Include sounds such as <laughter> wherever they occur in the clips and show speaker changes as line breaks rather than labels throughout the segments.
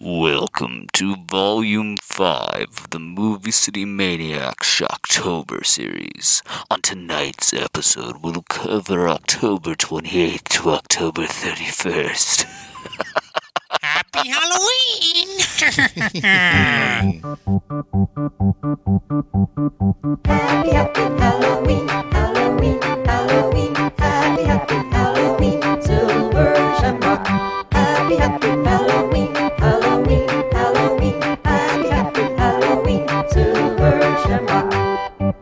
Welcome to Volume 5 of the Movie City Maniacs Shocktober series. On tonight's episode, we'll cover October 28th to October 31st.
Happy Halloween!
<laughs>
Happy happy Halloween, Halloween, Halloween, happy happy Halloween, Silver Shamrock. Happy happy Halloween, Halloween, Halloween, happy happy Halloween, Silver Shamrock.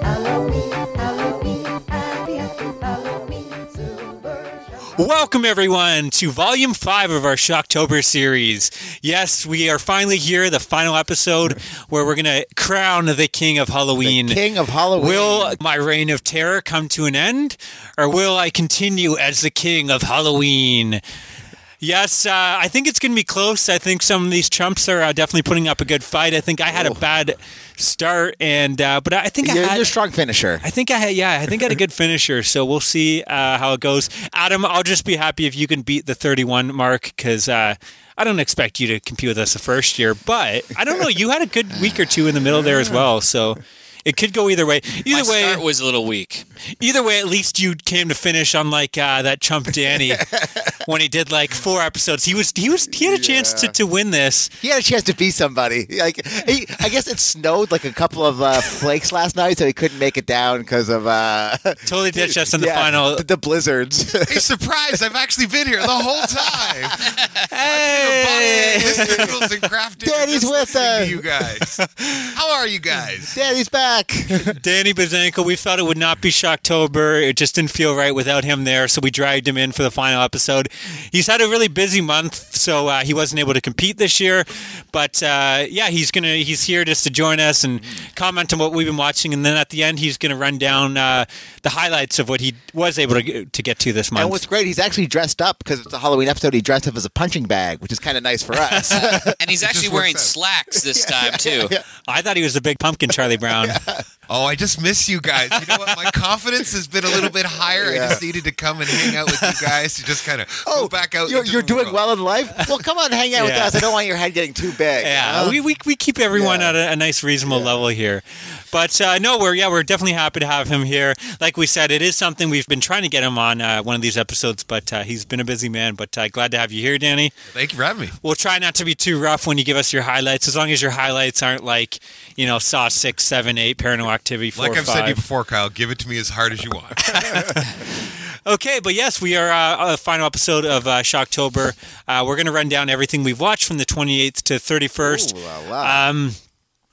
Halloween, Halloween, happy happy Halloween, Silver Shamrock.
Welcome, everyone, to Volume 5 of our Shocktober series. Yes, we are finally here, the final episode where we're going to crown the King of Halloween.
King of Halloween.
Will my reign of terror come to an end, or will I continue as the King of Halloween? Yes, uh, I think it's going to be close. I think some of these chumps are uh, definitely putting up a good fight. I think I had a bad start, and uh, but I think I
Oh. you're,
had,
you're a strong finisher.
I think I had, yeah, I think I had a good finisher. So we'll see uh, how it goes. Adam, I'll just be happy if you can beat the 31 mark because uh, I don't expect you to compete with us the first year. But I don't know. You had a good week or two in the middle there as well. So it could go either way. Either way,
start was a little weak.
either way, at least you came to finish, unlike uh, that chump Danny when he did like four episodes. He was he was he had a chance to, to win this.
He had a chance to be somebody. Like he, I guess it snowed like a couple of uh, flakes last night, so he couldn't make it down because of uh,
Totally ditched us in the
yeah,
final.
the, the blizzards.
Hey, surprise! I've actually been here the whole time.
Hey!
Mr. Noodles and Kraft Dinner,
<laughs> Daddy's
just
with
listening to
us.
You
<laughs>
guys, how are you guys?
Daddy's back.
Danny Bazanko, we thought it would not be Shocktober. It just didn't feel right without him there, so we dragged him in for the final episode. He's had a really busy month, so uh, he wasn't able to compete this year. But uh, yeah, he's gonna he's here just to join us and comment on what we've been watching, and then at the end, he's gonna run down uh, the highlights of what he was able to get, to get to this month.
And what's great, he's actually dressed up because it's a Halloween episode. He dressed up as a punching bag, which is kind of nice for us.
And he's actually
works
wearing
out.
slacks this time too.
I thought he was the big pumpkin, Charlie Brown.
Oh, I just miss you guys. You know what? My confidence has been a little bit higher. I just needed to come and hang out with you guys to just kind of go back out.
Oh, you're,
into
you're
the
doing
world.
well in life. Well, come on, hang out with
Yeah.
us. I don't want your head getting too big. Oh,
Yeah,
Uh,
we, we, we keep everyone
Yeah.
at a, a nice reasonable level here, but uh, no, we're yeah we're definitely happy to have him here. Like we said, it is something we've been trying to get him on uh, one of these episodes, but uh, he's been a busy man. But uh, glad to have you here, Danny.
Thank you for having me.
We'll try not to be too rough when you give us your highlights, as long as your highlights aren't like you know Saw six, seven, eight, Paranormal Activity four,
Like I've said to you
five.
before, Kyle, give it to me as hard as you want. <laughs>
Okay, but yes, we are uh, a final episode of uh, Shocktober. Uh, we're going to run down everything we've watched from the 28th to 31st.
Ooh, la, la.
Um,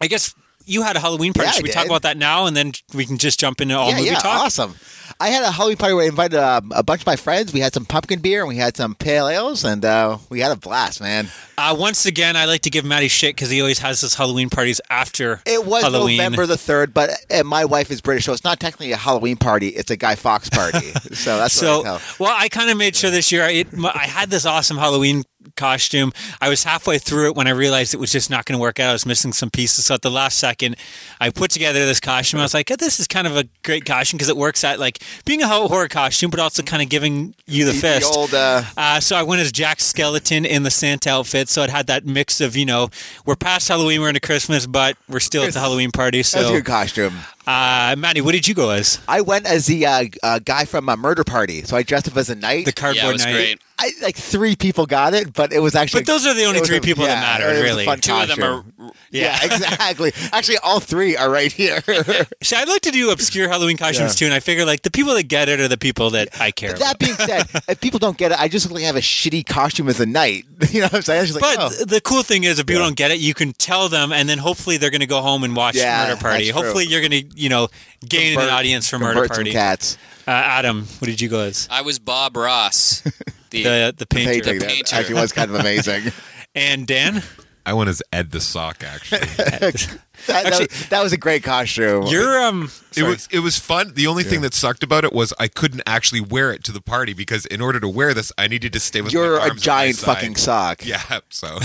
I guess you had a Halloween party.
Yeah, I
Should we talk
did.
about that now, and then we can just jump into all
yeah,
movie
yeah,
talk?
awesome. I had a Halloween party where I invited um, a bunch of my friends. We had some pumpkin beer and we had some pale ales, and uh, we had a blast, man.
Uh, once again, I like to give Matty shit because he always has his Halloween parties after
It was
Halloween.
November the third, but uh, my wife is British, so it's not technically a Halloween party. It's a Guy Fox party. <laughs> so that's
So,
what I tell.
well, I kind of made sure this year I, it, my, I had this awesome Halloween costume. I was halfway through it when I realized it was just not going to work out. I was missing some pieces. So at the last second, I put together this costume. I was like, "Oh, this is kind of a great costume because it works at like being a ho- horror costume, but also kind of giving you the
The-
fist.
The old, uh,
Uh, so I went as Jack Skeleton in the Santa outfit, so it had that mix of you know we're past Halloween, we're into Christmas, but we're still at the Halloween party.
that's
So,
your costume.
uh, Maddie, what did you go as?
I went as the uh, uh, guy from uh, Murder Party, so I dressed up as a knight.
The
Yeah, it
cardboard
was
knight.
great.
I like three people got it, but it was actually.
But those are the only
it was
three
a-
people that
yeah,
mattered,
it was a
really.
fun
Two of them are.
costume. Yeah. <laughs> exactly. Actually, all three are right here. <laughs>
See, I like to do obscure Halloween costumes too,
Yeah.
and I figure like the people that get it are the people that I care. about.
that being said,
<laughs>
if people don't get it, I just look like I have a shitty costume as a knight. <laughs> You know what I'm saying? She's like,
But
oh.
the cool thing is, if people don't get it, you can tell them, and then hopefully they're going to go home and watch
Yeah,
Murder Party.
that's true.
Hopefully, you're going to, you know, gain an
Convert-
audience for Murder
convert some
Party. Uh,
cats.
Adam, what did you go as?
I was
<laughs>
Bob Ross, the,
The the painter.
Painting
The
that
<laughs>
painter.
actually was kind of amazing.
and Dan.
I went as Ed the Sock, actually.
<laughs> That, that, was, that was a great costume.
You're um.
It was it was fun. The only thing that sucked about it was I couldn't actually wear it to the party because in order to wear this, I needed to stay with.
You're
my arms
a
at my
giant
side.
fucking
<laughs>
sock.
Yeah. So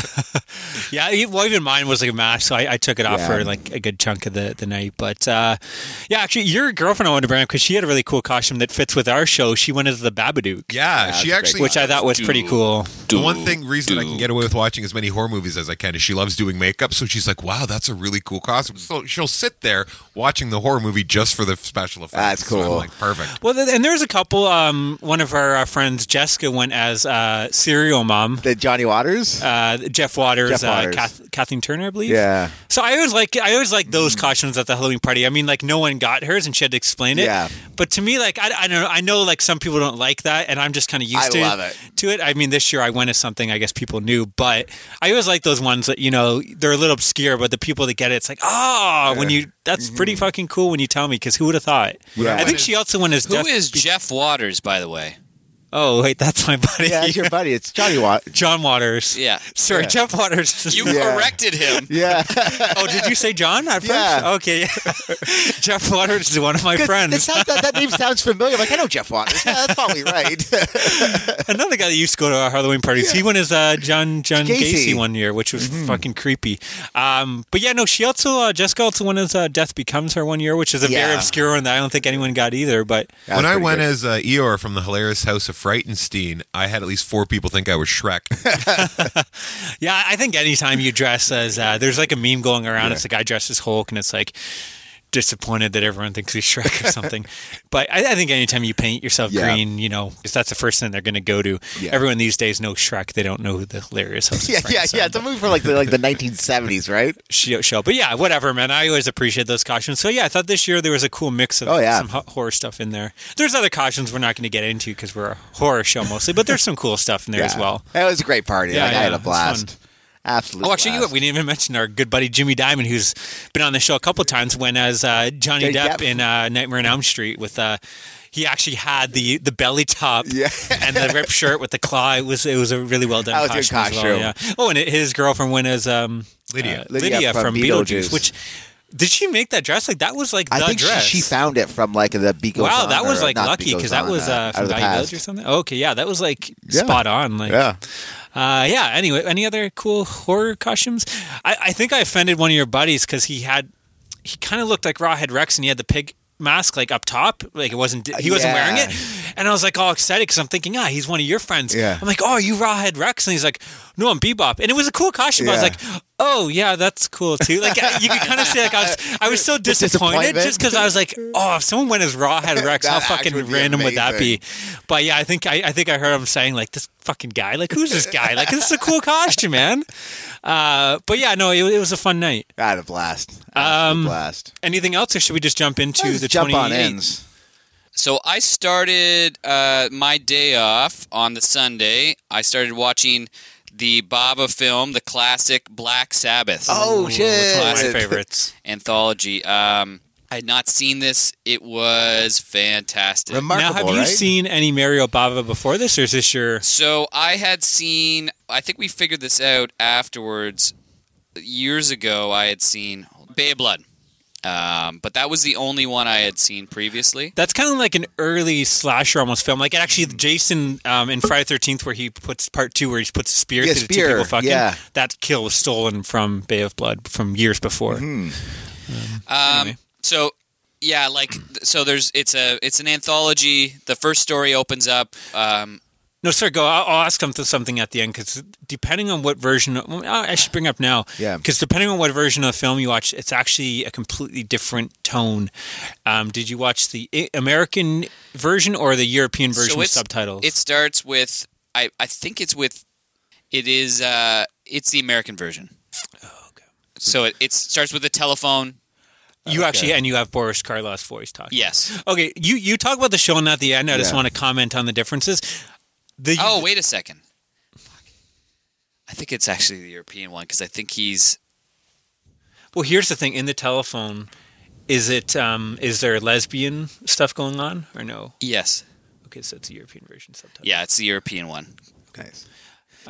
Yeah, e- well, even mine was like a mask, so I, I took it off
Yeah.
for like a good chunk of the, the night. But uh, yeah, actually, your girlfriend I wanted to bring up because she had a really cool costume that fits with our show. She went as the Babadook,
<laughs>
Oh, yeah,
that's
she
a great
actually.
which I thought was pretty cool.
the one thing reason I can get away with watching as many horror movies as I can is she loves doing makeup, so she's like, "Wow, that's a really cool costume." So she'll sit there watching the horror movie just for the special effects.
That's
So I'm
cool.
like perfect.
Well, th- and there's a couple. Um, one of our, uh friends, Jessica, went as uh, Serial Mom.
The Johnny Waters?
Uh, Jeff Waters,
Jeff Waters.
Uh, Kath- Kathleen Turner, I believe.
yeah.
So I always like I always like
Mm.
those costumes at the Halloween party. I mean, like no one got hers, and she had to explain it.
Yeah.
But to me, like I, I don't know. I know like some people don't like that, and I'm just kind of used
I
to
love it.
to it. I mean, this year I went as something I guess people knew, but I always like those ones that you know they're a little obscure, but the people that get it, it's like ah, when you that's pretty
Mm-hmm.
fucking cool when you tell me because who would have thought?
Yeah.
I think she also went as
Who
Death-
is Jeff Waters, by the way?
Oh wait, that's my buddy.
Yeah, it's your buddy. It's
<laughs>
Johnny
<laughs>
Waters.
John Waters.
Yeah.
Sorry, Jeff Waters. <laughs>
You
Yeah.
corrected him.
Yeah. <laughs>
oh, did you say John at first?
Yeah.
Okay. <laughs> Jeff Waters is one of my friends.
That, sounds, that, that name sounds familiar. I'm like, I know Jeff Waters. Yeah, that's
<laughs>
probably right. <laughs>
Another guy that used to go to our Halloween parties. He went as uh, John John Gacy.
Gacy.
one year, which was
Mm-hmm.
fucking creepy. Um, but yeah, no, she also uh, Jessica also went as uh, Death Becomes Her one year, which is a very
Yeah.
obscure one that I don't think anyone got either. But
when I went as uh, Eeyore from the hilarious House of Frightenstein, I had at least four people think I was Shrek.
yeah, I think anytime you dress as uh, there's like a meme going around. It's the guy dressed as Hulk, and it's like disappointed that everyone thinks he's Shrek or
<laughs>
something. but I, I think anytime you paint yourself
Yeah.
green, you know, 'cause that's the first thing they're going to go to.
Yeah.
Everyone these days knows Shrek. They don't know who the hilarious host. of
<laughs> yeah, yeah,
Frankenstein
yeah. It's a movie from like the like the 1970s, right?
sh- show. But yeah, whatever, man. I always appreciate those costumes. So yeah, I thought this year there was a cool mix of
Oh, yeah.
some ho- horror stuff in there. There's other costumes we're not going to get into because we're a horror show mostly, but there's some cool stuff in there as
Yeah.
well.
It was a great party.
Yeah,
like, I
yeah,
had a
it was fun.
blast. Absolutely.
Oh, actually, you, we didn't even mention our good buddy Jimmy Diamond, who's been on the show a couple times. When as uh, Johnny
Yeah,
Depp
Depp.
in uh, Nightmare on Elm Street with. Uh, he actually had the, the belly top
Yeah.
and the ripped shirt with the claw. It was it was a really well done
That was a good
costume. as well,
costume.
yeah. Oh, and it, his girlfriend went as um,
Lydia.
uh, Lydia,
Lydia
from,
from
Beetlejuice.
Beetlejuice.
Which did she make that dress? Like that was like
I
the
think
dress.
she, she found it from like the Beagles.
Wow,
on,
that was
or
like
not
lucky
Beagles
because that
on,
was uh,
out
from
of the
Value Village
past.
or something. Okay, yeah, that was like
Yeah.
spot on. Like,
Yeah.
uh, yeah. Anyway, any other cool horror costumes? I, I think I offended one of your buddies because he had he kind of looked like Rawhead Rex and he had the pig mask like up top, like it wasn't he wasn't
Uh, Yeah.
wearing it. And I was like all excited because I'm thinking, ah, he's one of your friends.
Yeah.
I'm like, oh, are you Rawhead Rex? And he's like, no, I'm Bebop. And it was a cool costume. I was
Yeah.
like, oh yeah, that's cool too. Like you could kind of see like I was I
<laughs>
was so disappointed
disappointment.
just because I was like, oh, if someone went as
<laughs>
Rawhead Rex, how
That
fucking
actually would be
random would that be?
amazing.
But yeah, I think I, I think I heard him saying like this fucking guy. Like who's this guy? Like this is a cool costume, man. Uh, but yeah, no, it, it was a fun night.
I had a blast. Um, blast.
Anything else, or should we just jump into
Let's
the
jump on
28?
ends.
So I started uh, my day off on the Sunday. I started watching the Baba film, the classic Black Sabbath.
Oh
It's one
shit!
of my favorites.
anthology. Um, I had not seen this. It was fantastic.
now,
Remarkable,
have you
right?
seen any Mario Bava before this, or is this your?
so I had seen. I think we figured this out afterwards. Years ago, I had seen Bay of Blood, um, but that was the only one I had seen previously.
That's kind of like an early slasher almost film. Like actually, Jason um, in Friday Thirteenth, where he puts part two, where he puts a spear
Yeah,
through the two
spear,
people fucking.
yeah.
That kill was stolen from Bay of Blood from years before.
Mm-hmm.
Um,
Anyway.
So yeah, like th- so. There's it's a it's an anthology. The first story opens up. Um,
No, sir. Go. I'll, I'll ask him to something at the end because depending on what version, well, I I should bring up now.
Yeah.
Because depending on what version of the film you watch, it's actually a completely different tone. Um, did you watch the I- American version or the European version
so
with
it's,
subtitles?
It starts with I I think it's with it is uh it's the American version.
Oh,
So it, it starts with a telephone.
you actually and you have Boris Karloff's voice talking. <laughs>
Yes.
Okay. You you talk about the show and at the end. I just
Yeah.
want to comment on the differences. The
Oh, wait a second. Fuck. I think it's actually the European one because I think he's
well, here's the thing. In the telephone, is it um, is there lesbian stuff going on or no?
yes.
Okay, so it's a European version subtitle.
Yeah, it's the European one.
Nice.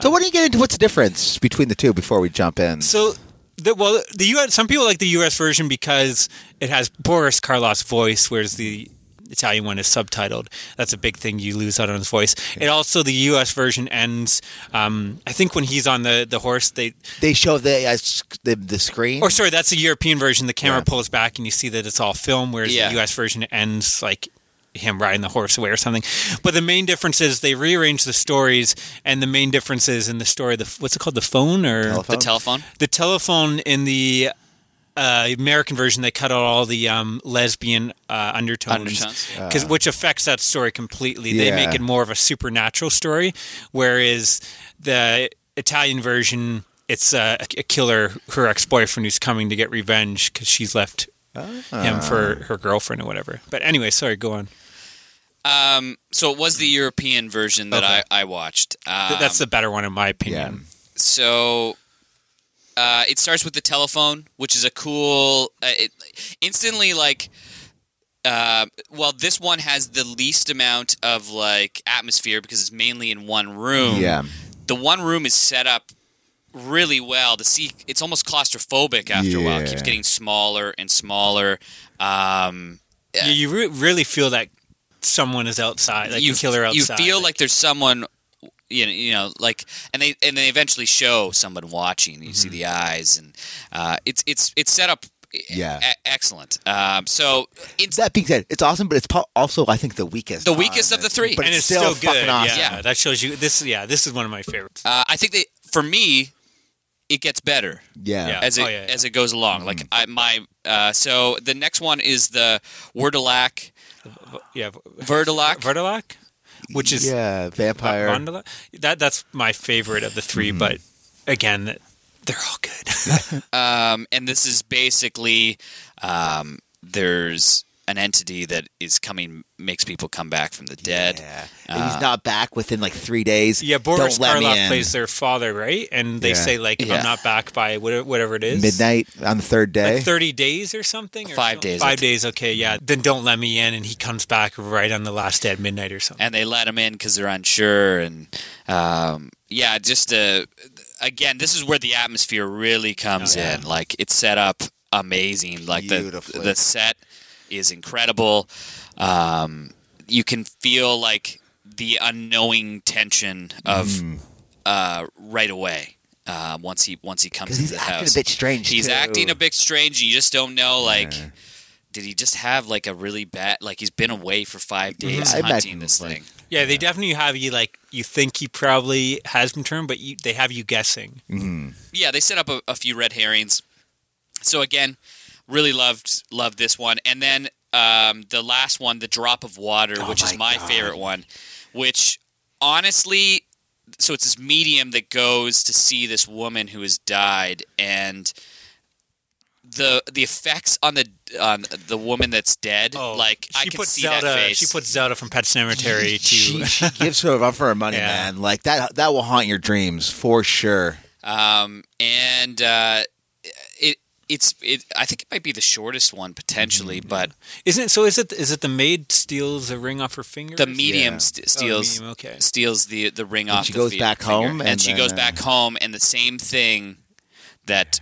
So, what do you get into? What's the difference between the two before we jump in?
Uh, So The, well, the U.S. Some people like the U.S. version because it has Boris Karloff's voice, whereas the Italian one is subtitled. That's a big thing you lose out on his voice. It also the U.S. version ends. Um, I think when he's on the the horse, they
They show the uh, sc- the, the screen.
or sorry, that's the European version. The camera pulls back and you see that it's all film, whereas
Yeah.
the U.S. version ends like him riding the horse away or something. But the main difference is they rearrange the stories, and the main difference is in the story. The what's it called? The phone or
Telephone.
The telephone.
the telephone in the uh, American version, they cut out all the um, lesbian uh, undertones,
Undertones,
'Cause- which affects that story completely. They make
Yeah.
it more of a supernatural story, whereas the Italian version, it's a, a killer, her ex boyfriend, who's coming to get revenge because she's left him for her girlfriend or whatever. But anyway, sorry, go on.
Um, so it was the European version that I, I watched. Um,
Th- That's the better one, in my opinion.
so uh, it starts with the telephone, which is a cool. Uh, it instantly like. Uh, well, this one has the least amount of like atmosphere because it's mainly in one room.
Yeah.
the one room is set up really well. The sea, it's almost claustrophobic after a while. It keeps
Yeah.
getting smaller and smaller. Um,
You, you re- really feel that someone is outside, like
you
a killer
you
outside.
feel like there's someone you know, you know like and they and they eventually show someone watching you see the eyes and uh, it's it's it's set up e-
Yeah.
e- excellent um, so it's
That being said, it's awesome, but it's po- also I think the weakest.
The
on
weakest of the
this.
three.
but
and
it's, still, fucking
good.
awesome.
Yeah,
Yeah.
that shows you this. Yeah, this is one of my favorites.
uh, I think that for me it gets better
Yeah.
Yeah.
as it
Oh, yeah, yeah.
as it goes along like I my uh, so the next one is the Wordalac
Yeah,
Verdalac
Vertilac, which is
yeah, vampire.
Vondala- Uh, That that's my favorite of the three.
Mm-hmm.
But again, th- they're all good. <laughs>
um, and this is basically um, there's an entity that is coming makes people come back from the dead
Yeah. And he's not back within like three days.
yeah, Boris
Don't let me
Karloff
in.
plays their father, right? And they
Yeah.
say like, if
Yeah.
"I'm not back by whatever, whatever it is."
midnight on the third day.
Like thirty days or something. or
Five
something?
days, I
Five days. Okay, yeah. Then don't let me in, and he comes back right on the last day at midnight or something.
and they let him in because they're unsure and um, yeah just uh, again this is where the atmosphere really comes
Oh,
in like it's set up amazing like the
Beautifully.
the set is incredible um, you can feel like the unknowing tension of
Mm.
uh, right away uh, once he once he comes
because
into
he's
the
acting
house
a bit strange.
he's
too.
acting a bit strange and you just don't know like did he just have like a really bad like he's been away for five days
Mm-hmm. I
hunting
imagine
this
it's like-
thing
Yeah, they definitely have you like you think he probably has been turned, but you, they have you guessing.
yeah they set up a, a few red herrings so again really loved loved this one and then um, the last one the drop of water
Oh
which is my favorite one which honestly so it's this medium that goes to see this woman who has died and the the effects on the on the woman that's dead like
Oh, she
i can
puts
see
Zelda.
that face
She puts Zelda from Pet Cemetery to.
She, she gives her a run for her
<laughs>
money,
Yeah.
man. Like that, that will haunt your dreams for sure.
um, and uh, it it's it. I think it might be the shortest one potentially,
Mm-hmm.
but
<laughs> Isn't it- so? Is it is it the maid steals a ring off her finger?
the
or something?
medium
Oh,
st- steals
medium, okay.
steals the the ring off.
she
the
goes
fi-
back
finger,
home
and,
and
she
then,
goes
uh,
back home, and the same thing that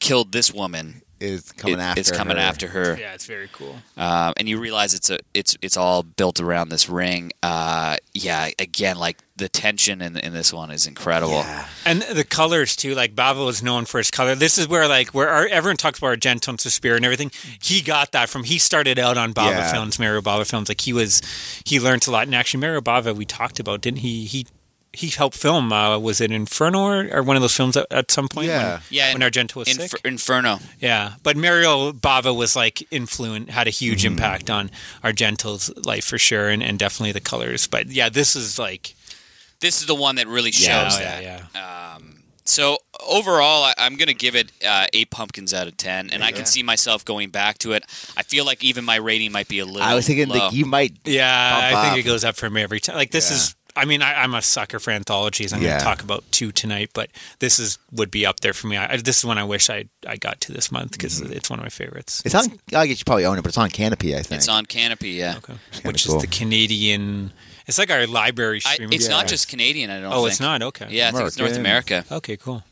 killed this woman
Is coming
i-
after.
is coming
her.
after her.
Yeah, it's very cool.
um, and you realize it's a it's it's all built around this ring. Uh, yeah, again, like the tension in in this one is incredible.
And the colors too. Like Bavo is known for his color. This is where like where our, everyone talks about Argento and Suspiria and everything. He got that from. He started out on Bava
Yeah.
films, Mario Bava films. Like he was, he learned a lot. And actually, Mario Bava we talked about, didn't he? He he helped film. Uh, was it Inferno or, or one of those films at, at some point?
Yeah.
when,
Yeah,
when Argento was sick.
Infer- Inferno.
Yeah, but Mario Bava was like influent had a huge
Mm-hmm.
impact on Argento's life for sure, and, and definitely the colors. But yeah, this is like oh,
This is the one that really shows
yeah,
that. Uh,
yeah, yeah.
So overall, I, I'm going to give it uh, eight pumpkins out of ten, and I can see myself going back to it. I feel like even my rating might be a little.
I was thinking
low.
that you might.
Yeah,
Bump
I think
up.
it goes up for me every time. Like this
Yeah.
is, I mean, I, I'm a sucker for anthologies. I'm going
Yeah.
to talk about two tonight, but this is would be up there for me. I, this is one I wish I I got to this month because
Mm-hmm.
it's one of my favorites.
It's on. I guess you probably own it, but it's on Canopy. I think.
it's on Canopy, yeah.
Okay.
kinda
which
cool.
is the Canadian. It's like our library
I,
streaming.
it's not
service.
just Canadian. I don't.
Oh,
think.
it's not okay.
Yeah, I think it's North
American.
America.
Okay, cool.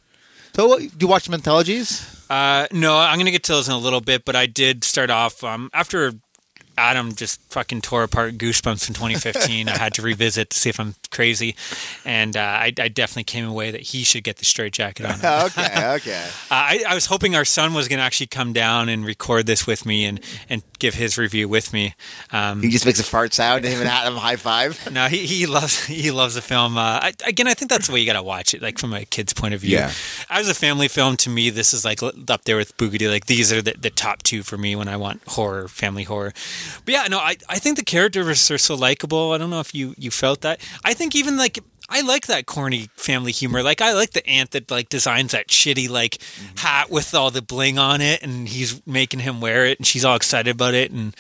So, what, do you watch some <laughs> anthologies?
Uh, no, I'm gonna get to those in a little bit, but I did start off um, after Adam just fucking tore apart Goosebumps in 2015. I had to revisit to see if I'm crazy, and uh, I, I definitely came away that he should get the straight jacket
<laughs>
on. Uh,
Oh, Okay, okay.
I, I was hoping our son was gonna actually come down and record this with me and and give his review with me. Um,
He just makes a fart sound and him and Adam high five.
<laughs> no, he, he loves he loves the film. Uh, I, again, I think that's the way you got to watch it, like from a kid's point of view.
Yeah.
As a family film, to me, this is like l- up there with Boogedy. Like these are the, the top two for me when I want horror, family horror. But yeah, no, I, I think the characters are so likable. I don't know if you you felt that. I think even like. I like that corny family humor. Like I like the aunt that like designs that shitty like hat with all the bling on it, and he's making him wear it, and she's all excited about it. And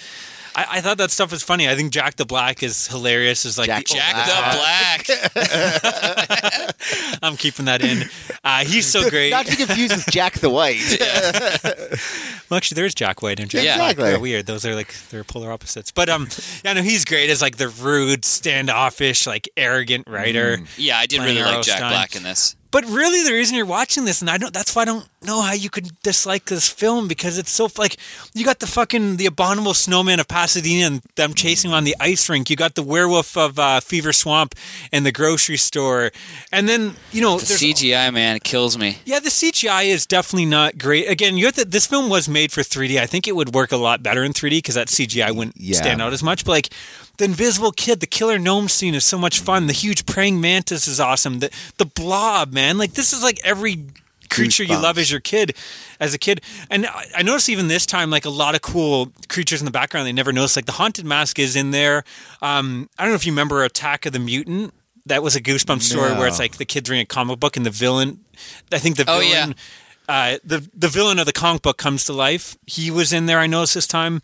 I, I thought that stuff was funny. I think Jack the Black is hilarious. Is like
Jack
the-
Jack the Black. <laughs>
I'm keeping that
<laughs>
in. Uh, he's so great.
Not to be confused with Jack the White. <laughs>
Well, actually, there's Jack White and Jack
Yeah.
Black. They're
Exactly.
weird. Those are like they're polar opposites. But
<laughs>
um, yeah, no, he's great as like the rude, standoffish, like arrogant writer.
Mm.
Yeah, I did
Playing
really like Jack
Arlstein.
Black in this.
But really, the reason you're watching this, and I don't, that's why I don't know how you could dislike this film because it's so like you got the fucking the abominable snowman of Pasadena and them chasing him on the ice rink. You got the werewolf of uh, Fever Swamp and the grocery store, and then you know
The
there's
CGI man kills me.
Yeah, the CGI is definitely not great. Again, you have to, this film was made for 3D. I think it would work a lot better in 3D because that CGI wouldn't
Yeah.
stand out as much. But like the Invisible Kid, the killer gnome scene is so much fun. The huge praying mantis is awesome. The the blob, man, like this is like every creature you love
Goosebumps.
as your kid, as a kid. And I, I noticed even this time, like a lot of cool creatures in the background they never noticed. Like the haunted mask is in there. Um, I don't know if you remember Attack of the Mutant. That was a Goosebumps story where it's like the kids reading a comic book and the villain. I think the
Oh,
villain, uh, the the villain of the comic book comes to life. He was in there. I noticed this time.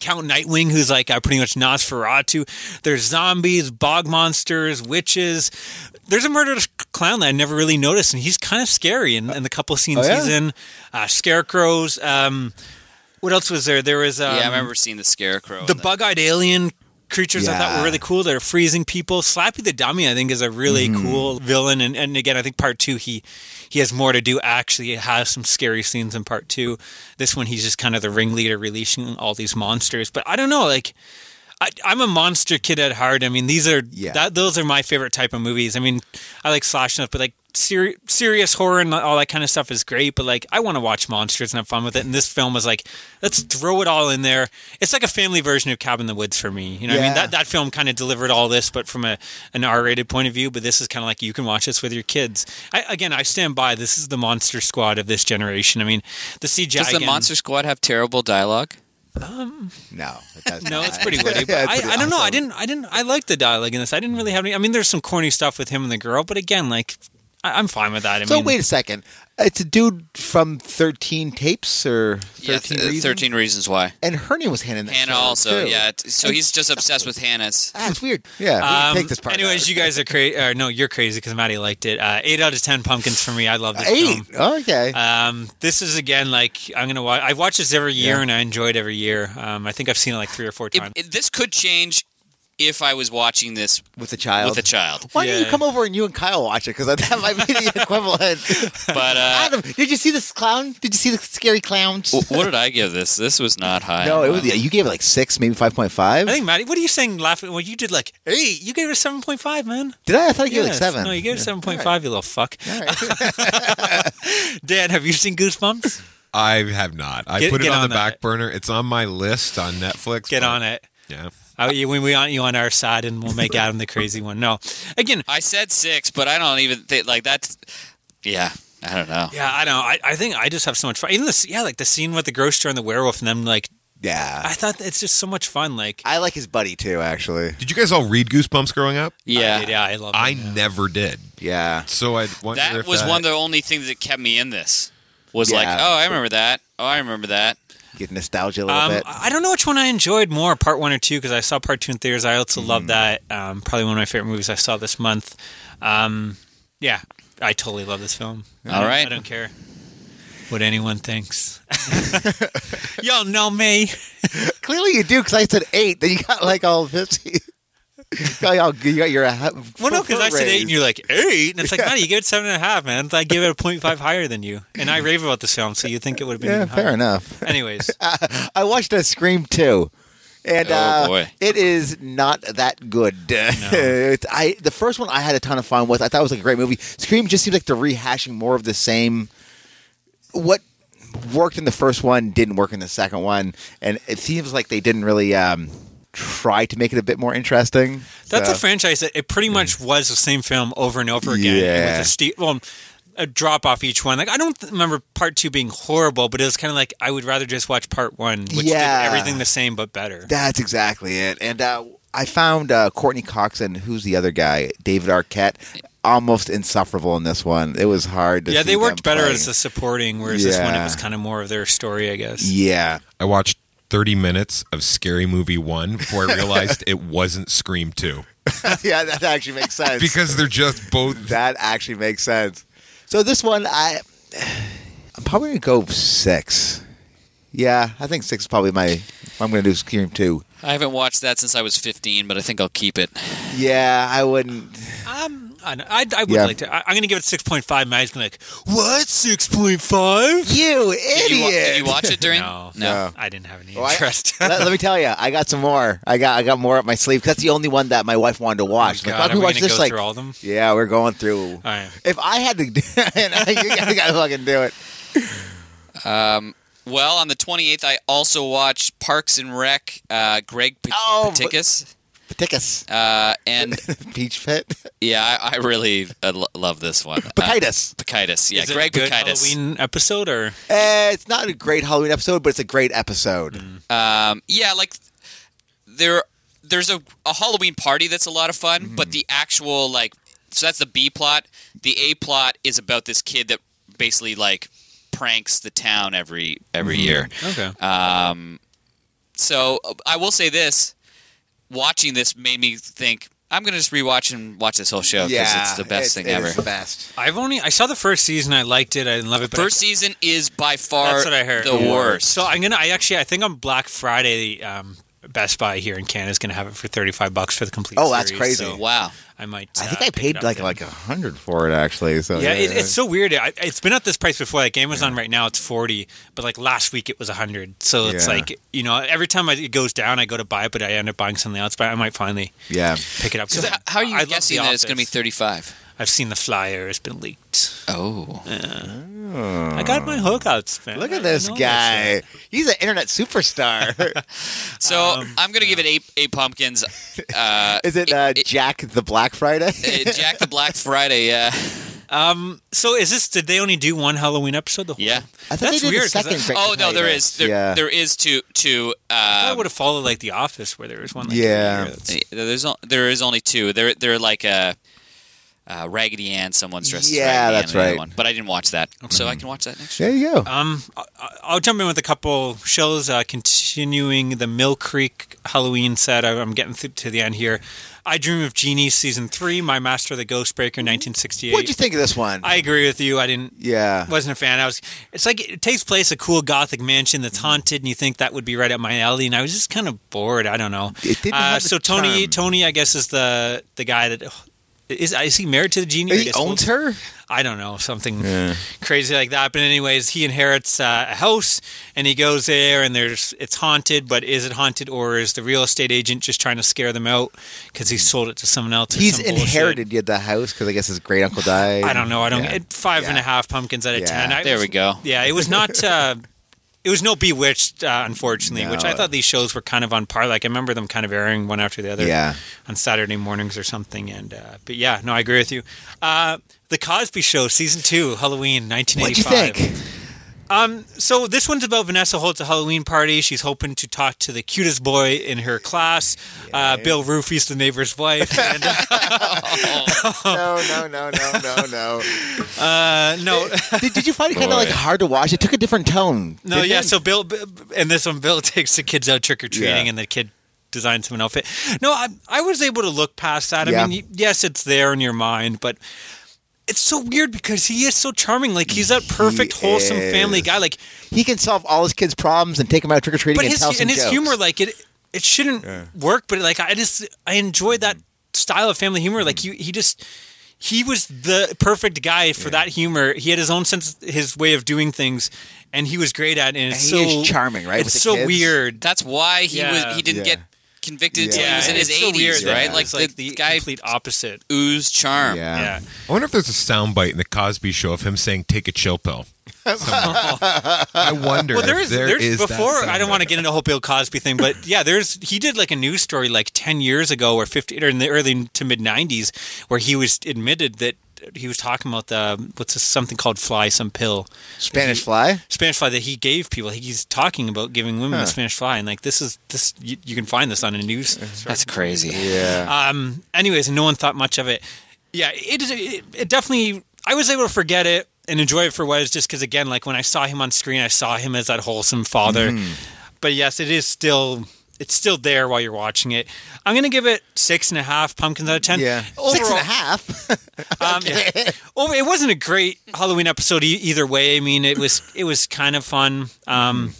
Count Nightwing, who's like uh, pretty much Nosferatu. There's zombies, bog monsters, witches. There's a murderous clown that I never really noticed, and he's kind of scary in, in the couple scenes
Oh,
yeah?
he's in. Uh, scarecrows. Um, what else was there? There was um,
yeah, I remember seeing the Scarecrow.
the
in
bug eyed alien creatures I thought were
Yeah.
really cool that are freezing people. Slappy the Dummy, I think, is a really cool villain. And, and again, I think part two, he he has more to do. Actually, it has some scary scenes in part two. This one, he's just kind of the ringleader releasing all these monsters. But I don't know, like. I, I'm a monster kid at heart. I mean, these are
Yeah.
that, those are my favorite type of movies. I mean, I like slash stuff, but like seri- serious horror and all that kind of stuff is great. But like, I want to watch monsters and have fun with it. And this film was like, let's throw it all in there. It's like a family version of Cabin in the Woods for me. You know, what I mean
Yeah.
that that film kind of delivered all this, but from a an R-rated point of view. But this is kind of like you can watch this with your kids. I, again, I stand by. This is the monster squad of this generation. I mean, the CGI.
Does the
again-
Monster Squad have terrible dialogue?
No, it doesn't.
No, it's pretty witty. But
<laughs> Yeah, it's
I,
pretty
I don't know. I
awesome.
didn't. I didn't. I liked the dialogue in this. I didn't really have any. I mean, there's some corny stuff with him and the girl, but again, like, I, I'm fine with that. I
So
mean,
wait a second. It's a dude from Thirteen Tapes or
Yeah,
Thirteen
th-
uh,
Reasons?
Thirteen Reasons Why.
And Hernia was handing that.
Hannah
show,
also,
too.
yeah. t- So he's just obsessed with Hannah's.
Ah, it's weird. Yeah, we can
Um,
take this part.
anyways,
out.
you guys are crazy. Or no, you're crazy because Maddie liked it. Uh, eight out of ten pumpkins for me. I love this film.
eight. okay.
Um, this is again like I'm gonna watch. I've watched this every year and I enjoy it every year. Um, I think I've seen it like three or four
It,
times.
it- this could change if I was watching this
with the child.
with a child.
Why don't you
Yeah.
come over and you and Kyle watch it? Because that might
<laughs>
be the equivalent.
But uh, <laughs>
Adam, did you see this clown? Did you see the scary clowns?
Oh,
w- what did I give this? This was not high.
no,
on
it was.
mine.
Yeah, you gave it like six, maybe five point five.
I think Maddie, what are you saying? Laughing? Well, you did like eight. You gave it a seven point five, man.
Did I? I thought I gave it like
Yes.
seven.
No, you gave it seven point five. You little fuck.
All right.
<laughs> Dan, have you seen Goosebumps?
I have not. I
Get-
put it
get
on,
on
the
that.
back burner. It's on my list on Netflix.
Get
but-
on it.
Yeah.
I, you- when we want you on our side, and we'll
<laughs>
make Adam the crazy one. No, again,
I said six, but I don't even think like that's. Yeah, I don't know.
yeah, I know. I, I think I just have so much fun. Even this, yeah, like the scene with the grocery store and the werewolf, and them like,
yeah,
I thought it's just so much fun. Like,
I like his buddy too. Actually,
Did you guys all read Goosebumps growing up?
Yeah,
yeah, I love.
I
it.
never did.
yeah.
So I wonder
that
if
was
that-
one of the only things that kept me in this. Was like,
Yeah.
oh, I remember that. Oh, I remember that.
Get nostalgia a little
Um,
bit.
I I don't know which one I enjoyed more, part one or two, because I saw part two in theaters. I also love
Mm.
that. Um, probably one of my favorite movies I saw this month. Um, yeah, I totally love this film.
All right.
I don't care what anyone
<laughs>
thinks. <laughs> Y'all know me.
Clearly, you do because I said eight. Then you got like all fifty. <laughs> Oh, y'all- you got your uh,
Well, no, because I said eight, and
raised.
you're like eight, and it's like, no, you give it seven and a half, man. I give it a point five higher than you, and
<laughs>
I rave about this film, so you think it would have been
Yeah,
even higher.
fair enough. <laughs>
Anyways,
I watched a Scream too, and
Oh,
uh,
boy.
it is not that good. <laughs> It's- I the first one I had a ton of fun with. I thought it was like a great movie. Scream just seems like they're rehashing more of the same. What worked in the first one didn't work in the second one, and it seems like they didn't really um, try to make it a bit more interesting.
that's
So-
a franchise that it pretty much was the same film over and over again
Yeah.
with a steep, well, a drop off each one. Like I don't th- remember part two being horrible, but it was kind of like I would rather just watch part one, which
Yeah.
did everything the same but better.
That's exactly it. And uh, I found uh, Courtney Cox and who's the other guy, David Arquette, almost insufferable in this one. It was hard. To
yeah,
see
they worked
them
better
playing.
as a supporting, whereas this one it
Yeah.
was kind of more of their story, I guess.
Yeah, <laughs>
I watched 30 minutes of Scary Movie 1
<laughs>
before I realized it wasn't Scream 2
yeah, that actually
<laughs>
makes sense.
because they're just both.
that actually makes sense. So this one, I I'm probably gonna go six. Yeah, I think six is probably my. I'm gonna do Scream two.
I haven't watched that since I was 15, but I think I'll keep it.
Yeah, I wouldn't.
Um, I, don't- I, I would
Yeah.
like to. I, I'm going to give it 6.5. Matt's gonna be like, what? 6.5?
You
Did you, wa-
idiot!
did you watch it <laughs> during?
No. I didn't have any
<laughs> Well, I-
interest. <laughs>
let, let me tell you, I got some more. I got I got more up my sleeve. That's the only one that my wife wanted to watch.
Oh God,
why don't
are we
watch
gonna
this?
go
like,
through all Uh, of them?
yeah, we're going through.
All right.
If I had to, do <laughs> it, you gotta, gotta fucking do it.
Well, on the 28th, I also watched Parks and Rec. Uh, Greg P-
Oh, but-
Patickas,
Paticus,
uh, and
<laughs> peach fit,
yeah, I, I really uh, lo- love this one. Uh,
Pacitus.
Pacitis, yeah,
Is it
Greg
a good
Pacitis.
Halloween episode or
Eh, it's not a great Halloween episode, but it's a great episode.
Mm.
Um, yeah, like there, there's a, a Halloween party that's a lot of fun,
Mm-hmm.
but the actual like, so that's the B plot. The A plot is about this kid that basically like pranks the town every every
Mm-hmm.
year.
okay?
Um, so uh, I will say this: watching this made me think I'm gonna just rewatch and watch this whole show because
yeah,
it's the best
it-
thing
it
ever.
is the best.
I've only I saw the first season. I liked it. I didn't love it. But I-
First season is by far
that's what I heard.
the worst.
So I'm gonna. I actually I think on Black Friday, um, Best Buy here in Canada is gonna have it for 35 bucks for the complete.
Oh, that's
series,
crazy.
so
wow.
I might.
I think
uh,
I
pick it
paid
up
like uh,
then.
like a hundred for it actually. So
Yeah, it, it's so weird. I, it's been at this price before. Like Amazon right now, it's forty, but like last week it was hundred. So it's
Yeah.
like you know, every time I, it goes down, I go to buy it, but I end up buying something else. But I might finally
yeah.
pick it up.
So
because
h- how are you
I love The
guessing that it's gonna be
Office.
35?
I've seen the flyer; it's been leaked.
Oh.
I got my hookouts. Man.
Look at
I
this
know
guy.
shit.
He's an internet superstar.
<laughs>
So
Um,
I'm gonna give it eight eight pumpkins. Uh,
Is it, uh, Jack the Black Friday?
uh, Jack the Black Friday? Yeah,
Um, so is this? Did they only do one Halloween episode? The whole
yeah.
I thought
That's
they did
weird,
a
'cause
second.
I-
Great
Oh no,
Potato.
there is there
yeah.
there is two two.
I
Uh,
would have followed like The Office, where there was one. Like,
Yeah.
every year. That's-
there's on- there is only two. They're they're like a. Uh, Raggedy Ann, someone's dressed.
Yeah,
as Raggedy
that's
Ann in the other
right.
One. But I didn't watch that, so I can watch that next.
There
year.
you go.
Um, I- I- I'll jump in with a couple shows. Uh, continuing the Mill Creek Halloween set. I- I'm getting th- to the end here. I Dream of Genie season three. My Master the Ghost Breaker, 1968.
What'd you think of this one?
I agree with you. I didn't.
yeah.
Wasn't a fan. I was. It's like it takes place a cool gothic mansion that's
Mm-hmm.
haunted, and you think that would be right up my alley. And I was just kind of bored. I don't know.
It didn't
uh,
have the
so Tony,
charm.
Tony, I guess is the the guy that is. Is he married to the genie? I
he
guess
owns her.
I don't know, something crazy like that. But anyways, he inherits uh, a house and he goes there and there's it's haunted, but is it haunted or is the real estate agent just trying to scare them out because he sold it to someone else? Or
Mm. He's
some bullshit?
inherited yeah, the house because I guess his great uncle died.
I don't know. I don't.
Yeah.
it- Five and a
Yeah.
half pumpkins out of
Yeah.
ten. I,
There we go.
Yeah, it was
<laughs>
not. Uh, it was no Bewitched, uh, unfortunately, which I
No.
thought these shows were kind of on par. Like I remember them kind of airing one after the other
Yeah.
on Saturday mornings or something. And uh, but yeah, no, I agree with you. Uh, the Cosby Show, season two, Halloween, nineteen
What'd you
eighty-five.
think?
So this one's about Vanessa holds a Halloween party. She's hoping to talk to the cutest boy in her class. Uh, Bill Rufy's the neighbor's wife.
<laughs>
And,
no, no, no, no, no,
<laughs>
no.
uh, no,
Did, did you find it kind of like hard to watch? It took a different tone.
no,
didn't
yeah.
it?
So Bill, and this one, Bill <laughs> takes the kids out trick or treating,
Yeah.
and the kid designs him an outfit. No, I, I was able to look past that. I
Yeah.
mean, yes, it's there in your mind, but it's so weird because he is so charming. Like he's that perfect, wholesome family
is.
guy. Like
he can solve all his kids' problems and take them out trick or treating
but
and
his
tell some
and his
jokes. Mm.
humor like it it shouldn't work but like i just i enjoyed that style of family humor. Like he, he just he was the perfect guy for that humor. He had his own sense, his way of doing things, and he was great at it. And it's
And he
so
is charming, right,
It's
with the
so
kids?
weird.
That's why he
Yeah.
was he didn't
Yeah.
get convicted until
Yeah,
he was in his
it's so
eighties,
weird,
right?
yeah.
Like,
It's like
the,
the
guy
complete opposite.
oozed charm.
Yeah.
I wonder if there's a soundbite in the Cosby Show of him saying "Take a chill
<laughs>
pill." Somewhere. I wonder.
Well, there
if
is, there's
that
before. I don't
soundbite.
want to get into the whole Bill Cosby thing, but yeah, there's he did like a news story like ten years ago or fifty or in the early to mid '90s where he was admitted that he was talking about the what's this, something called fly some pill
Spanish fly.
Spanish fly that he gave people. He's talking about giving women
Huh.
the Spanish fly, and like this is this you, you can find this on the news. That's
crazy.
Yeah.
um, anyways, no one thought much of it. Yeah, it is. It, it definitely. I was able to forget it and enjoy it for what it is, just because again, like when I saw him on screen, I saw him as that wholesome father.
Mm-hmm.
But yes, it is still. It's still there while you're watching it. I'm gonna give it six and a half pumpkins out of ten.
yeah.
Overall,
Six and a
<laughs>
half.
um, yeah. Over- it wasn't a great Halloween episode e- either way. I mean, it was it was kind of fun. Um,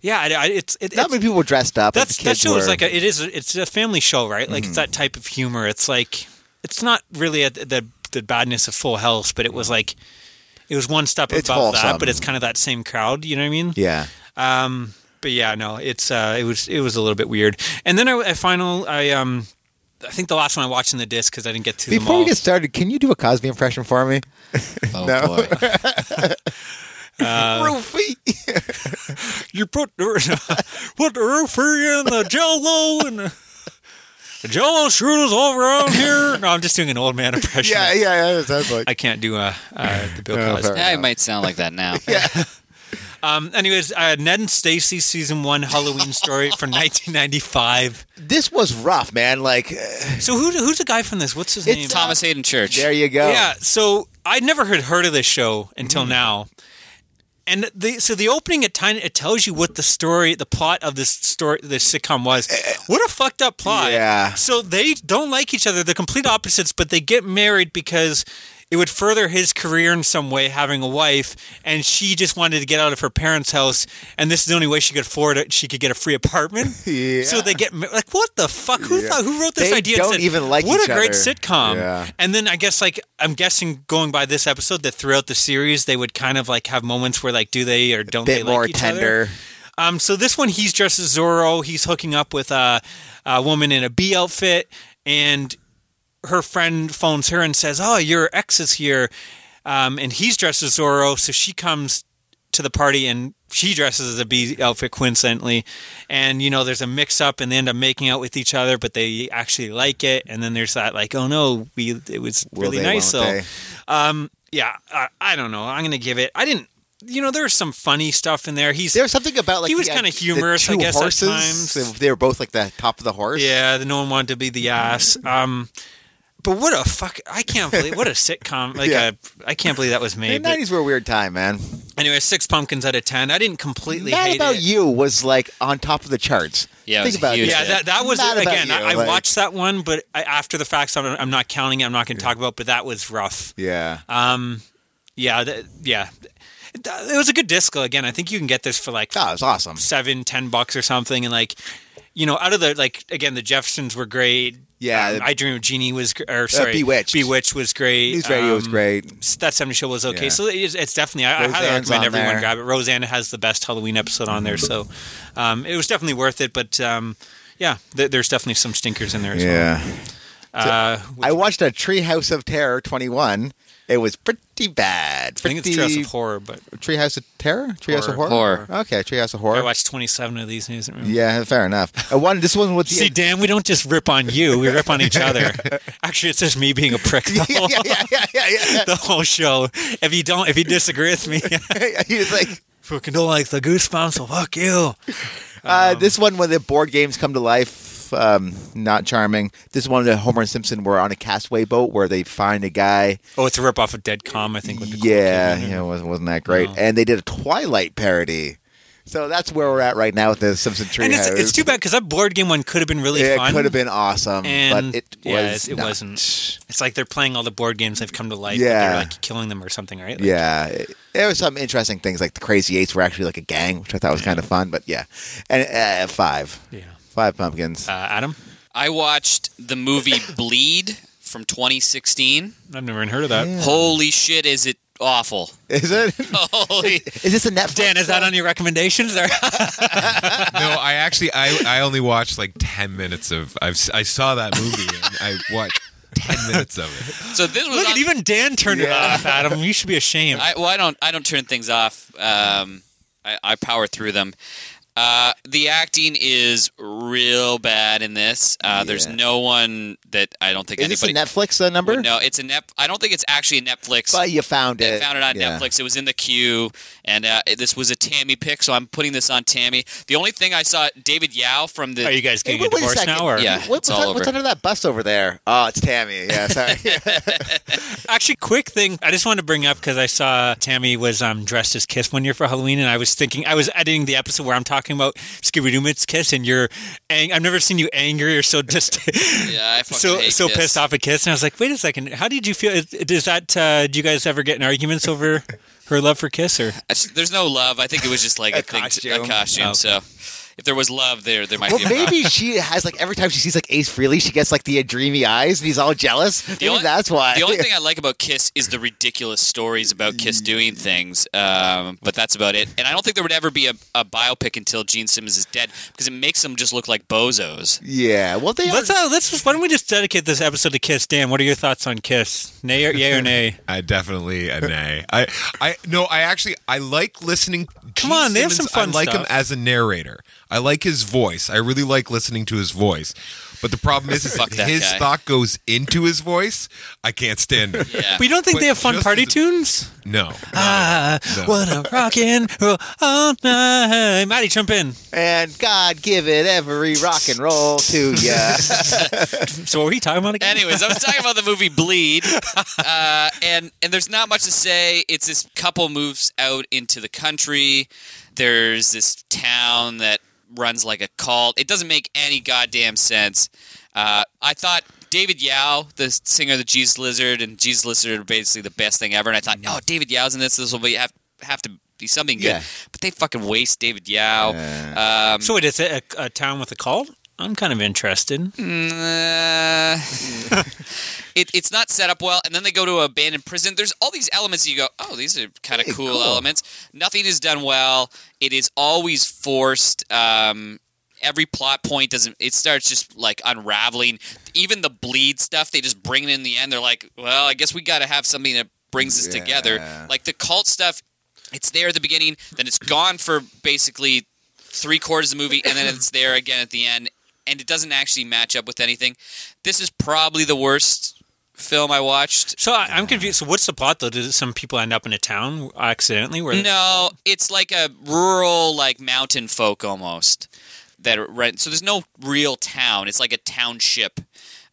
yeah, I, I, it's it,
Mm-hmm. Not
it's-
many people were dressed up.
that's
like the
that
kids
show
were. Mm-hmm.
is like a, it is a- it's a family show, right? Like it's that type of humor. It's like it's not really at the the badness of Full House, but it was like it was one step
It's
above
wholesome.
that, but it's kind of that same crowd. You know what I mean?
yeah.
Um, but yeah, no, it's uh, it was it was a little bit weird. And then I, I final I um. I think the last one I watched in the disc because I didn't get to them
Before
all.
we get started, can you do a Cosby impression for <laughs> me?
Oh
No. <laughs>
boy.
Uh, <laughs>
Roofy.
you put put
<laughs>
the roofie in the jello and <laughs> the, the jello shooters all around here. No, I'm just doing an old man impression.
yeah, Oh, yeah, yeah. It sounds like.
I can't do uh, uh, the Bill
No,
Cosby.
fair.
Yeah, it might sound like that now.
Um, anyways, uh, Ned and Stacy season one Halloween story from <laughs> 1995.
this was rough, man. Like, uh,
<laughs> So who, who's the guy from this? What's his
It's
name?
Thomas Hayden Church.
there you go. Mm-hmm.
Yeah. So I never had heard of this show until now. And the so the opening at time it tells you what the story the plot of this story this sitcom was. What a fucked up plot.
Eh, Yeah.
So they don't like each other. They're complete opposites, but they get married because it would further his career in some way having a wife and she just wanted to get out of her parents' house and this is the only way she could afford it she could get a free apartment.
<laughs> Yeah.
So they get ma- like what the fuck who
Yeah.
thought who wrote this
They
idea? and
don't
said,
even like
what
each
a great
other.
sitcom.
Yeah.
And then I guess like I'm guessing going by this episode that throughout the series they would kind of like have moments where like do they or don't they
Bit
like
more
each
tender.
other? Um, so this one he's dressed as Zorro. He's hooking up with a, a woman in a bee outfit, and her friend phones her and says, "Oh, your ex is here," um, and he's dressed as Zorro. So she comes to the party and she dresses as a bee outfit coincidentally and you know there's a mix up and they end up making out with each other but they actually like it and then there's that like oh no we it was
Will
really
they,
nice
won't
so um yeah I, I don't know i'm gonna give it i didn't you know there's some funny stuff in there he's
There was something about like
He was
the-
kinda
the
humorous, I
two
guess, at
horses,
times.
They- They were both like the top of the horse.
Yeah, the no one wanted to be the ass. Um, but what a fuck! I can't believe what a sitcom. Like
Yeah. e-
I I can't believe that was
The
made. But
nineties were a weird time, man.
anyway, six pumpkins out of ten. I didn't completely
Mad
hate
About
it.
You was like on top of the charts.
Yeah, it
think
was a
about
huge
it.
Yeah, that, that was
Mad About
again.
You,
I, I
like-
watched that one, but I, after the facts, I'm, I'm not counting. it. I'm not going to talk about. But that was rough.
Yeah,
Um, yeah, th- yeah. It, it was a good disc. Again, I think you can get this for like
that was awesome.
seven, ten bucks or something, and like. You know, out of the like again, the Jeffersons were great.
Yeah. Uh,
Um, I Dream of Jeannie was, gr- or sorry,
Bewitched.
Bewitched was great.
News radio was
Um,
great.
that 70 show was okay.
Yeah.
So it is, it's definitely, I, I highly
Roseanne's
recommend
on
everyone
there.
grab it. Roseanne has the best Halloween episode on there. So um, it was definitely worth it. But um, yeah, th- there's definitely some stinkers in there as
Yeah,
well. Uh,
I watched a Treehouse of Terror twenty one. It was pretty bad.
I think it's
Pretty-
Treehouse of Horror, but
Treehouse of Terror, Treehouse of Horror.
Horror.
Okay, Treehouse of Horror.
I watched 27 of these and I didn't remember.
Yeah, fair enough. I wanted this one with the
<laughs> See, Dan, we don't just rip on you. We rip on each <laughs> other. Actually, it's just me being a prick the
yeah,
whole,
<laughs> yeah, yeah, yeah,
<laughs>
yeah,
the whole show. If you don't, if you disagree with <laughs> me,
yeah. <laughs> He was like,
fucking don't like the goosebumps, so fuck you.
uh,
Um,
this one when the board games come to life, um, not charming. This one that Homer and Simpson were on a castaway boat where they find a guy.
Oh, it's a rip off of Dead Calm, I think. With the cool
yeah,
kid in it.
yeah, it wasn't, wasn't that great?
No.
And they did a Twilight parody. So that's where we're at right now with the Simpson Treehouse.
And it's, it's too bad because that board game one could have been really
It
fun.
could have been awesome,
And-
but it was
yeah, it- it
not.
wasn't. It's like they're playing all the board games they've come to life. Yeah,
Yeah.
they're like killing them or something, right? Like,
Yeah, it- there were some interesting things like the Crazy Eights were actually like a gang, which I thought was kind of fun. But yeah, and uh, five,
yeah.
five pumpkins.
Uh, Adam,
Uh, I watched the
<laughs>
movie Bleed from 2016.
I've never even heard of that.
Holy shit, is it awful! <laughs>
Is it?
Holy.
Is this a Netflix?
oh. Dan, is that on your recommendations? Or <laughs>
No, I actually I, I only watched like ten minutes of I've s- I saw that movie and I watched ten minutes of it.
So this was
look
on-
at even Dan turned it off. Adam, you should be ashamed.
I, well, I don't. I don't turn things off. Um, I, I power through them. Uh, the acting is real bad in this. Uh, There's
Yeah.
no one that I don't think
Is this a
anybody.
Netflix uh, number?
no, it's a net. I don't think it's actually a Netflix.
But you found
I
it.
found it on
Yeah.
Netflix. It was in the queue, and uh, this was a Tammy pick, so I'm putting this on Tammy. The only thing I saw, David Yao from the
Are Oh, you guys
Hey,
getting
wait,
a
wait a
divorce
second.
now? Or?
Yeah.
What-
it's
what's,
all
un- what's
over.
under that bus over there? Oh, it's Tammy.
<laughs>
Yeah, <laughs> sorry.
Actually, quick thing. I just wanted to bring up because I saw Tammy was um, dressed as Kiss one year for Halloween, and I was thinking I was editing the episode where I'm talking about Scooby Doo meets Kiss, and you're ang- I've never seen you angry or so <laughs> just
<laughs> Yeah, I fucking
so
hate
so
this.
pissed off at Kiss, and I was like, wait a second, how did you feel? Is- Does that uh, do you guys ever get in arguments over her love for Kiss
<laughs>
or?
I just- There's no love. I think it was just like a, thing, a
costume.
costume.
Oh.
So if there was love, there there might
well,
be. A problem.
maybe she has like every time she sees like Ace Freely, she gets like the dreamy eyes, and he's all jealous. Maybe
only-
that's why.
The only thing I like about Kiss is the ridiculous stories about
Mm.
Kiss doing things, um, but that's about it. And I don't think there would ever be a, a biopic until Gene Simmons is dead because it makes them just look like bozos.
<laughs> yeah. Well, they
Let's
are.
uh, let's just, why don't we just dedicate this episode to Kiss? Dan, what are your thoughts on Kiss? Nay or yay or nay?
<laughs>
I definitely a nay. I I no, I actually I like listening. Gene
on, they have some fun
I like him
stuff.
as a narrator. I like his voice. I really like listening to his voice. But the problem is, is
Fuck
if
that
his
guy.
thought goes into his voice. I can't stand it.
<laughs>
Yeah.
We don't think
But
they have fun
just
party
as a-
tunes.
No.
Ah,
<laughs>
what a rockin' roll all night. Maddie, jump in.
And God give it every rock and roll <laughs> to you.
So what were we talking about <laughs> again?
Anyways, I was talking about the movie Bleed, uh, and and there's not much to say. It's this couple moves out into the country. There's this town that runs like a cult. It doesn't make any goddamn sense. Uh, I thought David Yao, the singer of the Jesus Lizard, and Jesus Lizard are basically the best thing ever. And I thought, oh, David Yao's in this. This will be have have to be something good.
Yeah.
But they fucking waste David Yao. Um,
So wait, is it a, a town with a cult? I'm kind of interested.
Uh, <laughs> it, it's not set up well, and then they go to an abandoned prison. There's all these elements that you go, oh, these are kind of
Hey,
cool,
cool.
elements. Nothing is done well. It is always forced. Um, every plot point doesn't. It starts just like unraveling. Even the bleed stuff, they just bring it in the end. They're like, well, I guess we got to have something that brings us together.
Yeah.
Like the cult stuff, it's there at the beginning, then it's gone for basically three quarters of the movie, and then it's there again at the end, and it doesn't actually match up with anything. This is probably the worst film I watched.
So I, I'm confused. So what's the plot though? Did some people end up in a town accidentally? Where
No, it's like a rural, like mountain folk almost. That are rent. So there's no real town. It's like a township.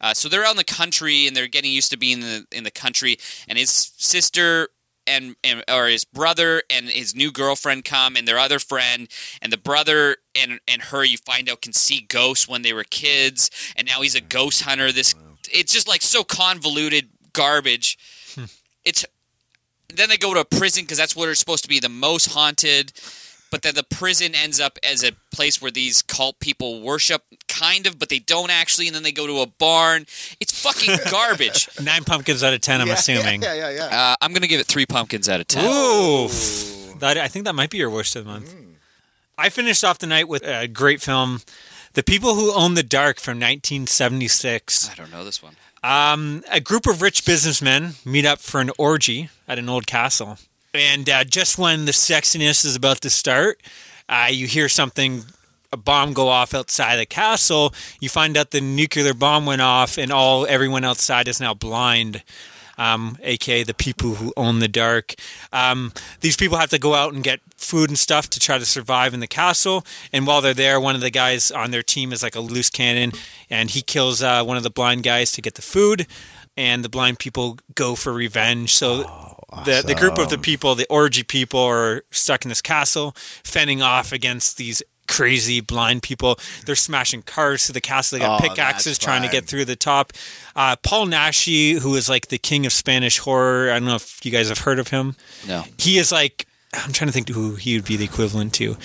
Uh, so they're out in the country and they're getting used to being in the, in the country. And his sister and, and or his brother and his new girlfriend come and their other friend and the brother and and her you find out can see ghosts when they were kids and now he's a ghost hunter. This it's just like so convoluted garbage. it's then they go to a prison because that's where it's supposed to be the most haunted. But then the prison ends up as a place where these cult people worship, kind of, but they don't actually. And then they go to a barn. It's
<laughs>
fucking garbage.
nine pumpkins out of ten? I'm assuming.
Yeah, yeah, yeah.
Uh, I'm gonna give it three pumpkins out of ten.
Oof. That, I think that might be your worst of the month. I finished off the night with a great film, "The People Who Own the Dark" from 1976.
I don't know this one.
Um, a group of rich businessmen meet up for an orgy at an old castle. And uh, just when the sexiness is about to start, uh, you hear something, a bomb go off outside the castle. You find out the nuclear bomb went off, and all everyone outside is now blind. Um, aka the people who own the dark. Um, these people have to go out and get food and stuff to try to survive in the castle. And while they're there, one of the guys on their team is like a loose cannon, and he kills uh, one of the blind guys to get the food. And the blind people go for revenge. So the, the group of the people, the orgy people, are stuck in this castle, fending off against these crazy blind people. They're smashing cars through the castle. They got
Oh,
pickaxes
that's
trying to
fun.
get through the top. Uh, Paul Nashi, who is like the king of Spanish horror, I don't know if you guys have heard of him.
No.
He is like, I'm trying to think who he would be the equivalent to.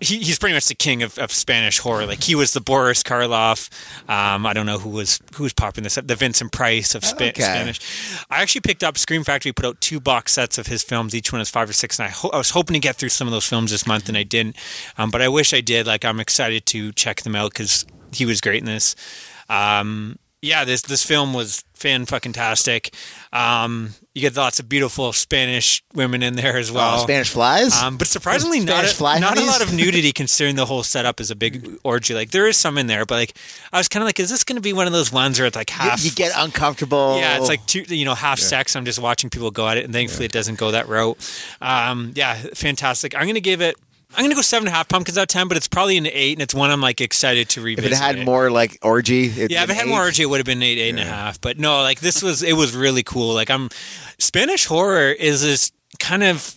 he, he's pretty much the king of, of Spanish horror. Like he was the Boris Karloff. Um, I don't know who was who was popping this up. The Vincent Price of Spa-
Okay.
Spanish. I actually picked up Scream Factory put out two box sets of his films. Each one is five or six, and I, ho- I was hoping to get through some of those films this month, and I didn't. Um, but I wish I did. Like I'm excited to check them out because he was great in this. Um, yeah, this this film was fan fucking tastic. Um, you get lots of beautiful Spanish women in there as well.
Oh, Spanish flies.
Um, but surprisingly, not
Spanish fly
a, not a
hoodies?
lot of nudity considering the whole setup is a big orgy. Like there is some in there, but like I was kind of like, is this going to be one of those ones where it's like
you,
half?
you get Oh. uncomfortable.
yeah, it's like two, you know half sex. I'm just watching people go at it, and thankfully it doesn't go that route. Um, yeah, fantastic. I'm going to give it. I'm going to go seven and a half pumpkins out of ten, but it's probably an eight, and it's one I'm like excited to
if
revisit.
it had more like orgy. it'd
Yeah, if
be
it had
an
more
eight.
orgy, it would have been eight, eight and a half. But no, like this was, it was really cool. Like I'm, Spanish horror is this kind of,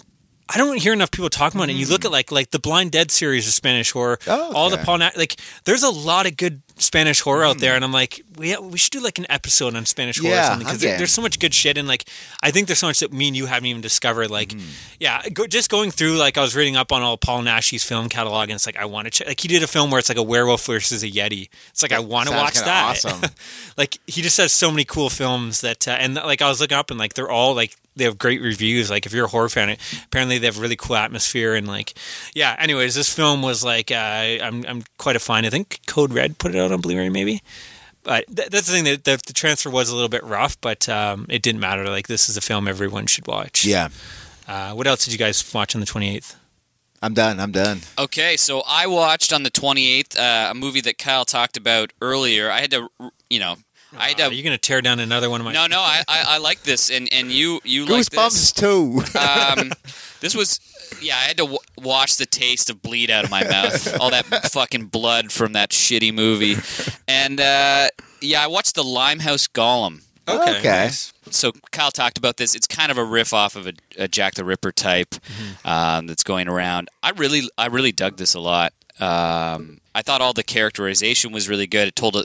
I don't hear enough people talking about it. You look at like like the Blind Dead series of Spanish horror,
Mm. Oh,
all the
okay. Mm.
Paul Nat, like there's a lot of good Spanish horror out there, and I'm like, we we should do like an episode on Spanish horror or
Yeah,
something
I'm
because there,
game.
there's so much good shit, and like I think there's so much that me and you haven't even discovered. Like,
Mm.
yeah, go, just going through like I was reading up on all Paul Nash's film catalog, and it's like I want to check. Like he did a film where it's like a werewolf versus a yeti. It's like I want to
sounds
watch
kinda
that
awesome.
<laughs> like he just has so many cool films that uh, and like I was looking up and like they're all like they have great reviews like if you're a horror fan it, apparently they have really cool atmosphere and like yeah anyways this film was like uh, I'm I'm quite a fan I think Code Red put it out on Blu-ray maybe but th- that's the thing that the, the transfer was a little bit rough but um, it didn't matter like this is a film everyone should watch
Yeah,
uh, what else did you guys watch on the 28th
I'm done. I'm done.
Okay, so I watched on the 28th uh, a movie that Kyle talked about earlier. I had to, you know, I had
Uh,
um,
to.
are you gonna tear down another one of my
No, no, I, I, I like this, and and you you like this.
Goosebumps too.
Um, this was, yeah, I had to w- wash the taste of bleed out of my mouth. All that fucking blood from that shitty movie. And, uh, yeah, I watched The Limehouse Golem.
okay.
So Kyle talked about this. It's kind of a riff off of a, a Jack the Ripper type um, that's going around. I really, I really dug this a lot. Um, I thought all the characterization was really good. It told a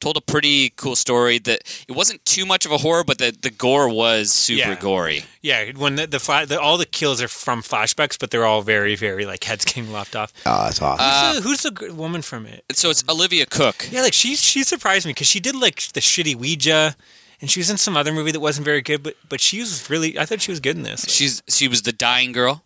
told a pretty cool story. That it wasn't too much of a horror, but the the gore was super
Yeah.
gory.
yeah when the, the, fla- the all the kills are from flashbacks but they're all very very like heads getting lopped off
Oh, that's awesome.
Uh,
Who's the, who's the gr- woman from it?
So it's Olivia Cook.
Yeah, like she she surprised me because she did like the shitty Ouija, and she was in some other movie that wasn't very good. But but she was really I thought she was good in this.
She's she was the dying girl.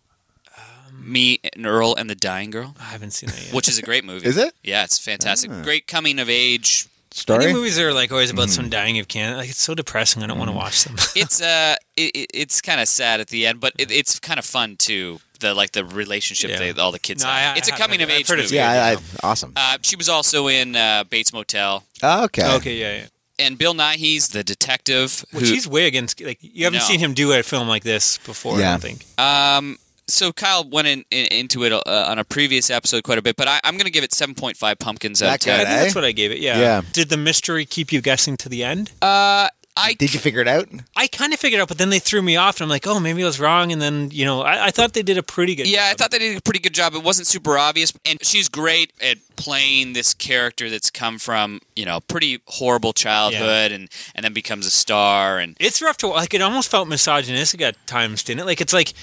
Me and Earl and the dying girl,
I haven't seen that yet.
which is a great movie.
Is it? Ah.
Yeah, it's fantastic. Great coming of age.
I
Story.
think movies are like always about
Mm-hmm.
some dying of can. Like it's so depressing. I don't want to watch them.
It's uh, it, it- it's kind of sad at the end, but it, it's kind of fun too. The like the relationship
Yeah.
they all the kids.
No,
have.
I- I
it's a
have-
coming of
I've
age
heard it's
movie.
yeah, I, I, awesome.
Uh, she was also in uh, Bates Motel,
okay.
<laughs> okay, yeah, yeah.
and Bill Nighy's the detective.
Well, she's wig and like you haven't
No.
seen him do a film like this before. I
Yeah.
don't think.
Um, so Kyle went in, in, into it uh, on a previous episode quite a bit, but I, I'm going to give it 7.5 pumpkins out of
That
10.
I
good,
think
eh?
that's what I gave it. Yeah.
Yeah.
Did the mystery keep you guessing to the end?
Uh, I
Did you figure it out?
I kind of figured out, but then they threw me off, and I'm like, oh, maybe I was wrong. And then you know, I, I thought they did a pretty good.
Yeah, I
job.
thought they did a pretty good job. It wasn't super obvious, and she's great at playing this character that's come from you know pretty horrible childhood, and and then becomes a star. And
it's rough to like. It almost felt misogynistic at times, didn't it? Like it's like,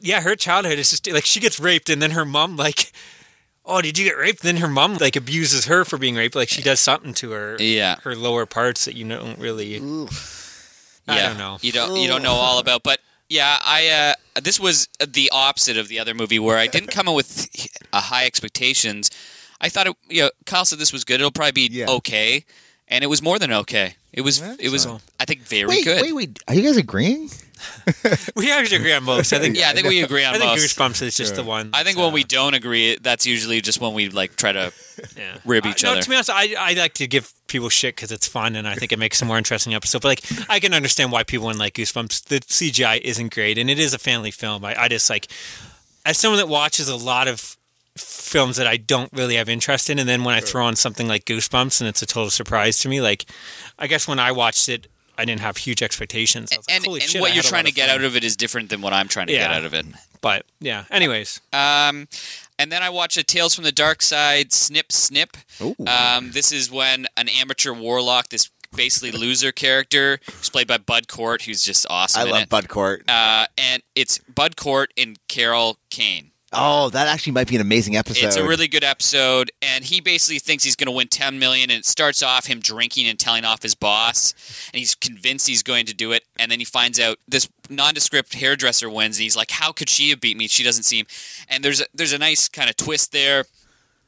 yeah, her childhood is just like she gets raped, and then her mom like, oh, did you get raped? then her mom like abuses her for being raped. Like she does something to her,
Yeah.
her lower parts that you don't really. I
yeah,
don't know.
You don't you don't know all about, but yeah, I uh, this was the opposite of the other movie where I didn't come in with uh, high expectations. I thought it. You know, Kyle said this was good. It'll probably be
Yeah.
okay, and it was more than okay. It was it was
all.
I think very
Wait,
good.
wait, wait. Are you guys agreeing?
We actually agree on most. I think.
<laughs> Yeah, I think we agree on
I think
most.
Goosebumps is just the one.
I think when we don't agree, that's usually just when we like try to
yeah.
rib
Uh,
each
no,
other.
to be honest, I, I like to give people shit because it's fun and I think it makes a more interesting episode. But like, I can understand why people wouldn't like Goosebumps. The CGI isn't great, and it is a family film. I, I just like, as someone that watches a lot of films that I don't really have interest in, and then when I throw on something like Goosebumps and it's a total surprise to me, like, I guess when I watched it, I didn't have huge expectations. I was like,
and,
Holy
and
shit, I
what you're
had a
trying
lot
to get
fun."
out of it is different than what I'm trying to get
Yeah.
out of it.
But yeah, anyways,
Um, and then I watched a Tales from the Dark Side snip snip.
Ooh.
Um, this is when an amateur warlock, this basically loser character, who's played by Bud Cort, who's just awesome.
I
in
love
it.
Bud Court.
Uh, and it's Bud Cort and Carol Kane.
Oh, that actually might be an amazing episode.
It's a really good episode, and he basically thinks he's going to win ten million. And it starts off him drinking and telling off his boss, and he's convinced he's going to do it. And then he finds out this nondescript hairdresser wins, and he's like, "How could she have beat me? She doesn't seem." And there's a, there's a nice kind of twist there.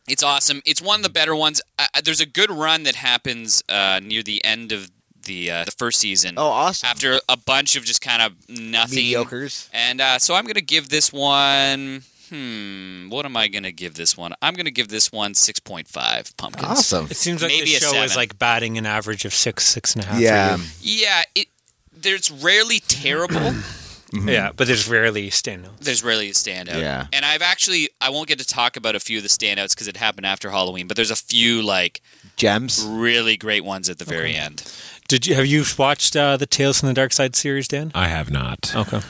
It's awesome. It's one of the better ones. Uh, there's a good run that happens uh, near the end of the uh, the first season.
Oh, awesome.
After a bunch of just kind of nothing
mediocres.
and uh, so I'm going to give this one. Hmm, what am I going to give this one? I'm going to give this one 6.5 pumpkins.
Awesome.
It seems like
Maybe
the
a
show
seven.
is like batting an average of six, six and a half.
Yeah.
Yeah, it there's rarely terrible. <clears throat> Mm.
yeah, but there's rarely standouts.
there's rarely a standout.
Yeah.
And I've actually I won't get to talk about a few of the standouts because it happened after Halloween, but there's a few like
Gems.
really great ones at the very end.
Did you have you watched uh, the Tales from the Dark Side series, Dan?
I have not.
Okay.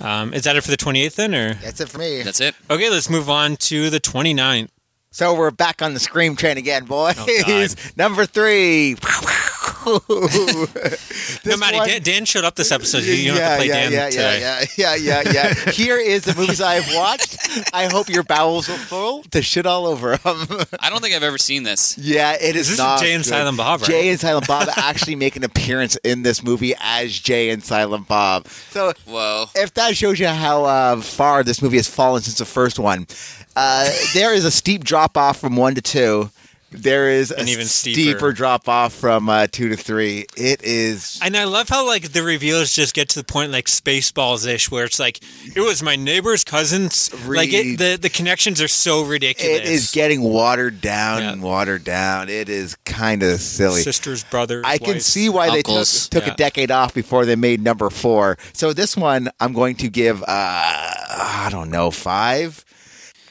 Um, is that it for the 28th then, or
That's it for me.
That's it.
okay? Let's move on to the 29th.
So we're back on the scream train again, boys.
Oh,
God.
<laughs> Number
<laughs>
three. <laughs>
No,
This
Matty,
one-
Dan, Dan showed up this episode. <laughs> You, you don't have to play Dan
yeah,
today.
yeah, yeah, <laughs> yeah, yeah, yeah. Here is the movies I have watched. I hope your bowels will full to shit all over them.
I don't think I've ever seen this.
<laughs> yeah, it is
This is
not
Jay and
good.
Silent Bob, right?
Jay and Silent Bob <laughs> actually make an appearance in this movie as Jay and Silent Bob. So
Whoa.
if that shows you how uh, far this movie has fallen since the first one, uh, there is a steep drop off from one to two. There is
An
a
even steeper.
drop off from uh, two to three. It is.
And I love how like the reveals just get to the point like Spaceballs ish, where it's like it was my neighbor's cousin's. Like it,
Read.
the the connections are so ridiculous.
It is getting watered down
Yeah.
and watered down. It is kind of silly.
sisters, brothers.
I can
wives.
see why
uncles.
they took, took
Yeah.
a decade off before they made number four. So this one, I'm going to give, uh, I don't know, five.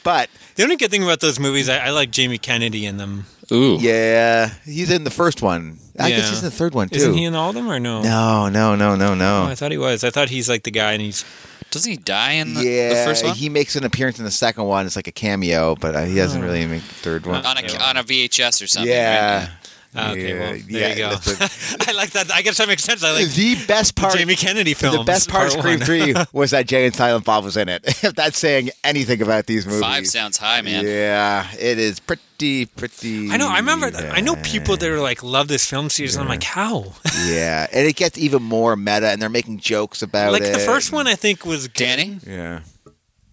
But
The only good thing about those movies, I, I like Jamie Kennedy in them.
Ooh.
yeah, he's in the first one. I
Yeah.
guess he's in the third one too.
Isn't he in all of them or no?
No, no, no, no,
Oh,
no.
I thought he was. I thought he's like the guy, and he's
Doesn't he die in the, the
yeah,
first one?
he makes an appearance in the second one. It's like a cameo, but uh, he doesn't
Oh.
really make the third one.
on a on a VHS or something. right?
yeah.
okay.
Yeah,
well, there
yeah,
you go. <laughs>
that's
I like that. I guess that makes sense. I like
the best <laughs> part.
Jamie Kennedy films.
the best part of Scream
one.
3
<laughs>
was that Jay and Silent Bob was in it. <laughs> If that's saying anything about these movies.
Five sounds high, man.
Yeah, it is pretty, pretty.
I know. I remember. that I know
bad.
people that are like love this film series, and I'm like, how? <laughs>
Yeah, and it gets even more meta, and they're making jokes
<laughs>
about
like
it.
the first one, I think was good.
Danny?
Yeah.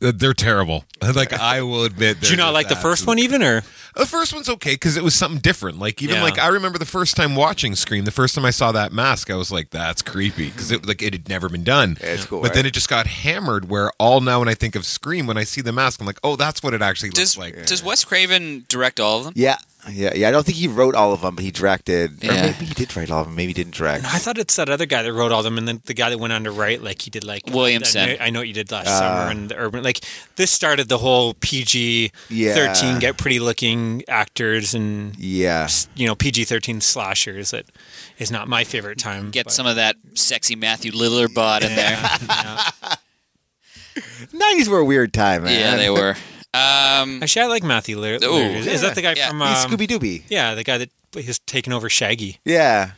Uh, They're terrible. <laughs> Like I will admit,
Do you not like the first one even, or
The first one's okay because it was something different. Like even
Yeah.
like I remember the first time watching Scream. The first time I saw that mask, I was like, "That's creepy" because it like it had never been done.
Yeah, it's cool,
But
right?
then it just got hammered. Where all now when I think of Scream, when I see the mask, I'm like, "Oh, that's what it actually looks
Does
like." uh,
Does Wes Craven direct all of them?
Yeah, yeah, yeah. I don't think he wrote all of them, but he directed. Or
Yeah.
maybe he did write all of them. Maybe he didn't direct.
I thought it's that other guy that wrote all them, and then the guy that went on to write, like he did, like
Williamson.
I know, I know what you did last
Uh,
summer, and the urban. Like this started the whole PG
Yeah.
thirteen get pretty looking actors and
Yeah.
you know PG thirteen slashers. That is not my favorite time.
Get
but- <laughs>
some of that sexy Matthew Lillard bod in there.
Nineties were a weird time, man.
<laughs> yeah, they were.
<laughs>
Um,
Mm-hmm. Actually, I like Matthew Lir-
Ooh.
Lillard. Is, is that the guy
Yeah.
from
<laughs> He's
um,
Scooby Dooby.
Yeah, the guy that has taken over Shaggy.
Yeah.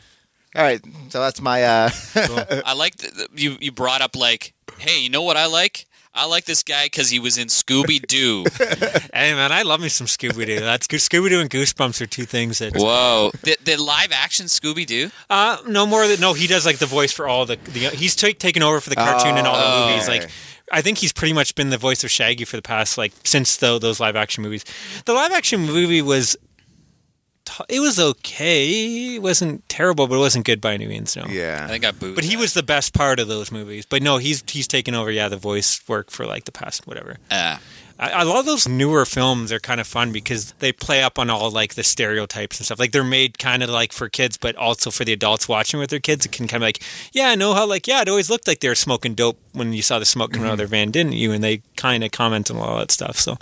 All right, so that's my. uh <laughs>
I like th- th- you. You brought up like, hey, you know what I like? I like this guy because he was in Scooby Doo.
Hey man, I love me some Scooby Doo. That's good. Scooby Doo and Goosebumps are two things that.
Whoa, the, the live action Scooby Doo.
Uh, no more than no. He does like the voice for all the. the he's ta- taken over for the cartoon and all the movies. Like, I think he's pretty much been the voice of Shaggy for the past like since tho- those live action movies. The live action movie was. t- It was okay. It wasn't terrible, but it wasn't good by any means. No.
I
Yeah.
think I booed.
But he was the best part of those movies. But no, he's he's taken over. Yeah, the voice work for like the past whatever.
Uh,
I, a lot of those newer films are kind of fun because they play up on all like the stereotypes and stuff. Like they're made kind of like for kids, but also for the adults watching with their kids. It can kind of like, yeah, I know how like yeah, it always looked like they were smoking dope when you saw the smoke coming out of their van, didn't you? And they kind of comment on all that stuff. So,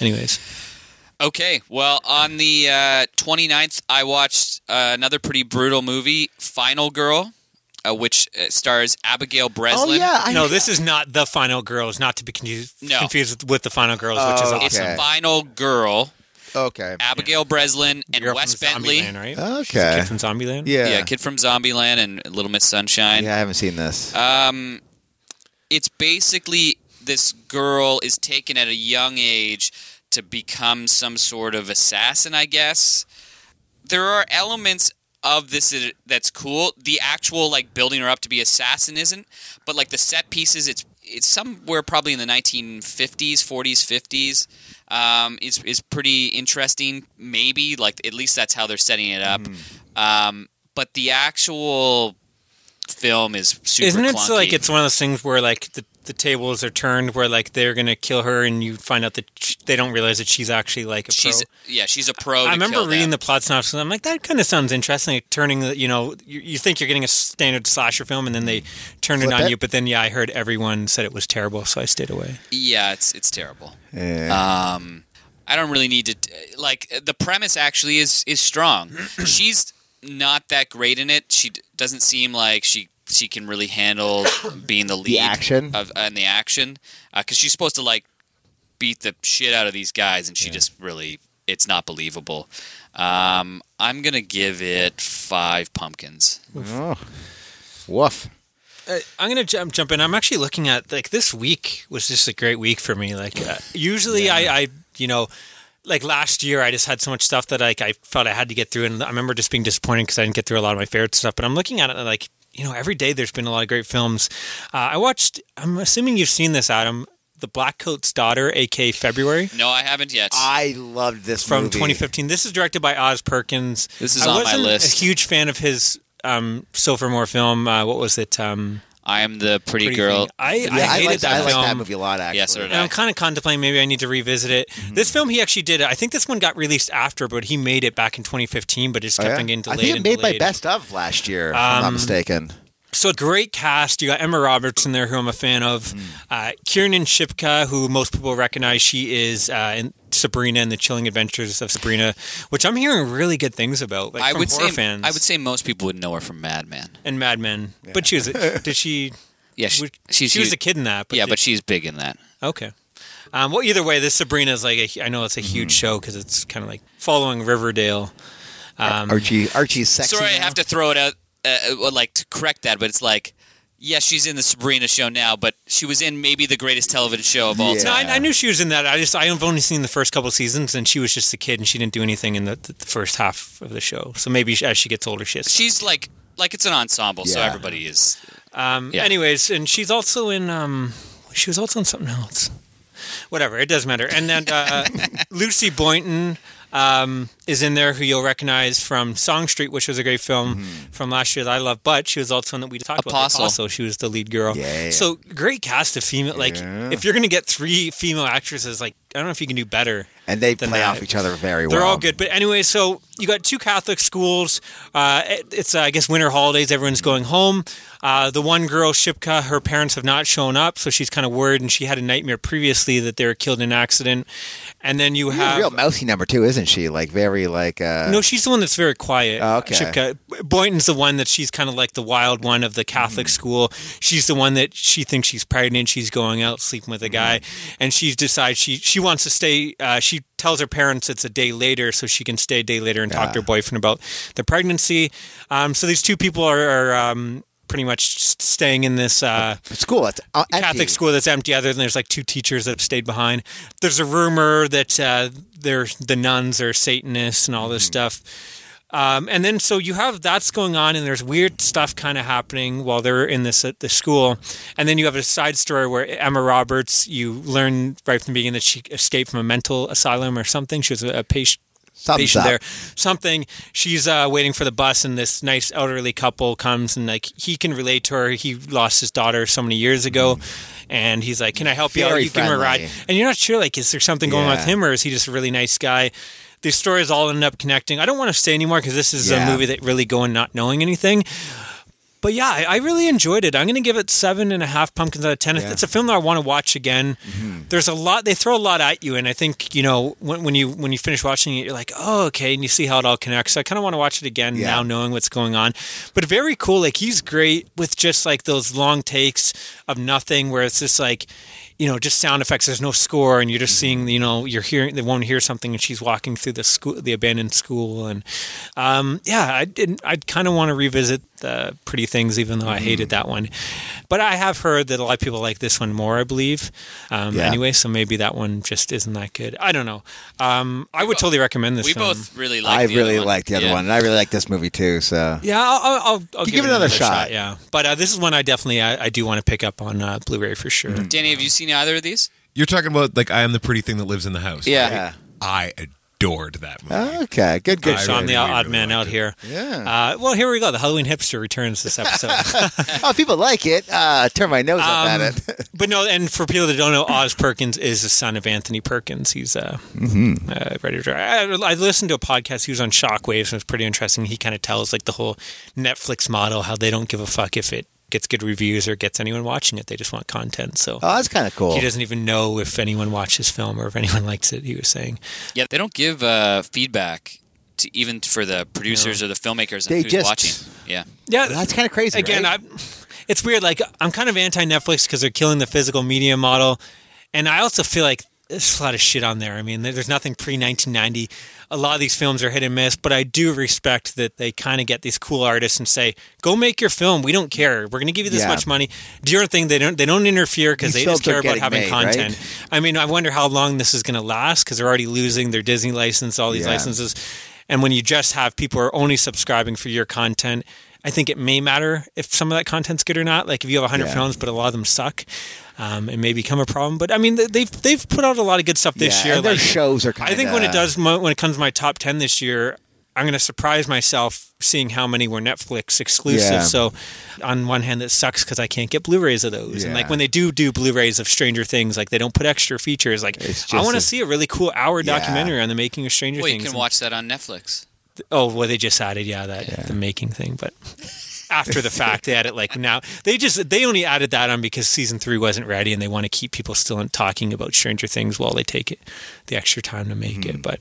anyways,
okay, well, on the uh, 29th, I watched uh, another pretty brutal movie, Final Girl, uh, which uh, stars Abigail Breslin.
Oh yeah. I
no, this is not the Final Girls, not to be confused
No.
confused with the Final Girls, which is
Oh,
awesome.
It's
Okay.
Final Girl,
Okay.
Abigail Breslin, and
You're
Wes Bentley.
Zombieland, right?
Okay.
Kid from Zombieland.
Yeah.
Yeah, kid from Zombieland and Little Miss Sunshine.
Uh, Yeah, I haven't seen this.
Um, it's basically this girl is taken at a young age to become some sort of assassin, I guess. There are elements of this that- that's cool. The actual like building her up to be assassin isn't, but like the set pieces, it's it's somewhere probably in the 1950s, 40s, 50s. Um, is is pretty interesting. Maybe like at least that's how they're setting it
Hmm.
up. Um, but the actual film is super.
Isn't it so, like
clunky.
it's one of those things where like the, the tables are turned where like they're gonna kill her and you find out that sh they don't realize that she's actually like a
She's
pro.
yeah, she's a
I
pro. to
remember
kill
reading
them.
the plot synopsis. and I'm like, that kind of sounds interesting. Like, turning, the, you know, you, you think you're getting a standard slasher film, and then they turn it
Flip
on
it.
you. But then, yeah, I heard everyone said it was terrible, so I stayed away.
yeah, it's it's terrible.
Yeah.
Um, I don't really need to like the premise. Actually, is
<clears throat>
is strong. She's not that great in it. She d- doesn't seem like she she can really handle being the lead
action?
of and the action because she's supposed to like beat the shit out of these guys, and she just really it's not believable. Um, I'm gonna give it five pumpkins.
oh. Woof.
Uh, I'm gonna jump jump in. I'm actually looking at like this week was just a great week for me. Like uh, usually I, I you know like last year I just had so much stuff that like I felt I had to get through, and I remember just being disappointed because I didn't get through a lot of my favorite stuff. But I'm looking at it and, like you know every day there's been a lot of great films. Uh, I watched. I'm assuming you've seen this, Adam. The Black Coat's Daughter, aka February.
No, I haven't yet.
I loved this
From
movie.
2015. This is directed by Oz Perkins.
This is
I
on my
wasn't
list.
A huge fan of his um, Silvermore film. Uh, what was it? Um,
I am the pretty,
Pretty
girl.
Thing. I, I
Yeah, I,
hated
liked,
that
I liked
film.
that movie a lot. Actually.
Yeah, so did
And I'm
I.
kind of contemplating maybe I need to revisit it.
Mm-hmm.
This film he actually did. I think this one got released after, but he made it back in 2015, but it just
Oh,
kept
yeah?
on getting
I
delayed.
think it
and
made my
delayed. Um,
best of last year, if I'm not mistaken.
So a great cast. You got Emma Roberts in there, who I'm a fan of.
Mm.
Uh, Kiernan Shipka, who most people recognize, she is uh, in Sabrina and the Chilling Adventures of Sabrina, which I'm hearing really good things about. Like
I
from
would
horror
say
fans.
I would say most people would know her from Mad Men.
and Mad Men. But she was did she?
Yeah, <laughs> she,
would-
she's
she was
huge.
a kid in that. But
yeah,
did
but she's big in that.
Okay. Um, well, either way, this Sabrina is like a, I know it's a huge show 'cause show because it's kind of like following Riverdale. um,
Archie, Archie's sexy.
Sorry, I
now.
have to throw it out. Uh, uh, well, like to correct that, but it's like, yeah, she's in the Sabrina show now, but she was in maybe the greatest television show of all
Yeah.
No,
time.
I, I knew she was in that. I just I have only seen the first couple seasons, and she was just a kid, and she didn't do anything in the, the, the first half of the show. So maybe as she gets older, she has.
She's like, like it's an ensemble, so
Yeah.
everybody is.
Um,
Yeah.
Anyways, and she's also in. Um, she was also in something else. Whatever, it doesn't matter. And then
<laughs>
uh, Lucy Boynton um, is in there, who you'll recognize from Song Street, which was a great film
Mm-hmm.
from last year that I love. But she was also in that we talked
Apostle.
about Apostle. She was the lead girl.
Yeah.
So great cast of female. Like
Yeah.
if you're gonna get three female actresses, like I don't know if you can do better.
and they
than
play
that.
off each other very well.
They're all good. But anyway, so you got two Catholic schools. Uh, it- it's, uh, I guess, winter holidays. Everyone's going home. Uh, the one girl, Shipka, her parents have not shown up, so she's kind of worried, and she had a nightmare previously that they were killed in an accident. And then you
She's a
have.
real mousy number too, isn't she? Like very like. Uh,
no, she's the one that's very quiet.
Oh, okay.
Shipka. Boynton's the one that she's kind of like the wild one of the Catholic
Mm-hmm.
school. She's the one that she thinks she's pregnant. She's going out sleeping with a guy,
Mm-hmm.
and she decides she she wants to stay. Uh, she tells her parents it's a day later, so she can stay a day later and talk to her boyfriend about the pregnancy. Um, so these two people are. are um, Pretty much s- staying in this uh,
school. It's uh,
Catholic
empty.
school that's empty, other than there's like two teachers that have stayed behind. There's a rumor that uh, they're, the nuns are Satanists and all this stuff. Um, and then so you have that's going on, and there's weird stuff kind of happening while they're in this at the school. And then you have a side story where Emma Roberts, you learn right from the beginning that she escaped from a mental asylum or something. She was a, a patient.
Something's
patient
up.
there, something. She's uh, waiting for the bus, and this nice elderly couple comes, and like he can relate to her. He lost his daughter so many years ago, and he's like, "Can I help you out?
Mm-hmm. Very
You give him a ride."
friendly.
And you're not sure, like, is there something going on
Yeah.
with him, or is he just a really nice guy? These stories all end up connecting. I don't want to say anymore because this is
Yeah.
a movie that really go in not knowing anything. But yeah, I, I really enjoyed it. I'm going to give it seven and a half pumpkins out of ten. It's a film that I want to watch again. There's a lot; they throw a lot at you, and I think you know when, when you when you finish watching it, you're like, oh, okay, and you see how it all connects. So I kind of want to watch it again
Yeah.
now, knowing what's going on. But very cool. Like he's great with just like those long takes of nothing, where it's just like. You know, just sound effects. There's no score, and you're just seeing. You know, you're hearing. They won't hear something, and she's walking through the school, the abandoned school, and um, yeah, I didn't. I kind of want to revisit the Pretty Things, even though I hated that one. But I have heard that a lot of people like this one more. I believe. Um,
Yeah.
Anyway, so maybe that one just isn't that good. I don't know. Um, I would totally recommend this.
We
film.
both really like.
I
the other
really
one.
like the other
Yeah.
one, and I really like this movie too. So
Yeah, I'll, I'll, I'll, I'll
give it another shot.
Yeah, but uh, this is one I definitely I, I do want to pick up on uh, Blu-ray for sure.
Mm-hmm.
Danny, have you seen either of these?
You're talking about like I am the pretty thing that lives in the house.
Yeah.
right? I adored that movie.
okay, good, good.
I
So I'm the
really,
odd
really
man
liked
out
it.
here.
Yeah.
Uh, well, here we go. The Halloween hipster returns this episode. <laughs>
oh, people like it. Uh, turn my nose up
Um,
at it.
but no, and for people that don't know, Oz Perkins is the son of Anthony Perkins. He's a
Mm-hmm.
uh, writer. director. I, I listened to a podcast. He was on Shockwaves, and it was pretty interesting. He kind of tells like the whole Netflix model how they don't give a fuck if it gets good reviews or gets anyone watching it. They just want content. So
oh, that's kind of cool.
he doesn't even know if anyone watched his film or if anyone likes it. He was saying.
Yeah, they don't give uh, feedback to even for the producers or the filmmakers. And
They
who's
just-
watching. Yeah,
Yeah,
that's kind of crazy.
again
right?
I, it's weird like i'm kind of anti netflix because they're killing the physical media model and i also feel like there's a lot of shit on there i mean there- there's nothing pre-1990 a lot of these films are hit and miss but i do respect that they kind of get these cool artists and say go make your film we don't care we're going to give you this
Yeah.
much money do your thing they don't they don't interfere because
These
they just
films are
care about having
getting made, right?
content i mean i wonder how long this is going to last because they're already losing their disney license all these
Yeah.
licenses and when you just have people who are only subscribing for your content i think it may matter if some of that content's good or not like if you have 100
Yeah.
films but a lot of them suck um, it may become a problem but i mean th- they've they've put out a lot of good stuff this
Yeah,
year
and their
like-
shows are kind.
I think when it does, mo- when it comes to my top ten this year, I'm going to surprise myself seeing how many were Netflix exclusive.
Yeah.
So, on one hand, it sucks because I can't get Blu-rays of those. And like
Yeah.
when they do do Blu-rays of Stranger Things, like they don't put extra features. Like
It's
I
just
want to
a-
see a really cool hour
Yeah.
documentary on the making of Stranger
well, you
Things.
can
And-
watch that on <laughs> Netflix.
oh, well, they just added yeah that the making thing, but. After the fact, they added like now they just they only added that on because season three wasn't ready, and they want to keep people still in talking about Stranger Things while they take it the extra time to make
Hmm.
it. But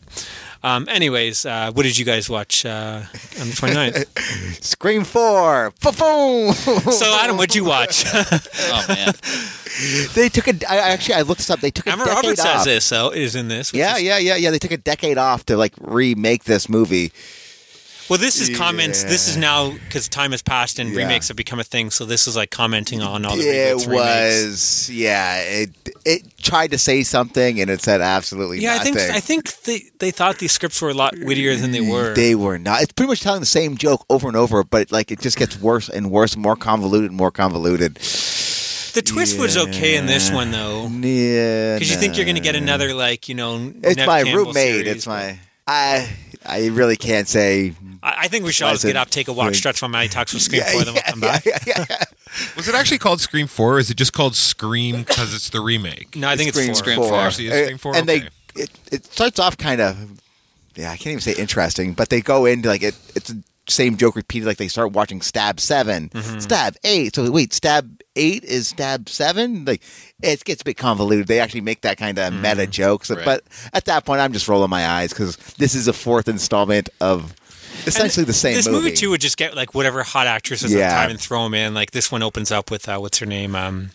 um, anyways, uh, what did you guys watch uh, on the
<laughs>
29th?
Scream Four, boom.
so, Adam, what'd you
<laughs>
watch?
Oh man,
they took a. I, actually, I looked this up. They took a
Emma
decade
Roberts
off.
says this, so is in this. which
Yeah,
is-
yeah, yeah, yeah. They took a decade off to like remake this movie.
Well, this is comments. This is
Yeah.
now because time has passed and
Yeah.
remakes have become a thing. So this is like commenting on all the reboots,
It
remakes.
was, yeah. It it tried to say something and it said absolutely
Yeah, I
nothing.
think I think they, they thought these scripts were a lot wittier than they were.
They were not. It's pretty much telling the same joke over and over, but like it just gets worse and worse, more convoluted, more convoluted.
the twist was okay in this one though,
Yeah,
because you think you're going to get
nah.
another like you know.
It's
Nev
my
Campbell
roommate.
series,
It's my. I I really can't say.
I, I think we should all just get up, take a walk,
Like-
stretch while Maddie talks with Scream for
<laughs>
them. We'll come back.
yeah, yeah, yeah.
Was it actually called Scream Four? Or is it just called Scream because it's the remake?
No, I think it's,
Scream
four.
Four.
Actually, it's Scream Four,
And
okay.
they it, it starts off kind of yeah, I can't even say interesting, but they go into like it it's the same joke repeated like they start watching stab 7
Mm-hmm.
stab eight. So wait, stab eight is stab seven? Like it gets a bit convoluted. They actually make that kind
Mm-hmm.
of meta jokes.
Right.
But at that point I'm just rolling my eyes because this is a fourth installment of essentially the same
This
movie.
movie. too would just get like whatever hot actresses at
Yeah.
the time and throw them in. Like this one opens up with uh, what's her name? Um,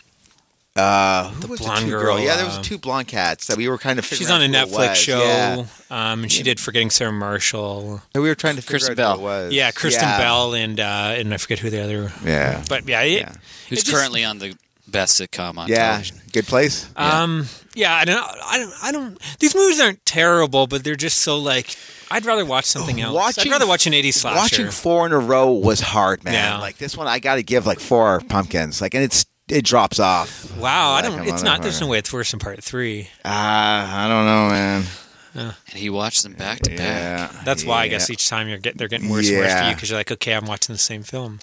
uh, who was
blonde
two
girl,
Yeah, there was
um,
two blonde cats that we were kind of figuring
she's on a
out who it
Netflix
was.
show,
Yeah.
um, and she did Forgetting Sarah Marshall.
And we were trying to figure
Kristen
out
Bell.
who it was.
Yeah, Kristen
Yeah.
Bell and uh, and I forget who the other.
Yeah.
But yeah, it,
Yeah.
who's
It just-
currently on the best sitcom on
Yeah,
uh,
television?
good place.
Um, yeah, I don't, I don't, I don't. These movies aren't terrible, but they're just so like. I'd rather watch something else. I'd rather watch an 80s slasher.
Oh, Watching four in a row was hard, man.
Yeah.
Like this one, I got to give like four pumpkins. Like, and it's it drops off.
wow, I
Like
don't.
a
It's not. There's
motherfucker.
no way it's worse than part three.
Uh, I don't know, man.
And he watched them back to back.
Yeah,
That's why I guess
Yeah.
each time you're get, they're getting worse and worse for
Yeah.
you because you're like, okay, I'm watching the same film.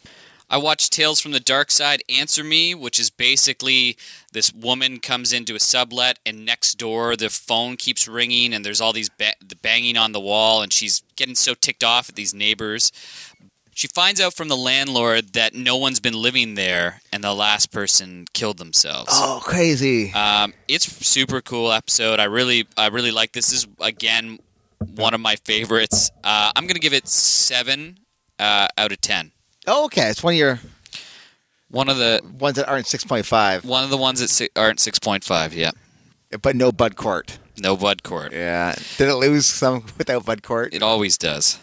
I watched Tales from the Dark Side Answer Me, which is basically this woman comes into a sublet and next door the phone keeps ringing and there's all these ba- the banging on the wall and she's getting so ticked off at these neighbors. She finds out from the landlord that no one's been living there and the last person killed themselves.
Oh, crazy.
Uh,
Um, it's super cool episode. I really, I really like this. This is again one of my favorites. Uh, I'm gonna give it seven uh, out of ten.
oh, okay. It's one of your
One of the
ones that aren't six point five,
one of the ones that si- aren't six point five. Yeah,
but no Bud Court.
no Bud Court.
Yeah. Did it lose some without Bud Court?
It always does.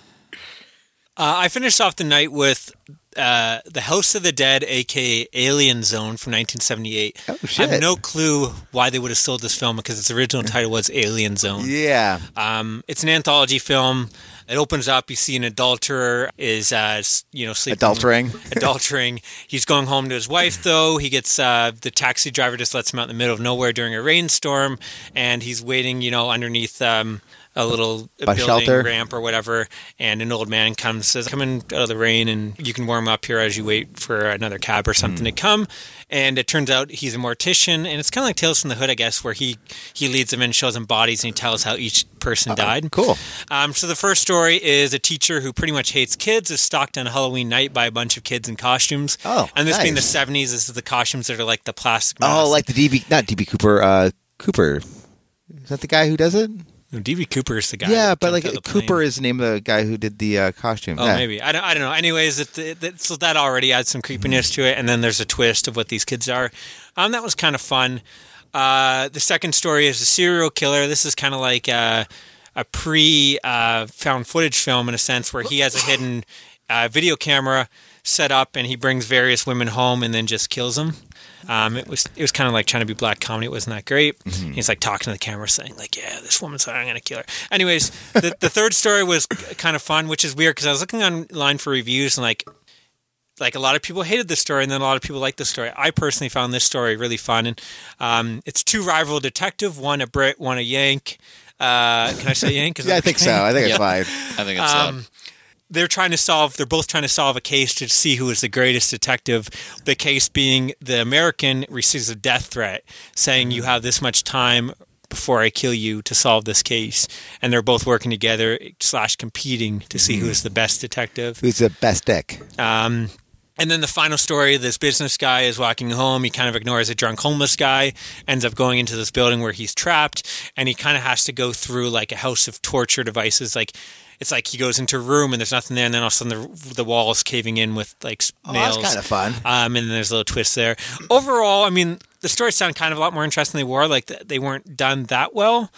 Uh, I finished off the night with uh, the House of the Dead, aka Alien Zone, from 1978.
Oh,
I have
shit. Mm.
no clue why they would have sold this film because its original title was Alien Zone.
Yeah.
Um, it's an anthology film. It opens up. You see an adulterer is, uh, s- you know, sleeping
Adultering.
adultering. He's going home to his wife, though. He gets uh, the taxi driver just lets him out in the middle of nowhere during a rainstorm, and he's waiting, you know, underneath um, a little
By
building
shelter?
ramp or whatever. And an old man comes, says, "Come in out of the rain, and you can warm up here as you wait for another cab or something to come." And it turns out he's a mortician, and it's kind of like Tales from the Hood, I guess, where he he leads them in, shows them bodies, and he tells how each person died.
Cool.
Um, so the first story is a teacher who pretty much hates kids is stalked on Halloween night by a bunch of kids in costumes.
Oh,
and this being the
nice.
'70s, this is the costumes that are like the plastic. Mask.
Oh, like the DB, not DB Cooper, uh, Cooper. Is that the guy who does it?
No, DB Cooper is the guy.
yeah,
that
but
jumped
like
out of the
Cooper
plane.
is the name of the guy who did the uh, costume.
Oh,
yeah.
maybe I don't. I don't know. Anyways, it, it, it- so that already adds some creepiness to it, and then there's a twist of what these kids are. Um, that was kind of fun. Uh, the second story is a serial killer. This is kind of like uh, a pre uh, found footage film in a sense, where he has a hidden uh, video camera set up, and he brings various women home, and then just kills them. Um, it was it was kind of like trying to be black comedy. It wasn't that great.
Mm-hmm.
He's like talking to the camera, saying like, "Yeah, this woman's hot. I'm gonna kill her." Anyways, the, the third story was kind of fun, which is weird because I was looking online for reviews and like like a lot of people hated this story and then a lot of people liked this story. I personally found this story really fun and um, it's two rival detective, one a Brit, one a Yank. Uh, can I say Yank? Is
<laughs> Yeah,
that
I think
okay?
so. I think it's
Yep.
fine.
I think it's
Um, they're trying to solve they're both trying to solve a case to see who is the greatest detective the case being the american receives a death threat saying you have this much time before i kill you to solve this case and they're both working together slash competing to see who is the best detective
Who's the best dick?
um, and then the final story this business guy is walking home. He kind of ignores a drunk homeless guy, ends up going into this building where he's trapped, and he kind of has to go through like a house of torture devices. Like, it's like he goes into a room and there's nothing there, and then all of a sudden the, the wall is caving in with like s-
Oh,
nails.
that's kind of fun.
Um, and then there's a little twist there. Overall, I mean, the stories sound kind of a lot more interesting than they were. Like th- they weren't done that well,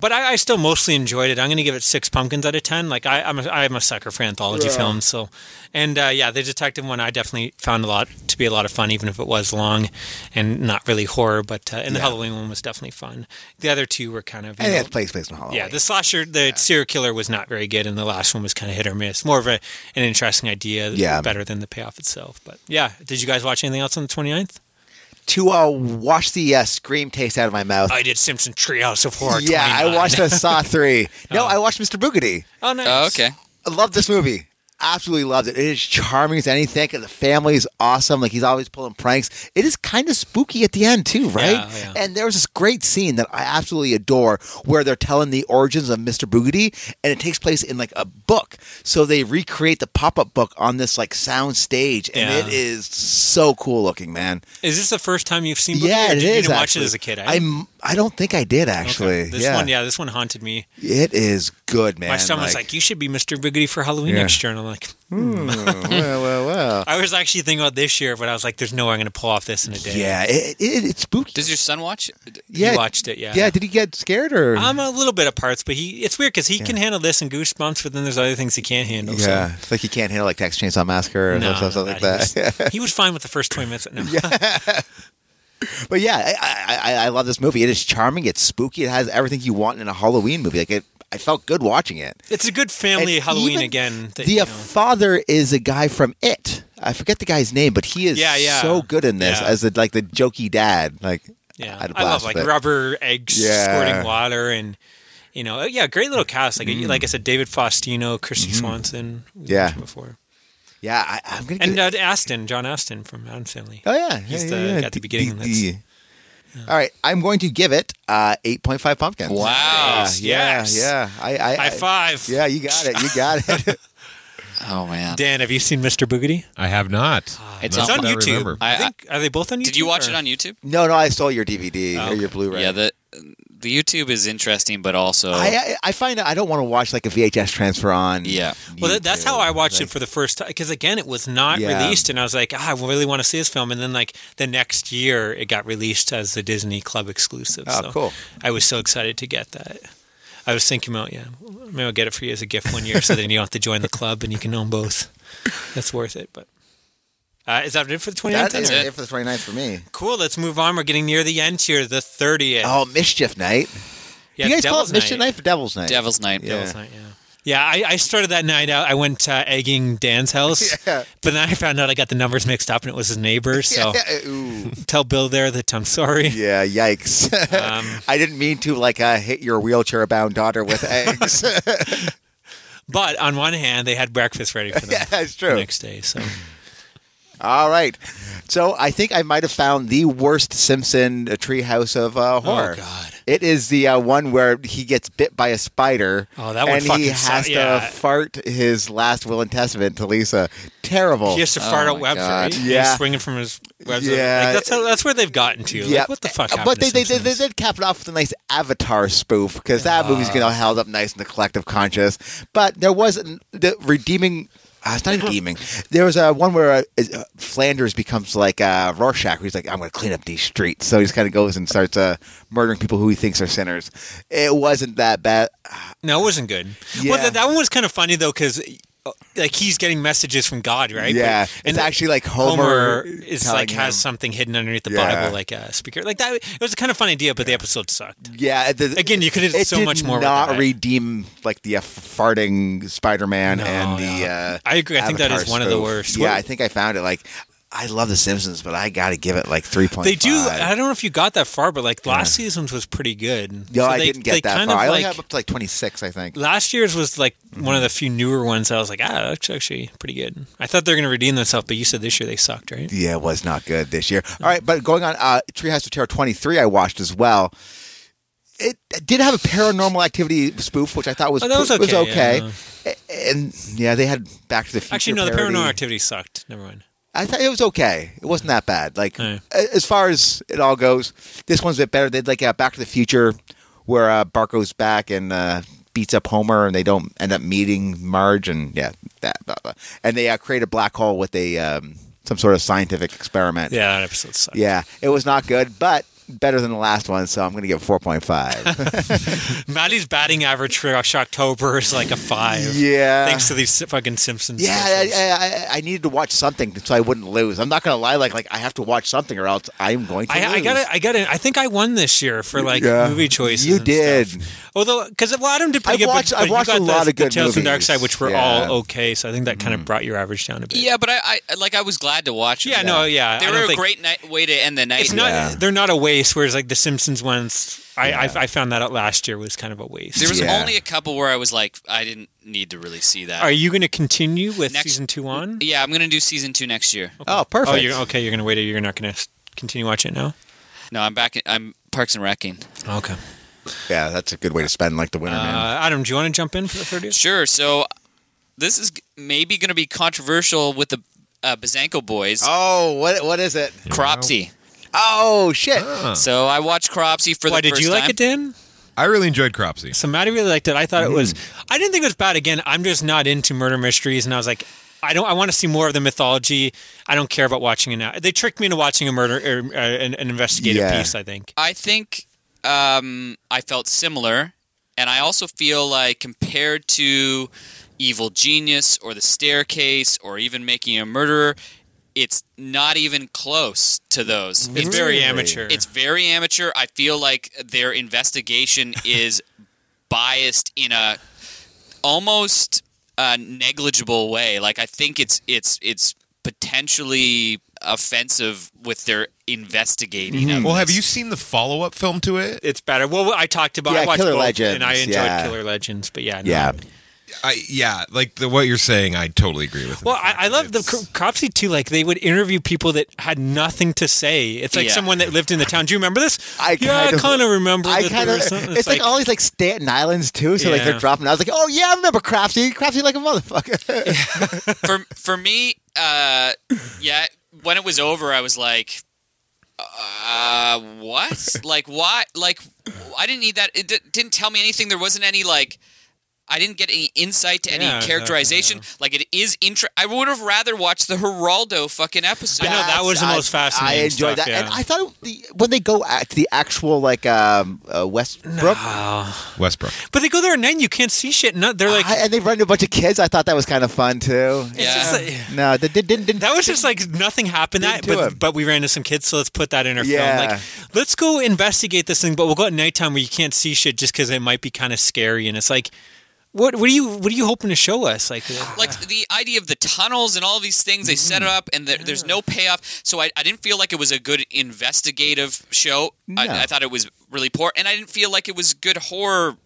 but I, I still mostly enjoyed it. I'm going to give it six pumpkins out of ten. Like I, I'm, a, I'm a sucker for anthology films. So, and uh, yeah, the detective one I definitely found a lot to be a lot of fun, even if it was long and not really horror. But uh, and the Halloween one was definitely fun. The other two were kind of you
I think
know,
that's place based on Halloween.
yeah, the slasher, the serial killer was not very good, and the last one was kind of hit or miss. More of a, an interesting idea,
Yeah.
better than the payoff itself. But yeah, did you guys watch anything else on the 29th?
to uh, wash the uh, scream taste out of my mouth.
I did Simpson Treehouse of Horror.
yeah, I
29.
watched uh,
<laughs>
Saw three. No, I watched Mr. Boogedy.
Oh, nice.
Oh, okay.
I love this movie. Absolutely loved it. It is charming as anything. and The family is awesome. Like he's always pulling pranks. It is kind of spooky at the end too, right?
yeah.
And there was this great scene that I absolutely adore where they're telling the origins of Mr. Boogedy, and it takes place in like a book. So they recreate the pop up book on this like sound stage, and
Yeah.
it is so cool looking, man.
Is this the first time you've seen?
yeah,
Boogeyman, or
it
did You
is.
didn't watch
actually.
it as a kid. eh?
I'm. I don't think I did actually.
Okay. This
yeah.
one, yeah, this one haunted me.
It is good, man.
My son was like, "You should be Mr. Boogedy for Halloween
Yeah.
next year," and I'm like,
hmm.
<laughs>
well, well, well.
I was actually thinking about this year, but I was like, "There's no way I'm going to pull off this in a day."
Yeah, it, it, it's spooky.
Does your son watch? it?
yeah,
he watched it. Yeah,
Yeah, did he get scared or?
I'm a little bit of parts, but he it's weird because he can handle this and Goosebumps, but then there's other things he can't handle.
yeah,
so.
it's like he can't handle like Texas Chainsaw Massacre or
No,
something,
no,
something like
no,
that.
He
<laughs>
was, he was fine with the first 20 minutes. No.
But yeah, I, I, I I love this movie. It is charming. It's spooky. It has everything you want in a Halloween movie. Like it, I felt good watching it.
It's a good family
And
Halloween
even
again. That,
the
you
uh,
know,
father is a guy from It. I forget the guy's name, but he is
Yeah, yeah.
so good in this
Yeah.
as the, like the jokey dad. Like
yeah.
I had a
I love
blast
like
with it.
rubber eggs
Yeah.
squirting water and, you know, yeah, great little cast. Like, like I said, David Faustino, Christy Swanson. we
Mm. Mm-hmm. Yeah.
mentioned Before.
Yeah, I, I'm gonna.
And
give
uh, Aston, John Aston from Adam Family.
Oh yeah,
He's
yeah,
the
yeah,
guy
yeah.
at the beginning that's-
All right, I'm going to give it uh, 8.5 pumpkins.
Wow.
Uh, yeah,
Yes.
yeah. I, I,
High
I,
five.
yeah, you got it. You got
<laughs>
it. <laughs>
Oh man.
Dan, have you seen Mr. Boogedy?
I have not.
It's
Not
on
that I
YouTube.
remember.
I-
I think are they both on YouTube?
Did you watch
or-
it on YouTube?
no, no, I stole your DVD
Oh,
or your Blu-ray.
Yeah. The the YouTube is interesting, but also
I, I, I find that I don't want to watch like a VHS transfer on.
Yeah.
Well, that, that's how
YouTube.
I watched it for the first time because again, it was not
Yeah.
released, and I was like, ah, I really want to see this film. And then like the next year, it got released as the Disney Club exclusive.
Oh,
so
cool.
I was so excited to get that. I was thinking about yeah, maybe I'll get it for you as a gift one year, so then you don't have to join the club and you can own both. That's worth it. But Uh, is that it for the 29th?
That is
That's
it
it.
for the 29th for me.
Cool. Let's move on. We're getting near the end here. The 30th.
Oh, mischief night.
yeah,
you guys call
Devil's
it mischief
Night?
night or devil's night?
Devil's Night.
Yeah.
Devil's Night, yeah. Yeah, I, I started that night out. I went uh, egging Dan's house,
<laughs> Yeah.
but then I found out I got the numbers mixed up and it was his
<laughs>
neighbor. So
<laughs> Yeah, ooh.
tell Bill there that I'm sorry.
<laughs> yeah yikes.
Um,
<laughs> I didn't mean to like uh, hit your wheelchair bound
<laughs>
daughter with eggs. <laughs>
but on one hand, they had breakfast ready for them
yeah, that's
the
true.
next day.
<laughs>
So
All right. So I think I might have found the worst Simpson uh, treehouse of uh, horror.
Oh, God.
It is the uh, one where he gets bit by a spider.
Oh, that one
And
fucking
he
suck-
has to
yeah.
fart his last will and testament to Lisa. Terrible.
he has to fart out
Oh, my
webs,
God.
right? He's
Yeah.
swinging from his webs.
Yeah.
Like, that's, how, that's where they've gotten to. Like, what the fuck
Uh,
happened
But
to
they, they, they, they
Simpsons?
did cap it off with a nice Avatar spoof because that movie's
Ah.
going to held up nice in the collective conscious. But there was an- the redeeming. Uh,
<laughs>
it's not redeeming. There was uh, one where uh, is- uh, Flanders becomes like uh, Rorschach. Where he's like, "I'm going to clean up these streets." So he just kind of goes and starts uh, murdering people who he thinks are sinners. It wasn't that bad.
No, it wasn't good.
Yeah.
Well, that, that one was kind of funny though, because like he's getting messages from God, right?
Yeah,
But-
it's actually like
Homer
Homer,
is
telling
like
him.
has something hidden underneath the
Yeah.
Bible, like a speaker. Like that, it was a kind of fun idea, but the episode sucked.
Yeah, the,
Again, you could have did
it
so
did
much more with
Not
that.
redeem like the uh, farting Spider-Man
No,
and the.
yeah.
Uh,
I agree. I think that
Avatar
is one of the
spoof.
worst.
Yeah,
What-
I think I found it. Like, I love The Simpsons, but I got to give it like three point.
They do. I don't know if you got that far, but like last season's was pretty good.
No,
So
I
they-
didn't get
they
that far.
kind of,
I only Mm-hmm.
like-
got up to like twenty six, I think.
last year's was like one of the few newer ones. I was like, ah, that's actually pretty good. I thought they were going to redeem themselves, but you said this year they sucked, right?
Yeah, it was not good this year. All right, but going on, uh, Treehouse of Terror twenty three, I watched as well. It did have a paranormal activity spoof, which I thought was
Oh, that was
pr-
okay, yeah.
A- And yeah, they had Back to the Future.
Actually, no, the
parody.
Paranormal Activity sucked. Never mind.
I thought it was okay. It wasn't that bad. Like
Yeah.
a- as far as it all goes, this one's a bit better. They would like uh, Back to the Future, where uh, Bart goes back and uh, beats up Homer, and they don't end up meeting Marge, and yeah, that. Blah, blah. And they uh, create a black hole with a um, some sort of scientific experiment.
Yeah, that episode sucked.
yeah, it was not good, but better than the last one. So I'm going to give it four
<laughs>
point five.
Maddie's batting average for Shocktober is like a five.
<laughs> yeah.
Thanks to these fucking Simpsons.
yeah,
specials.
I, I, I needed to watch something so I wouldn't lose. I'm not gonna lie, like like I have to watch something or else I'm going to.
I, I
lose.
got it. I got it. I think I won this year for like
Yeah.
movie choices.
You
and stuff.
did.
although because well, Adam did pretty
I've
good. but-
watched-
but,
I've watched
you
a
got
lot
the,
of good
the Tales from the Dark
movies.
Side, which were
Yeah. Mm-hmm.
all okay. So I think that kind of brought your average down a bit.
Yeah, but I, I like I was glad to watch it.
Yeah, no, yeah.
They
I
were
don't
a
think-
great night, way to end the night.
It's not.
Yeah.
They're not a waste. Whereas like the Simpsons ones, I, I I found that out last year was kind of a waste.
there was
Yeah.
only a couple where I was like, I didn't need to really see that.
Are you going to continue with
Next-
season two on?
yeah, I'm gonna do season two next year.
Oh, perfect.
Oh, you're okay. You're going to wait. Or you're not going to continue watching it now.
No, I'm back. In, I'm Parks and Recking.
Okay.
Yeah, that's a good way to spend like the winter, man.
Uh, Adam, do you want to jump in for the 30th?
Sure. So this is g- maybe gonna be controversial with the uh, Bazanko boys.
Oh, what what is it?
Cropsy.
Oh shit!
So I watched Cropsy for
Why
the
did
first
you like
time.
it, Dan?
I really enjoyed Cropsy.
So Maddie really liked it. I thought it was.
Mm-hmm.
I didn't think it was bad. Again, I'm just not into murder mysteries, and I was like, I don't. I want to see more of the mythology. I don't care about watching it now. They tricked me into watching a murder, or, uh, an, an investigative
Yeah.
piece. I think.
I think um, I felt similar, and I also feel like compared to Evil Genius or The Staircase or even Making a Murderer, it's not even close to those.
It's
It's,
very amateur.
it's very amateur. I feel like their investigation is biased in a almost uh, negligible way. Like I think it's it's it's potentially offensive with their investigating. of
Well, have
this.
you seen the follow up film to it?
it's better. Well, I talked about
Yeah,
I watched
Killer
both,
Legends,
and I enjoyed
yeah.
Killer Legends, but yeah, no.
<laughs> Yeah,
I, yeah, like the, what you're saying, I totally agree with. in
Well,
the
I,
fact
I
that
love the
it's-
Cro- Cropsy too. Like they would interview people that had nothing to say. It's like
Yeah.
someone that lived in the town. Do you remember this?
I
yeah,
kind
I
of-
kind of remember.
I
that
kind
there
of.
was something.
It's like, all these like Staten Islands too. So like
Yeah.
they're dropping. I was like, oh yeah, I remember Crafty. Crafty like
<laughs>
a motherfucker.
for for me, uh, yeah, when it was over, I was like, uh,
<laughs>
what? Like why? Like I didn't need that. It d- didn't tell me anything. There wasn't any like I didn't get any insight to any
Yeah, exactly,
characterization. Like it is intra I would have rather watched the Geraldo fucking episode.
I know that was the
That's-
most fascinating
I enjoyed
stuff,
that, and
yeah.
I thought the, when they go at the actual like um, uh, Westbrook,
Westbrook.
But they go there at night and you can't see shit. No, they're like,
I- and they run into a bunch of kids. I thought that was kind of fun too.
Yeah.
it's just like-
No, they didn't. didn't, didn't
that was just like nothing happened. That,
Didn't do
but
it.
but we ran into some kids, so let's put that in our
Yeah.
film. Like, let's go investigate this thing, but we'll go at nighttime where you can't see shit just because it might be kind of scary. And it's like, what what are you what are you hoping to show us? Like,
like the idea of the tunnels and all these things they set
Mm-hmm.
it up and there, there's no payoff so I, I didn't feel like it was a good investigative show
No.
I, I thought it was really poor and i didn't feel like it was good horror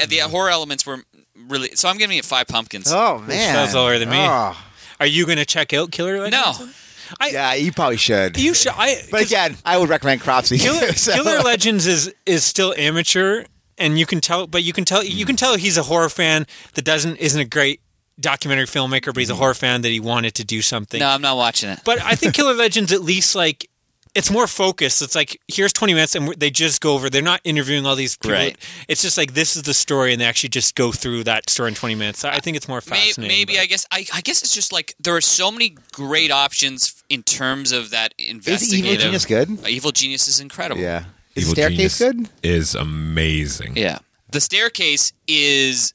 uh, the horror elements were really so i'm giving it five pumpkins
Mm-hmm. Oh man,
That was lower than me.
Oh.
are you going to check out Killer? Like
no
<laughs> I,
Yeah, you probably should.
you should. I
but
'cause-
again, I would recommend Cropsy.
Killer,
<laughs> So-
Killer Legends is is still amateur, and you can tell. But you can tell you can tell he's a horror fan that doesn't isn't a great documentary filmmaker, but he's a horror fan that he wanted to do something.
no i'm not watching it
But I think Killer Legends at least like it's more focused. It's like here's 20 minutes, and we're- they just go over. They're not interviewing all these people.
Right.
It's just like this is the story, and they actually just go through that story in 20 minutes. I I think it's more
May-
fascinating.
maybe I guess I, I guess it's just like there are so many great options in terms of that
is
investigative. Uh,
Evil Genius good?
Evil Genius is incredible.
Yeah. Is Staircase good?
Is amazing.
yeah. The staircase is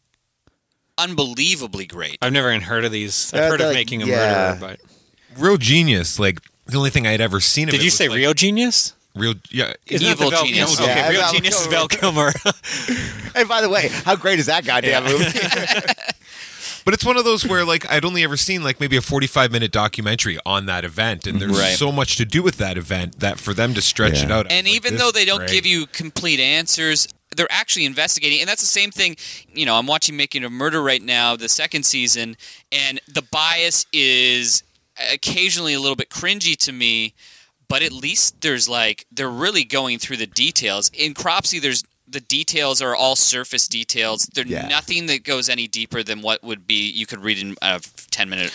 unbelievably great.
I've never even heard of these. I've
Uh,
heard of
like,
making a
yeah.
murderer, but
Real genius. Like the only thing I had ever seen of
did
it
you
was,
say
like,
real genius?
real yeah
Isn't that the
Evil
Val-
Genius.
Okay,
Yeah,
real
Val
genius is
Kilmer.
Val <laughs> Kilmer.
And by the way, how great is that goddamn
<laughs>
movie?
But it's one of those where like I'd only ever seen like maybe a 45 minute documentary on that event and there's
Right.
so much to do with that event that for them to stretch it out. I
And
was like,
even
this
though
is
they don't
great.
give you complete answers, they're actually investigating. And that's the same thing. You know, I'm watching Making a Murder right now, the second season, and the bias is occasionally a little bit cringy to me. But at least there's like they're really going through the details. In Cropsy, there's the details are all surface details. There's
Yeah.
nothing that goes any deeper than what would be you could read in a ten minute.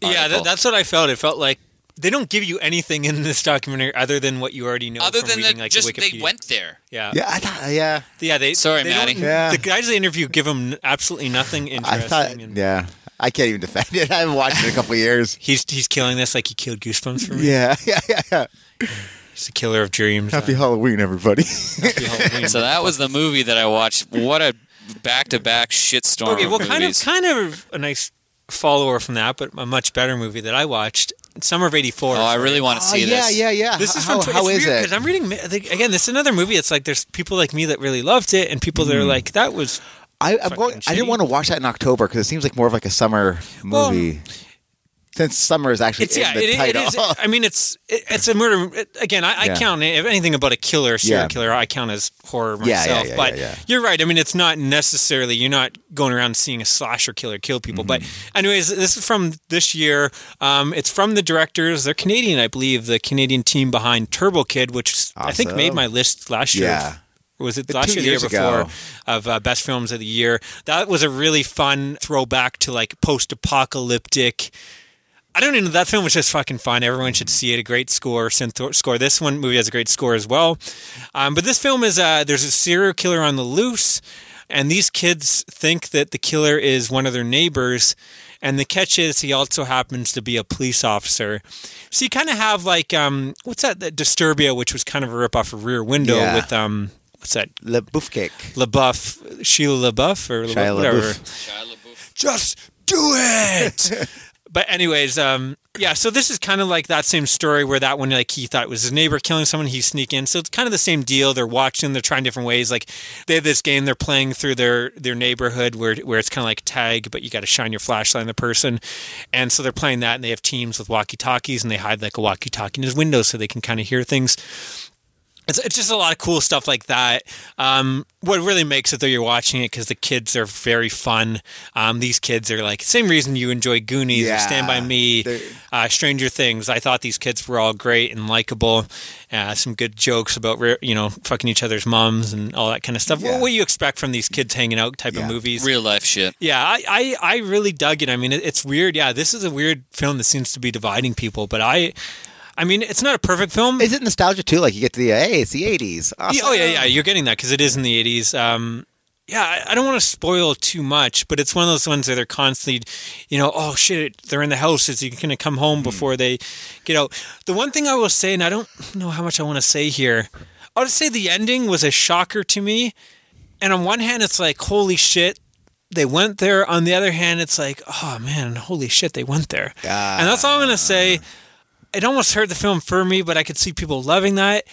Yeah,
article.
that, that's what I felt. It felt like they don't give you anything in this documentary other than what you already know.
other
from
than
reading,
that.
like,
just
Wikipedia.
they went there.
Yeah, yeah.
yeah, I thought. Yeah,
they
Sorry,
they don't-
Maddie.
Yeah.
The guys they interview give him absolutely nothing
I
interesting.
thought.
and
Yeah, I can't even defend it. <laughs> I haven't watched it in a couple of years.
He's he's killing this like he killed Goosebumps for me.
Yeah, <laughs> yeah, yeah, yeah.
He's the killer of dreams. <laughs>
Happy Halloween, everybody.
So that was the movie that I watched. What a back-to-back shitstorm.
okay, well,
of
kind of
movies.
kind of a nice follower from that, but a much better movie that I watched. Summer of '84.
Oh, I really
Ah,
want to
oh,
see
yeah,
this.
yeah, yeah.
This is
how,
from
how is it?
Because I'm reading mi- like, again. This is another movie. It's like there's people like me that really loved it, and people
Mm-hmm.
that are like that was
I, I'm going, I
shitty.
didn't want to watch that in October because it seems like more of like a summer
Well,
movie. Since summer is actually
it's
in
yeah,
the
it, it
title.
is. I mean, it's it, it's a murder. it- again, I, I
Yeah.
count it- if anything about a killer, serial
Yeah.
killer, I count as horror myself.
Yeah, yeah, yeah,
but
yeah, yeah.
you're right. I mean, it's not necessarily you're not going around seeing a slasher killer kill people.
Mm-hmm.
But anyways, this is from this year. Um, it's from the directors. They're Canadian, I believe. The Canadian team behind Turbo Kid, which I think
Awesome.
made my list last year.
<laughs> Yeah.
Was it
Two
last year, or the year
years
before,
ago.
of uh, best films of the year? That was a really fun throwback to like post-apocalyptic. I don't even know. That film was just fucking fun. Everyone should see it. A great score, synth score. This one movie has a great score as well. Um, but this film is uh, there's a serial killer on the loose, and these kids think that the killer is one of their neighbors. And the catch is he also happens to be a police officer. So you kind of have like um, what's that? that Disturbia, which was kind of a rip off of Rear Window
Yeah.
with um, what's that?
Le Bouffe Cake.
LaBeouf, Sheila LaBeouf or
Shia
LaBeouf, whatever
LaBeouf.
just do it. <laughs> but anyways, um, yeah. So this is kind of like that same story where that one, like he thought was his neighbor killing someone, he sneak in. So it's kind of the same deal. They're watching, they're trying different ways. Like they have this game they're playing through their their neighborhood where where it's kind of like tag, but you got to shine your flashlight on the person. And so they're playing that, and they have teams with walkie talkies, and they hide like a walkie talkie in his window so they can kind of hear things it's, it's just a lot of cool stuff like that. Um, what really makes it though, you're watching it because the kids are very fun. Um, these kids are like same reason you enjoy Goonies, or
Yeah.
Stand by Me,
They're-
uh, Stranger Things. I thought these kids were all great and likable. Uh, some good jokes about re- you know fucking each other's moms and all that kind of stuff.
Yeah.
What, what you expect from these kids hanging out type
Yeah.
of movies?
Real life shit.
Yeah, I, I, I really dug it. I mean, it, it's weird. Yeah, this is a weird film that seems to be dividing people, but I. I mean, it's not a perfect film.
Is it nostalgia too? Like you get to the hey, it's the eighties.
oh, Yeah, oh yeah, yeah, you're getting that because it is in the '80s. Um, yeah, I- I don't want to spoil too much, but it's one of those ones that they're constantly, you know, oh shit, they're in the house. Is he going to come home before they get out? The one thing I will say, and I don't know how much I want to say here, I'll just say the ending was a shocker to me. And on one hand, it's like, holy shit, they went there. On the other hand, it's like, oh man, holy shit, they went there. and that's all I'm going to say. It almost hurt the film for me, but I could see people loving that.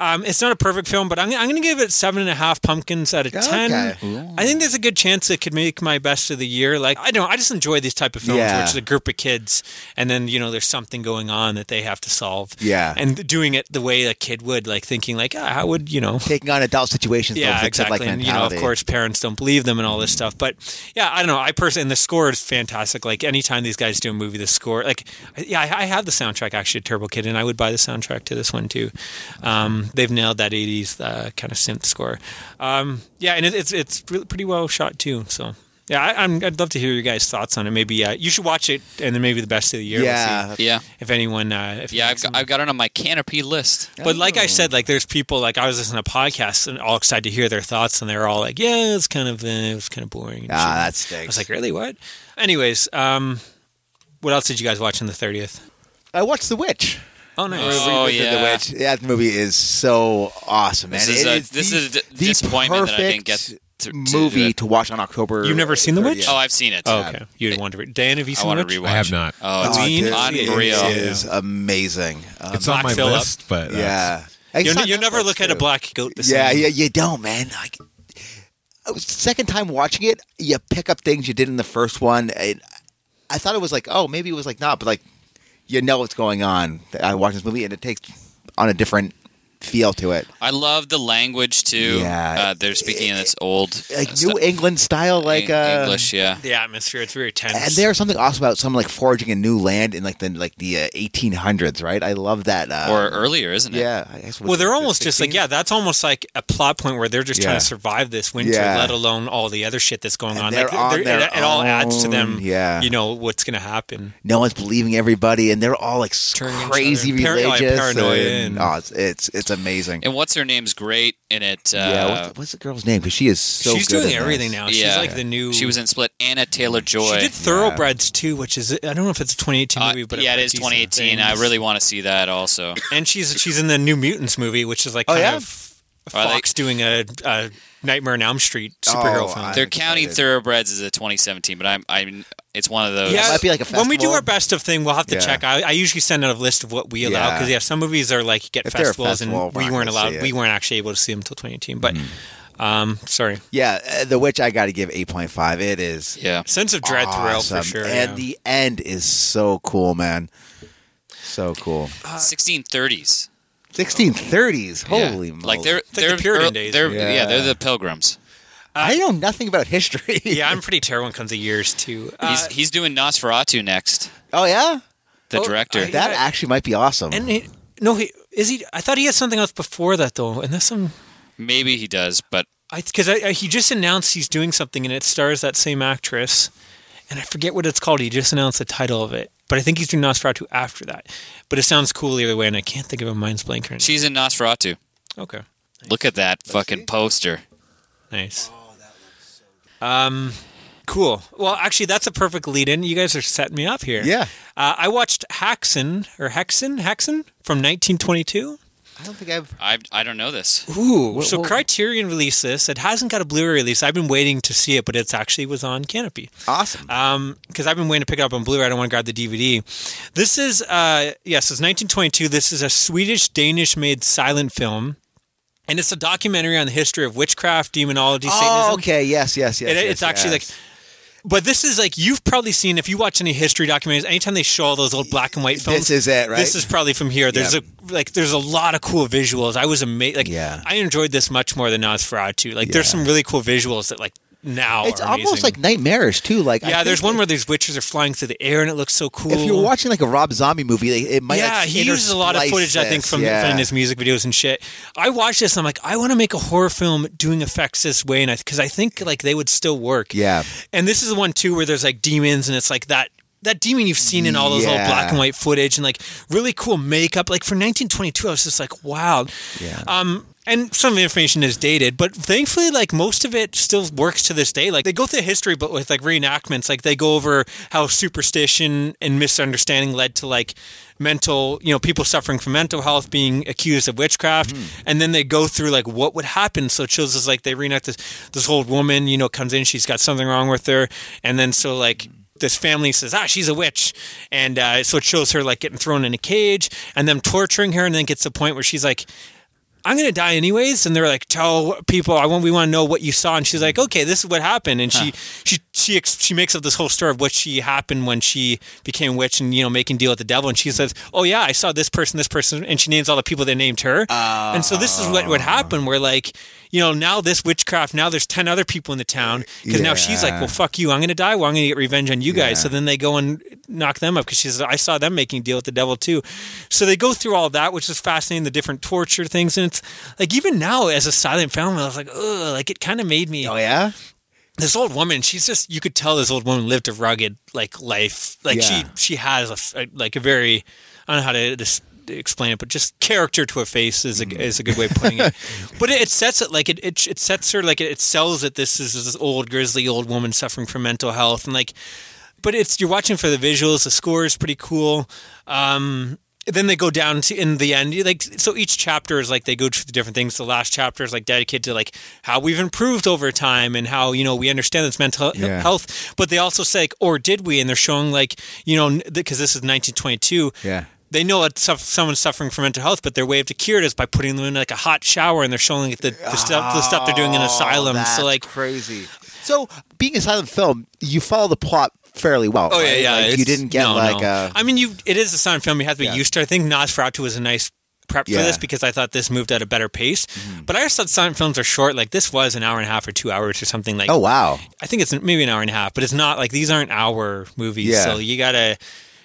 Um, it's not a perfect film, but I'm, I'm going to give it seven and a half pumpkins out of ten.
Okay.
I think there's a good chance it could make my best of the year. Like I don't, I just enjoy these type of films,
Yeah.
where it's a group of kids, and then you know there's something going on that they have to solve.
Yeah.
and doing it the way a kid would, like thinking like, ah, how would you know?
Taking on adult situations,
Yeah,
though,
exactly.
Like
and you know, of
mentality. Mm-hmm.
course, parents don't believe them and all this stuff. But yeah, I don't know. I personally, and the score is fantastic. Like anytime these guys do a movie, the score, like, I- yeah, I, I have the soundtrack actually, to Turbo Kid, and I would buy the soundtrack to this one too. Um, they've nailed that '80s uh, kind of synth score. Um, yeah, and it, it's it's pre- pretty well shot too. So. Yeah, I, I'm, I'd love to hear your guys' thoughts on it. Maybe uh, you should watch it, and then maybe the best of the year. We'll see
Yeah,
Yeah.
if anyone, uh, if
Yeah, I've got, I've got it on my canopy list.
but like I
Oh.
said, like there's people like I was listening to podcasts and all excited to hear their thoughts, and they're all like, "Yeah, it's kind of uh, it was kind of boring." and
ah,
shit."
that
I
stinks.
was like, "Really? What?" Anyways, um, what else did you guys watch on the thirtieth?
I watched The Witch.
Oh, nice.
Oh,
Revisited
yeah.
The Witch. Yeah, that movie is so awesome, man.
This is
It
a-
is
this
the,
is a d-
the
disappointment that I didn't get
perfect
to- to do
movie
it.
to watch on October.
You've never seen The Witch?
30th.
Oh, I've seen it.
Oh, okay, you'd want to read. Dan, have you
I
seen
want to
Witch?
rewatch.
I have not.
Oh, it's
Oh,
It
dude.
unreal.
is amazing. Um,
It's on
Black
my
Phillip.
list, but uh,
yeah,
You'll,
It's <laughs>
ne-
on
you'll never
Netflix,
look at
too.
a black goat the same.
Yeah, yeah, you don't, man. Like, I was- second time watching it, you pick up things you did in the first one. And I thought it was like, oh, maybe it was like not, but like, you know what's going on. I watched this movie, and it takes on a different feel to it,
I love the language too.
Yeah.
uh, they're speaking in this old
like
uh,
New
stuff-
England style, like uh,
English. Yeah,
the atmosphere. It's very tense.
And there's something awesome about someone like foraging a new land in like the like the uh, 1800s, right? I love that. Uh,
or earlier, isn't it?
yeah, I guess,
well, they're almost just like yeah. That's almost like a plot point where they're just trying
Yeah.
to survive this winter,
Yeah.
let alone all the other shit that's going
And
on.
they're
like
on
it,
their
it all adds to
own,
them.
yeah.
you know what's going to happen.
no one's believing everybody, and they're all like s-
Turning each
crazy
other- Paranoia,
religious.
paranoia,
and-
and-
oh, it's, it's it's amazing.
And what's her name's great in it. Uh,
yeah, what's, the- what's the girl's name? Because she is so.
she's
good
doing
in
everything
this.
now.
Yeah.
She's like the new.
She was in Split. Anna Taylor Joy.
She did Thoroughbreds too, which is I don't know if it's a 2018
Uh,
movie, but
yeah, it
I've
is
heard decent
2018. I
things.
really want to see that also.
and she's she's in the New Mutants movie, which is like
Oh,
kind
yeah?
of
Are they-
Fox doing a, a Nightmare on Elm Street superhero
Oh,
film.
I-
They're
I'm
counting
excited.
thoroughbreds as a 2017, but I'm I'm. It's one of those.
It might be like a
when we do
festival.
our best of thing, we'll have to
Yeah.
check. I, I usually send out a list of what we allow
Yeah.
because yeah. some movies are like get
If they're a
festivals
festival,
and
we're
we
not
weren't
gonna see
allowed. We
it. Mm.
weren't actually able to see them until 2018. But um, sorry,
Yeah, uh, The Witch. I got to give 8.5. It is.
Yeah.
sense of dread thrill
awesome.
for sure.
And
yeah.
the end is so cool, man. So cool.
1630s.
1630s.
Yeah.
Holy moly!
Like they're
the
they're
Puritan
ear-
days.
They're, yeah.
Yeah.
they're the pilgrims.
I know nothing about history.
<laughs> yeah, I'm pretty terrible when it comes to years too. Uh,
he's he's doing Nosferatu next.
<laughs> Oh yeah,
The
Oh,
director.
I-
that
Yeah.
actually might be awesome.
and he, no, he is he. I thought he had something else before that though, and that's some.
Maybe he does, but
I because I, I, he just announced he's doing something and it stars that same actress, and I forget what it's called. He just announced the title of it, but I think he's doing Nosferatu after that. But it sounds cool either way, and I can't think of a mind's blank right now.
she's in Nosferatu.
Okay,
Look at that fucking poster.
nice. Um, cool. Well, actually, that's a perfect lead-in. You guys are setting me up here.
Yeah.
Uh, I watched Haxon or Hexon Haxon from 1922.
I don't think I've.
I I don't know this.
Ooh, so
what-
Criterion released this. It hasn't got a Blu-ray release. I've been waiting to see it, but it's actually was on Canopy.
Awesome.
Um, because I've been waiting to pick it up on Blu-ray. I don't want to grab the DVD. This is uh, yes, it's 1922. This is a Swedish Danish made silent film, and it's a documentary on the history of witchcraft, demonology, Satanism.
oh, okay. Yes, yes, yes.
It-
yes,
it's actually
yes.
like. But this is like you've probably seen if you watch any history documentaries. Anytime they show all those old black and white films,
This is it, right?
This is probably from here. There's
Yeah.
a like there's a lot of cool visuals. I was amazed. Like
Yeah.
I enjoyed this much more than Nosferatu. Like there's
Yeah.
some really cool visuals that like now
It's
are
almost
amazing.
like nightmarish too. Like I
Yeah,
think
there's one
if-
where these witches are flying through the air and it looks so cool.
If you're watching like a Rob Zombie movie, like, it might.
yeah,
like,
he uses a lot of
intersplice
footage, I think,
this.
from,
yeah.
from his music videos and shit. I watched this and I'm like, I want to make a horror film doing effects this way, and I because I think like they would still work.
Yeah.
and this is the one too where there's like demons and it's like that. That demon you've seen in all those old
Yeah.
black and white footage and like really cool makeup. Like for 1922, I was just like, wow.
Yeah.
Um, and some of the information is dated, but thankfully, like most of it still works to this day. Like they go through history, but with like reenactments, like they go over how superstition and misunderstanding led to like mental, you know, people suffering from mental health being accused of witchcraft, and then they go through like what would happen. So it shows us like they reenact this this old woman, you know, comes in, she's got something wrong with her, and then so like this family says, ah, she's a witch. And uh, so it shows her like getting thrown in a cage and them torturing her. And then it gets to the point where she's like, I'm going to die anyways. And they're like, tell people, I want, we want to know what you saw. And she's like, okay, this is what happened. And she, she, she, ex- she makes up this whole story of what she happened when she became a witch and, you know, making deal with the devil. And she says, oh yeah, I saw this person, this person. And she names all the people that named her. and so this is what would happen where like, you know, now this witchcraft, now there's 10 other people in the town because now she's like,
Yeah.
well, fuck you. I'm going to die. Well, I'm going to get revenge on you guys. So then they go and knock them up because she says, I saw them making a deal with the devil too. So they go through all that, which is fascinating, the different torture things. And it's like, even now as a silent film, I was like, ugh, like it kind of made me
Oh yeah,
this old woman she's just you could tell this old woman lived a rugged like life like she
Yeah.
she has a f- a, like a very i don't know how to dis- explain it but just character to her face is a, is a good way of putting it but it, it sets it like it, it it sets her like it, it sells that this is this old grizzly old woman suffering from mental health and like but it's you're watching for the visuals the score is pretty cool um then they go down to in the end you like so each chapter is like they go through the different things the last chapter is like dedicated to like how we've improved over time and how you know we understand this mental he-
Yeah.
health but they also say like or did we and they're showing like you know because this is 1922
Yeah.
they know that suff someone's suffering from mental health, but their way to cure it is by putting them in like a hot shower, and they're showing like, the, the, stuff, the stuff they're doing in asylums.
Oh, That's
so like,
crazy. So being a silent film, you follow the plot fairly well.
Oh yeah,
right?
yeah.
Like, you
it's-
didn't get
no,
like
no.
a.
I mean, you. It is a silent film. You have to be
Yeah.
used to. it. I think Nosferatu was a nice prep for
Yeah. Mm-hmm.
this because I thought this moved at a better pace. But I just thought silent films are short. Like this was an hour and a half or two hours or something. Like
Oh wow.
I think it's maybe an hour and a half, but it's not like these aren't hour movies.
Yeah.
So you gotta,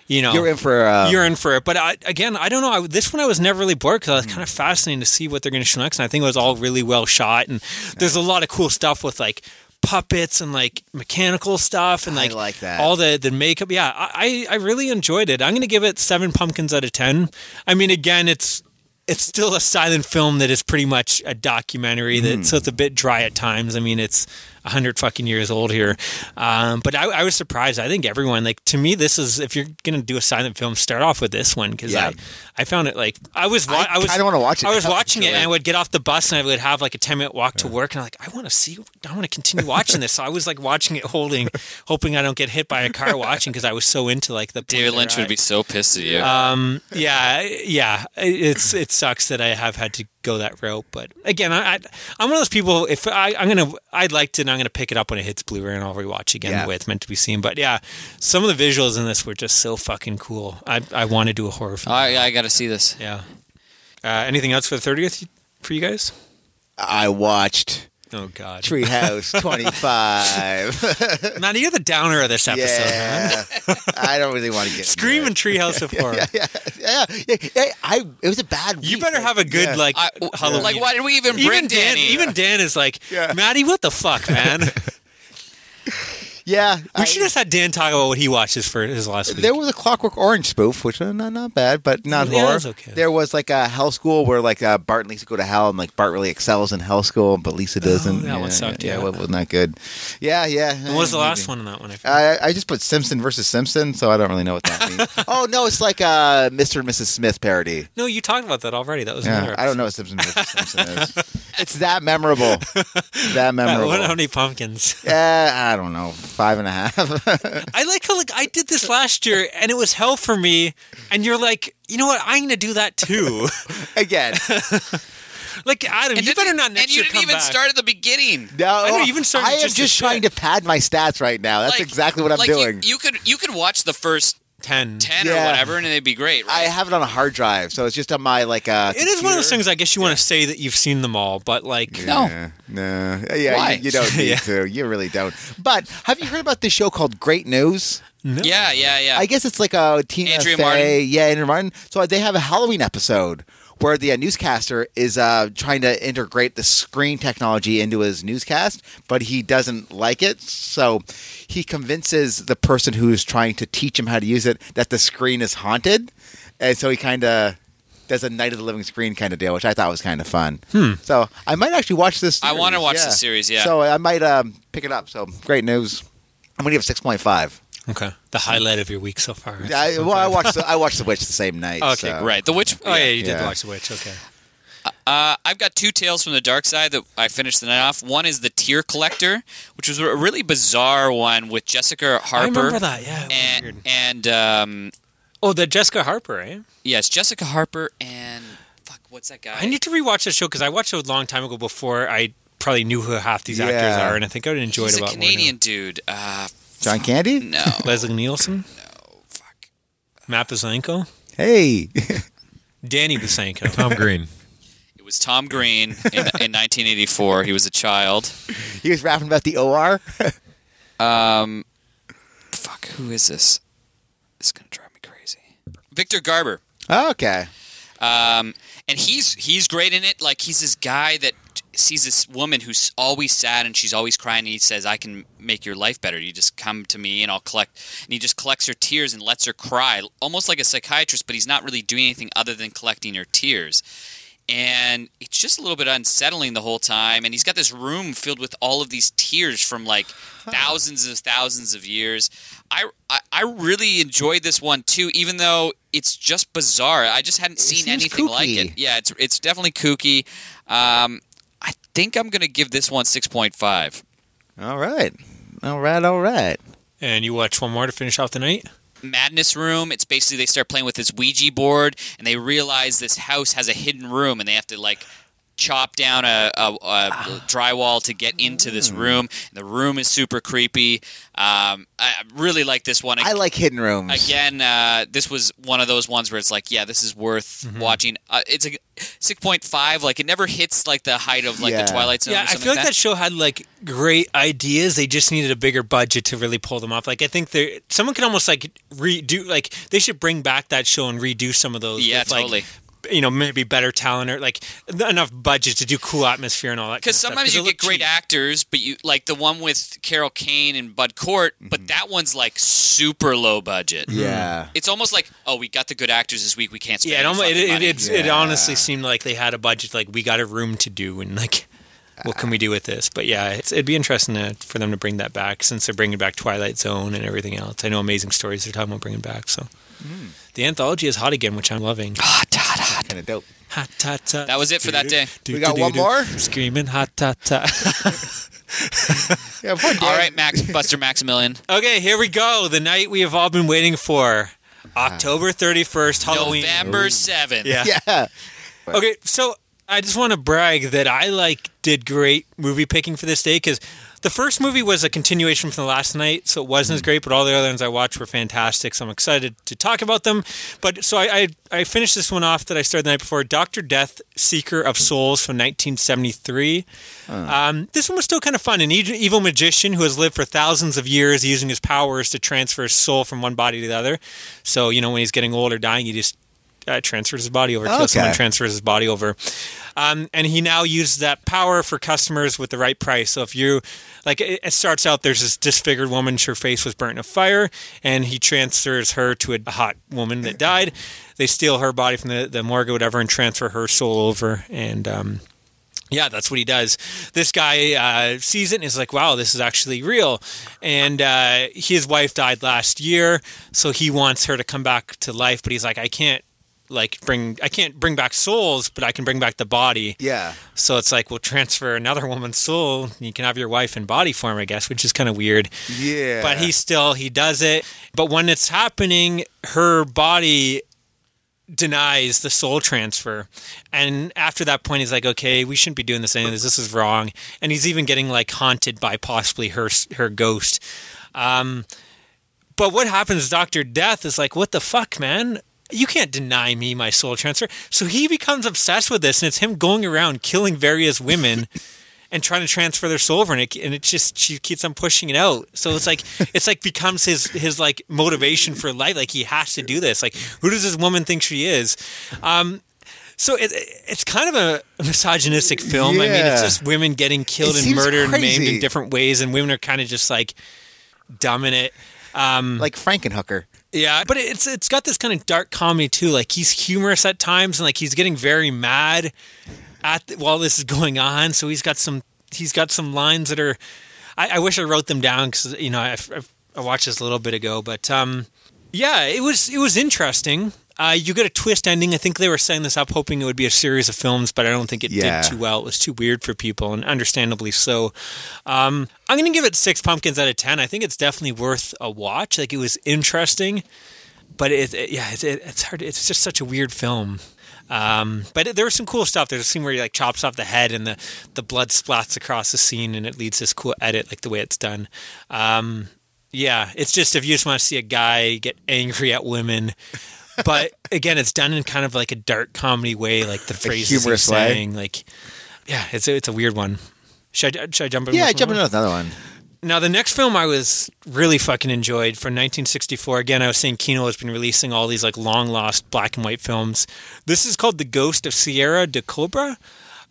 you know,
You're in for. Uh,
you're in for it. But I, again, I don't know. I, this one I was never really bored because I was
Mm.
kind of fascinating to see what they're going to show next. And I think it was all really well shot. And there's a lot of cool stuff with like puppets and like mechanical stuff and
I
like,
like that.
all the the makeup. Yeah, I I I really enjoyed it. I'm going to give it seven pumpkins out of ten. I mean, again, it's. It's still a silent film that is pretty much a documentary.
Mm.
That so it's a bit dry at times. I mean, it's hundred fucking years old here. Um, but I, I was surprised. I think everyone like to me this is if you're gonna do a silent film, start off with this one because
Yeah.
I, I found it like I was wa-
I
I, was
kinda wanna watch it
I was
now,
watching it and I
actually.
would get off the bus and I would have like a ten minute walk to work and I'm like I want to see I want to continue watching this. So I was like watching it, holding, hoping I don't get hit by a car watching because I was so into like the
David Lynch would be so pissed at you.
Um, yeah, yeah. It's it sucks that I have had to go that route, but again, I, I I'm one of those people. If I, I'm gonna, I liked it. and I'm gonna pick it up when it hits Blu-ray and I'll rewatch again
Yeah.
the way it's meant to be seen. But yeah, some of the visuals in this were just so fucking cool. I I want to do a horror film.
I, I got to see this.
yeah. Uh, anything else for the thirtieth for you guys?
I watched
Oh God!
Treehouse 25.
Not you're the downer of this <laughs> episode. man.
yeah. I don't really want to get into
Screaming
it.
Treehouse of Horror.
<laughs> Yeah, yeah, yeah, yeah. I. It was a bad. Week.
You better have a good
Yeah.
like
I,
Halloween.
like, why did we even bring
even Dan,
Danny?
even Dan is like,
Yeah.
Maddie, what the
<laughs>
fuck, man?
Yeah.
we
I-
should just had Dan talk about what he watches for his last week.
There was a Clockwork Orange spoof, which uh, not not bad, but not
Yeah,
horror.
that's okay.
There was like a Hell School where like uh, Bart and Lisa go to hell, and like Bart really excels in Hell School, but Lisa doesn't.
Oh, that
yeah,
one sucked,
Yeah,
yeah.
what was not good. Yeah, yeah.
what was the last one in that one? I forget.
I, I just put Simpson versus Simpson, so I don't really know what
<laughs>
that means. oh no, it's like a Mr. and Mrs. Smith parody.
no, you talked about that already. That was
Yeah,
another.
I don't know what Simpson versus Simpson is. It's that memorable.
<laughs> episode.
That
Uh,
memorable.
what- How many pumpkins?
Yeah, I don't know. Five and a half. <laughs>
I like how like I did this last year and it was hell for me. And you're like, you know what? I'm gonna do that too. <laughs>
Again,
like Adam,
and
you
didn't-
better not next
And you
year
didn't
come
even
back.
start at the beginning.
no.
I know, even started
I am
just
just,
to
trying
shit.
to pad my stats right now. That's
Like-
exactly what I'm
like you-
doing.
You, could you could watch the first
ten.
ten
Yeah.
or whatever, and it'd be great.
I
Right?
have it on a hard drive, so it's just on my like. Uh,
It is one of those things. I guess you want to say that you've seen them all, but like, <laughs>
No, no, yeah,
Why?
You, you don't need
Yeah.
to. You really don't. But have you heard about this show called Great News?
no.
yeah, yeah, yeah.
I guess it's like a Tina
Andrea
Fey.
Martin.
Yeah, Andrew Martin. So they have a Halloween episode where the uh, newscaster is uh, trying to integrate the screen technology into his newscast, but he doesn't like it. So he convinces the person who is trying to teach him how to use it that the screen is haunted, and so he kind of does a Night of the Living Screen kind of deal, which I thought was kind of fun. So I might actually watch this.
I wanna
series,
watch this series, yeah.
So I might um, pick it up. So great news. I'm gonna give six point five.
Okay. The highlight of your week so far. is-
<laughs> I, well, I watched the, I watched The Witch the same night.
Okay,
so.
Right. The Witch.
Oh yeah, you did
Yeah.
watch The Witch. Okay.
Uh, I've got two tales from the dark side that I finished the night off. One is the Tear Collector, which was a really bizarre one with Jessica Harper.
I remember that. Yeah. it was weird.
And, and um,
Eh. Oh, the Jessica Harper, eh?
yes, Jessica Harper and fuck, what's that guy?
I need to rewatch the show because I watched it a long time ago before I probably knew who half these actors
Yeah.
are, and I think I would enjoy
He's
it
a
about
Canadian dude. Uh,
<laughs>
John Candy.
no,
Leslie Nielsen,
fuck.
Matt Bisanko,
Hey, <laughs>
Danny <laughs> Bisanko.
Tom Green.
It was Tom Green in,
<laughs>
in 1984. He was a child.
he was rapping about the OR.
Um, fuck, who is this? This is gonna drive me crazy. Victor Garber.
okay.
Um, and he's he's great in it. Like he's this guy that sees this woman who's always sad and she's always crying. And he says, "I can make your life better. You just come to me, and I'll collect." And he just collects her tears and lets her cry, almost like a psychiatrist. But he's not really doing anything other than collecting her tears. And it's just a little bit unsettling the whole time. And he's got this room filled with all of these tears from like thousands of thousands of years. I, I, I really enjoyed this one too, even though it's just bizarre. I just hadn't seen
seems
anything like
kooky.
it. Yeah, it's it's definitely kooky. Um, I think I'm gonna give this one six point five.
All right. All right. All right.
and you watch one more to finish off the night.
Madness Room. It's basically they start playing with this Ouija board and they realize this house has a hidden room and they have to like chop down a, a, a
Ah.
drywall to get into
Hmm.
this room. The room is super creepy. Um, I I really like this one.
I like hidden rooms.
again uh, this was one of those ones where it's like yeah this is worth
Mm-hmm.
watching uh, it's a 6.5 like it never hits like the height of like
Yeah.
the twilight zone
yeah,
or
I
something
feel like that.
that
show had like great ideas. They just needed a bigger budget to really pull them off. Like I think they someone could almost like redo like they should bring back that show and redo some of those.
Yeah,
with, like,
totally.
you know, maybe better talent or like th- enough budget to do cool atmosphere and all that.
because
kind of stuff.
sometimes
it
you get
looked
great
cheap.
actors but you like the one with carol kane and bud Cort,
Mm-hmm.
but that one's like super low budget
Yeah.
it's almost like oh we got the good actors this week we can't spend
Yeah, it,
any
almost, it,
fucking
it,
money.
it, it
Yeah.
honestly seemed like they had a budget. Like we got a room to do, and like, what can we do with this? But yeah, it's, it'd be interesting to, for them to bring that back since they're bringing back Twilight Zone and everything else. I know Amazing Stories they're talking about bringing back. So
Hmm.
the anthology is hot again, which I'm
<gasps>
loving. Hmm.
Kind of dope.
Hot, hot, hot.
That was it for that day.
Do,
We got one more?
Screaming hot, hot, hot.
Yeah. poor Dan.
all right max buster maximilian
<laughs> <laughs> okay, here we go. The night we have all been waiting for,
Ah.
October 31st, Halloween.
november 7th
Oh, Yeah.
<laughs> Yeah.
Okay, so I just want to brag that I like did great movie picking for this day because the first movie was a continuation from the last night, so it wasn't as great. But all the other ones I watched were fantastic, so I'm excited to talk about them. But so I I, I finished this one off that I started the night before, Doctor Death, Seeker of Souls from 1973. Um, this one was still kind of fun. An e- evil magician who has lived for thousands of years using his powers to transfer his soul from one body to the other. So you know when he's getting old or dying, he just uh, transfers his body over, kills
Okay.
someone, transfers his body over. Um, and he now uses that power for customers with the right price. So if you, like, it, it starts out there's this disfigured woman, her face was burnt in a fire, and he transfers her to a hot woman that died. They steal her body from the, the morgue or whatever and transfer her soul over. And, um, yeah, that's what he does. This guy uh, sees it and is like, "Wow, this is actually real." And uh, his wife died last year, so he wants her to come back to life. But he's like, "I can't, like, bring I can't bring back souls, but I can bring back the body."
Yeah.
So it's like, we'll transfer another <laughs> woman's soul. and You can have your wife in body form, I guess, which is kind of weird.
Yeah.
But he still he does it. But when it's happening, her body denies the soul transfer. And after that point, he's like, "Okay, we shouldn't be doing this anymore. This is wrong." And he's even getting like haunted by possibly her her ghost. Um, but what happens? Doctor Death is like, "What the fuck, man." You can't deny me my soul transfer. So he becomes obsessed with this, and it's him going around killing various women and trying to transfer their soul over, and it, and it just she keeps on pushing it out. So it's
<laughs>
like it's like becomes his his like motivation for life. Like he has to do this. Like who does this woman think she is? Um, so it, it's kind of a misogynistic film. I mean, it's
Yeah.
just women getting killed
It
and
seems
murdered and maimed
crazy.
in different ways, and women are kind of just like dumb in it.
like Frankenhooker.
Yeah, but it's it's got this kind of dark comedy too. Like he's humorous at times, and like he's getting very mad at the, while this is going on. So he's got some he's got some lines that are. I, I wish I wrote them down because you know I, I, I watched this a little bit ago, but um, yeah, it was it was interesting. Uh, you get a twist ending. I think they were setting this up hoping it would be a series of films, but I don't think it
Yeah.
did too well. It was too weird for people, and understandably so. Um, I'm going to give it six pumpkins out of ten. I think it's definitely worth a watch. Like it was interesting, but it, it- yeah, it, it, it's hard. It's just such a weird film. Um, but it, there was some cool stuff. There's a scene where he like chops off the head, and the the blood splats across the scene, and it leads this cool edit, like the way it's done. Um, yeah, it's just if you just want to see a guy get angry at women.
<laughs>
But again, it's done in kind of like a dark comedy way, like the phrases
humorous
he's
way.
saying. Like, yeah, it's a, it's a weird one. Should I, should I jump in?
Yeah,
with
jumping
one?
into another one.
Now, the next film I was really fucking enjoyed from 1964. Again, I was saying Kino has been releasing all these like long lost black and white films. This is called The Ghost of Sierra de Cobra.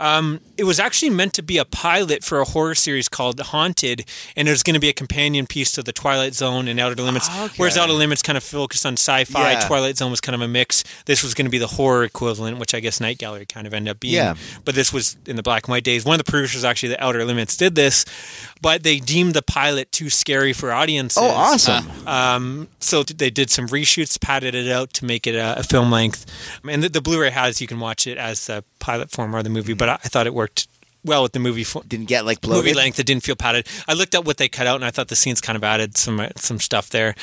Um, it was actually meant to be a pilot for a horror series called Haunted, and it was going to be a companion piece to The Twilight Zone and Outer Limits. Whereas Outer Limits kind of focused on sci-fi,
Yeah.
Twilight Zone was kind of a mix. This was going to be the horror equivalent, which I guess Night Gallery kind of ended up being.
Yeah.
But this was in the black and white days. One of the producers, actually, the Outer Limits, did this, but they deemed the pilot too scary for audiences.
Oh, awesome!
So th- they did some reshoots, padded it out to make it a, a film length. And the, the Blu-ray has you can watch it as the pilot form or the movie. But I, I thought it worked well with the movie fo-
Didn't get like bloated.
movie length. It didn't feel padded. I looked up what they cut out, and I thought the scenes kind of added some uh, some stuff there.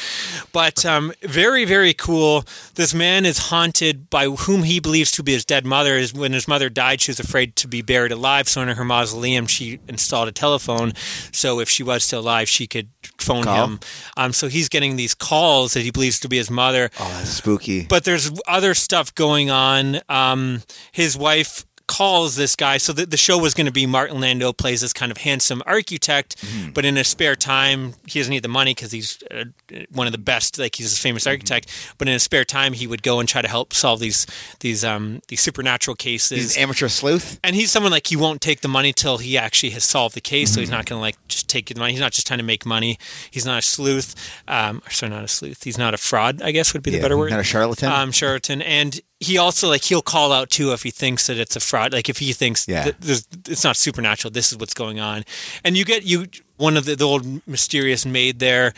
But um, very very cool. This man is haunted by whom he believes to be his dead mother. Is when his mother died, she was afraid to be buried alive. So in her mausoleum, she installed a telephone. So if she was still alive, she could phone
Call.
him. Um, so he's getting these calls that he believes to be his mother
Oh, that's spooky.
but there's other stuff going on. Um, his wife calls this guy. So the, the show was going to be Martin Lando plays this kind of handsome architect,
Mm-hmm.
but in his spare time, he doesn't need the money because he's uh, one of the best. Like he's a
Mm-hmm.
famous architect, but in his spare time, he would go and try to help solve these these um, these supernatural cases
He's an amateur sleuth.
and he's someone like he won't take the money till he actually has solved the case. So he's
Mm-hmm.
not going to like just take the money. He's not just trying to make money. He's not a sleuth. Um, or sorry, not a sleuth. He's not a fraud. I guess would be the
Yeah,
better word.
not a charlatan?
Um, charlatan. And he also like he'll call out too if he thinks that it's a fraud. Like if he thinks
Yeah.
that there's, it's not supernatural. This is what's going on. And you get you one of the, the old mysterious maid there.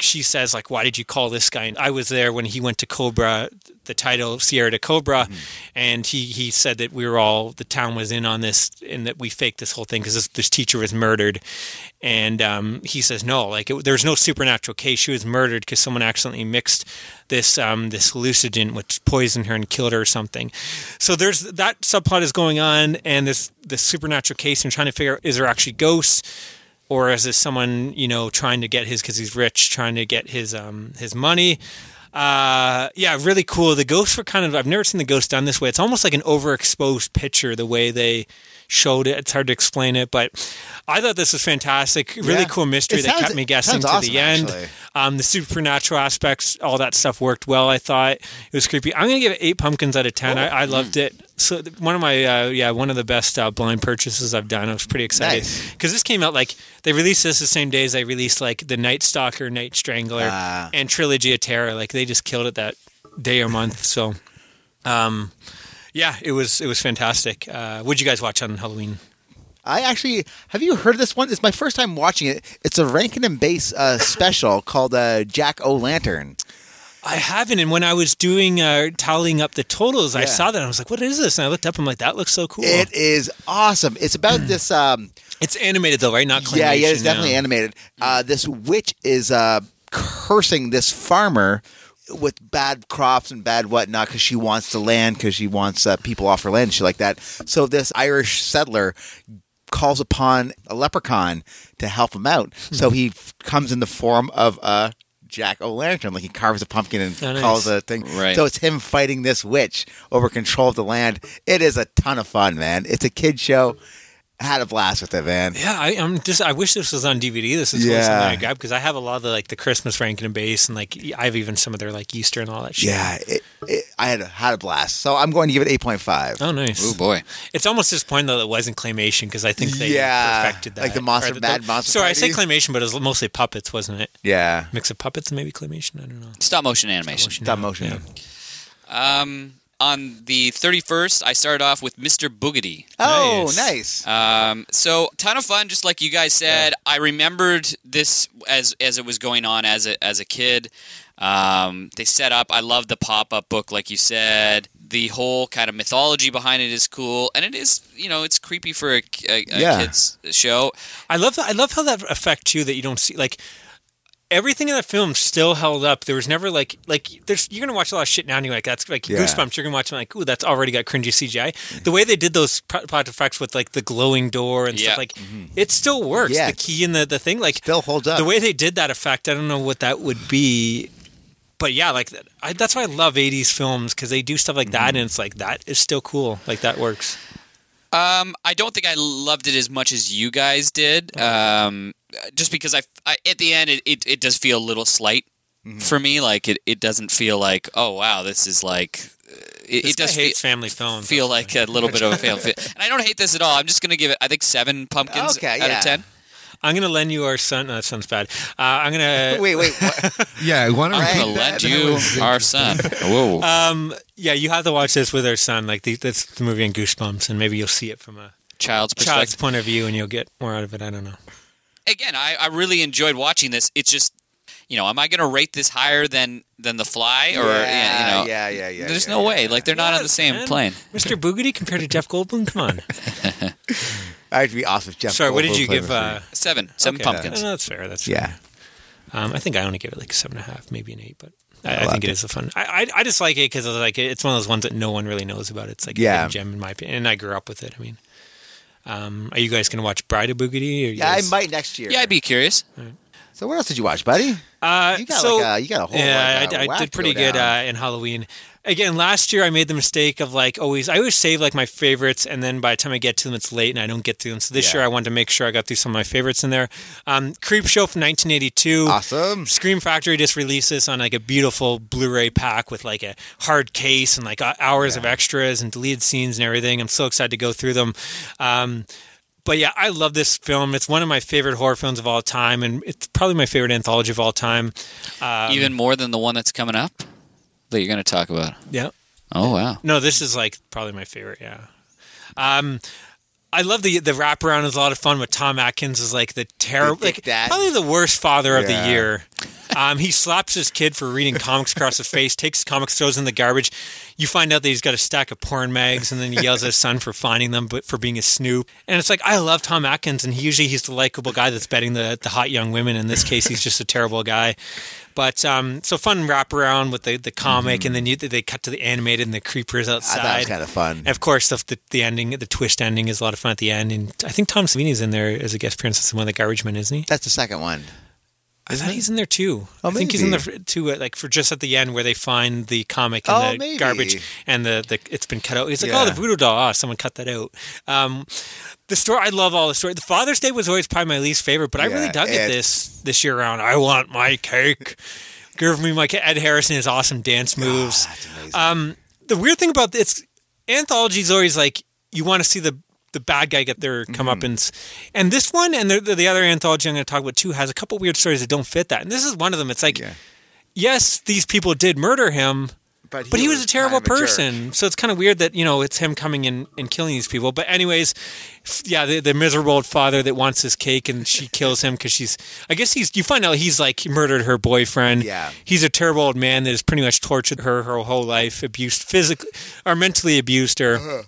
She says like, "Why did you call this guy?" And I was there when he went to Cobra, the title Sierra de Cobra, and he he said that we were all the town was in on this and that we faked this whole thing because this, this teacher was murdered. And um, he says no, like it, there was no supernatural case. She was murdered because someone accidentally mixed this um, this hallucinogen, which poisoned her and killed her or something. So there's that subplot is going on, and this this supernatural case. And trying to figure out is there actually ghosts or is this someone you know trying to get his because he's rich trying to get his um his money uh yeah really cool the ghosts were kind of i've never seen the ghost done this way it's almost like an overexposed picture the way they showed it it's hard to explain it but i thought this was fantastic really
Yeah.
cool mystery
It
that
sounds-
kept me guessing
sounds
to
awesome,
the end
actually.
um the supernatural aspects all that stuff worked well i thought it was creepy i'm gonna give it eight pumpkins out of ten i, I loved it so th- one of my uh, yeah one of the best uh, blind purchases i've done i was pretty excited
Nice.
because this came out like they released this the same day as they released like the Night Stalker, Night Strangler,
Ah.
and Trilogy of Terror. Like they just killed it that day or month. So, um, yeah, it was it was fantastic. Uh, what'd you guys watch on Halloween?
I actually have you heard of this one? It's my first time watching it. It's a Rankin and Bass uh, special called uh, Jack O' Lantern.
I haven't. And when I was doing uh, tallying up the totals, I
Yeah.
saw that and I was like, "What is this?" And I looked up. I'm like, "That looks so cool."
It is awesome. It's about this. Um,
it's animated though, right? Not claymation.
yeah, yeah, it's definitely
no.
animated. Uh, this witch is uh, cursing this farmer with bad crops and bad whatnot because she wants the land because she wants uh, people off her land and shit like that. So this Irish settler calls upon a leprechaun to help him out.
Hmm.
So he f- comes in the form of a jack o' lantern, like he carves a pumpkin and
Oh, nice.
calls a thing.
Right.
So it's him fighting this witch over control of the land. It is a ton of fun, man. It's a kid show. I had a blast with it, man.
Yeah, I, I'm just. I wish this was on DVD. This is really
Yeah.
something I grab because I have a lot of the like the Christmas Rankin and Bass, and like I have even some of their like Easter and all that shit.
Yeah, it, it, I had a, had a blast. So I'm going to give it 8.5.
Oh, nice.
Oh boy.
It's almost disappointing though that it wasn't claymation because I think they
Yeah,
perfected that.
like the monster-
Or the-
Mad Monster
Sorry, I say
Party.
claymation, but it was mostly puppets, wasn't it?
Yeah.
Mix of puppets and maybe claymation. I don't know.
Stop motion animation.
Stop motion.
Um, on the 31st, I started off with Mr. Boogity.
Oh,
Nice.
nice.
Um, so ton of fun, just like you guys said. I remembered this as as it was going on as a as a kid. Um, they set up. I love the pop up book, like you said. The whole kind of mythology behind it is cool, and it is you know it's creepy for a, a, a
Yeah.
kids show.
I love that. I love how that affect you that you don't see like everything in that film still held up. There was never like like there's you're gonna watch a lot of shit now and you're like that's like
Yeah.
goosebumps. You're gonna watch it and like ooh that's already got cringy CGI. The way they did those pr- plot effects with like the glowing door and
Yeah.
stuff like it still works.
Mm-hmm. Yeah.
The key and the the thing like
Still holds up.
the way they did that effect. I don't know what that would be. But yeah, like that- I, that's why I love '80s films because they do stuff like
Mm-hmm.
that, and it's like that is still cool. Like that works.
Um, I don't think I loved it as much as you guys did.
Mm-hmm.
Um, just because I, I at the end it, it, it does feel a little slight
Mm-hmm.
for me. Like it, it doesn't feel like oh wow this is like uh, it,
This
it does
guy hates
fe-
family films.
feel like a little bit of a
<laughs>
fail. fi- And I don't hate this at all. I'm just gonna give it. I think seven pumpkins
Okay,
out
yeah.
of ten.
I'm gonna lend you our son. No, that sounds bad. Uh, I'm gonna
Wait, wait.
<laughs>
What?
Yeah, I want to
I'm
Alright.
repeat
gonna
that.
lend
That
you
was
our son. Uh, Whoa.
Um, yeah, you have to watch this with our son. Like the, that's the movie on Goosebumps, and maybe you'll see it from a
Child's
child's
perspective.
point of view, and you'll get more out of it. I don't know.
Again, I, I really enjoyed watching this. It's just, you know, am I gonna rate this higher than than The Fly or
yeah,
you know?
yeah, yeah, yeah.
There's
yeah,
no
yeah.
way. Like they're not on the same plane.
Mr. Boogity compared to Jeff Goldblum. Come on.
I have to be off with Jeff.
Sorry, what did
Goldblum
you
flavor
give?
for
Uh,
Seven. Seven
okay.
pumpkins.
Uh,
No, that's fair. That's
you.
fair.
yeah.
Um, I think I only gave it like a seven and a half, maybe an eight, but I, I think it is a fun. I I, I just like it because like it's one of those ones that no one really knows about. It's like
Yeah.
a hidden gem in my opinion, and I grew up with it. I mean, um, are you guys gonna watch Bride of Boogity? Or you
Yeah, I
guys-
might next year.
Yeah, I'd be curious.
So what else did you watch, buddy?
Uh,
You got
so,
like a- you got a whole,
yeah,
like, a
I- I,
whack
did
to
pretty
go
good uh,
down.
in Halloween. Again, last year I made the mistake of like always. I always save like my favorites, and then by the time I get to them, it's late and I don't get to them. So this
Yeah.
year I wanted to make sure I got through some of my favorites in there. Um, Creep Show from 1982.
Awesome.
Scream Factory just released this on like a beautiful Blu-ray pack with like a hard case and like uh, hours of extras and deleted scenes and everything. I'm so excited to go through them. Um, but yeah, I love this film. It's one of my favorite horror films of all time, and it's probably my favorite anthology of all time. Um,
Even more than the one that's coming up that you're gonna talk about.
Yeah.
Oh wow.
No, this is like probably my favorite. Yeah. Um, I love the the wraparound is a lot of fun with Tom Atkins is like the terrible,
The
like
dick dad.
probably the worst father of
Yeah.
the year. Um, he slaps his kid for reading comics across the face, takes comics, throws in the garbage. You find out that he's got a stack of porn mags, and then he yells at his son for finding them, but for being a snoop. And it's like I love Tom Atkins, and he, usually he's the likable guy that's betting the the hot young women. In this case, he's just a terrible guy. But um, so fun wraparound with the, the comic, and then you, they cut to the animated and the creepers
I
outside.
thought it Mm-hmm. Ah, was kind of fun.
And of course, the, the the ending, the twist ending, is a lot of fun at the end. And I think Tom Savini's in there as a guest appearance as one of the garbage men, isn't he?
That's the second one.
I thought he's in there too.
Oh,
I think he's in there
maybe.
for- too, uh, like for just at the end where they find the comic and
Oh,
the
maybe.
garbage and the, the it's been cut out. It's like, oh,
Yeah.
the voodoo doll. Ah, someone cut that out. Um, the story, I love all the story. The Father's Day was always probably my least favorite, but I really
Yeah,
dug it
it's-
this this year around. I want my cake. Give me my cake. Ed Harris and his awesome dance moves.
Ah, That's amazing.
Um, the weird thing about this anthology is always like you want to see the the bad guy get their comeuppance, and this one and the, the the other anthology I'm going to talk about too has a couple weird stories that don't fit that, and this is one of them. It's like,
Yeah.
yes, these people did murder him,
but
but he was a terrible
kind of a jerk.
person. So it's kind of weird that you know it's him coming in and killing these people. But anyways, f- yeah, the, the miserable old father that wants his cake and she kills him because she's. I guess he's. You find out he's like murdered her boyfriend.
Yeah.
he's a terrible old man that has pretty much tortured her her whole life, abused physically or mentally abused her.
Uh-huh.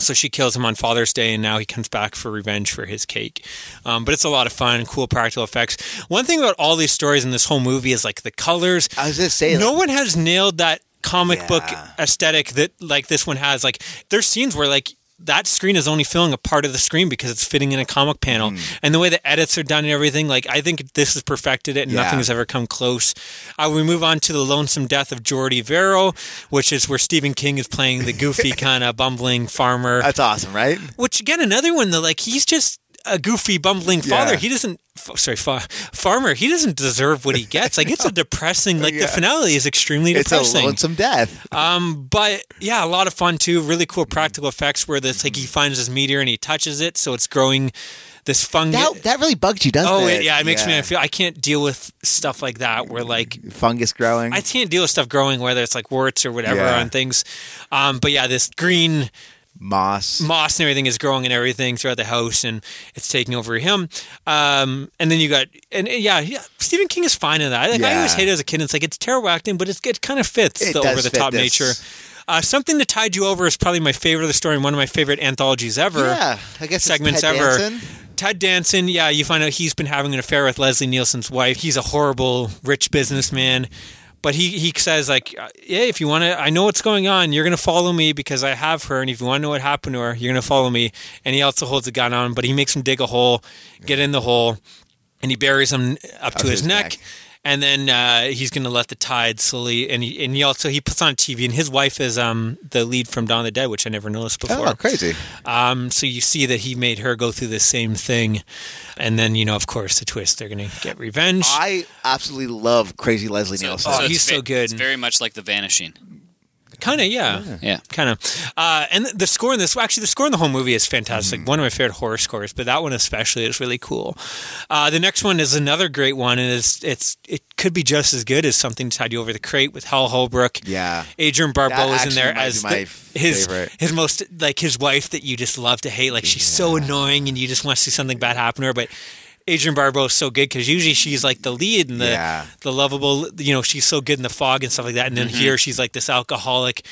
So she kills him on Father's Day, and now he comes back for revenge for his cake. Um, but it's a lot of fun, cool practical effects. One thing about all these stories in this whole movie is like the colors
I was just saying.
no
like,
one has nailed that comic
Yeah.
book aesthetic that like this one has like there's scenes where like that screen is only filling a part of the screen because it's fitting in a comic panel
Mm.
and the way the edits are done and everything like i think this has perfected it and
Yeah.
nothing has ever come close uh, we move on to the lonesome death of jordy vero which is where stephen king is playing the
<laughs>
goofy kind of bumbling farmer
that's awesome, right?
which again, another one though, like he's just a goofy, bumbling father.
Yeah.
He doesn't f- sorry, fa- farmer. He doesn't deserve what he gets. Like
<laughs>
it's a depressing. Like the finale is extremely
It's a
depressing.
lonesome death.
Um, but yeah, a lot of fun too. Really cool practical effects where this
Mm-hmm.
like he finds this meteor and he touches it, so it's growing this fungus.
That, that really bugged you, doesn't
oh
it?
it, yeah, it makes me feel I can't deal with stuff like that where like
fungus growing.
I can't deal with stuff growing whether it's like warts or whatever
Yeah.
on things. Um, but yeah, this green
moss.
moss and everything is growing and everything throughout the house and it's taking over him. Um, and then you got and uh, yeah, yeah, Stephen King is fine in that. Like I
Yeah.
always hated as a kid. It's like it's terror acting, but it's, it kind of fits
It
the
does
over the
fit
top
this.
nature. Uh, something that tied you over is probably my favorite of the story and one of my favorite anthologies ever.
yeah, I guess it's
Segments
Ted
ever.
Danson.
Ted Danson, yeah, you find out he's been having an affair with Leslie Nielsen's wife. He's a horrible rich businessman, but he he says like, uh, yeah, if you want to, I know what's going on. You're gonna follow me because I have her, and if you want to know what happened to her, you're gonna follow me. And he also holds a gun on him, but he makes him dig a hole, get in the hole, and he buries him up, to his,
his
neck.
neck.
And then uh, he's going to let the tide slowly, and he, and he also he puts on TV, and his wife is um, the lead from Dawn of the Dead, which I never noticed before.
Oh, crazy.
Um, so you see that he made her go through the same thing, and then you know, of course, the twist they're going to get revenge.
I absolutely love Crazy Leslie Nielsen.
Oh,
it's
he's so good.
It's very much like The Vanishing.
kind of, yeah,
Yeah.
kind of. Uh, and the score in this, actually, the score in the whole movie is fantastic. One of my favorite horror scores, but that one especially is really cool. Uh, the next one is another great one, and it's it's it could be just as good as something tied you over the crate with Hal Holbrook.
Yeah.
Adrian Barbeau
That
is in there
actually might
as
be
the-
my
his
favorite.
his most like his wife that you just love to hate. Like she's so annoying, and you just want to see something bad happen to her, but. Adrian Barbeau is so good because usually she's like the lead and the
Yeah.
the lovable, you know, she's so good in the fog and stuff like that. And
Mm-hmm.
then here she's like this alcoholic,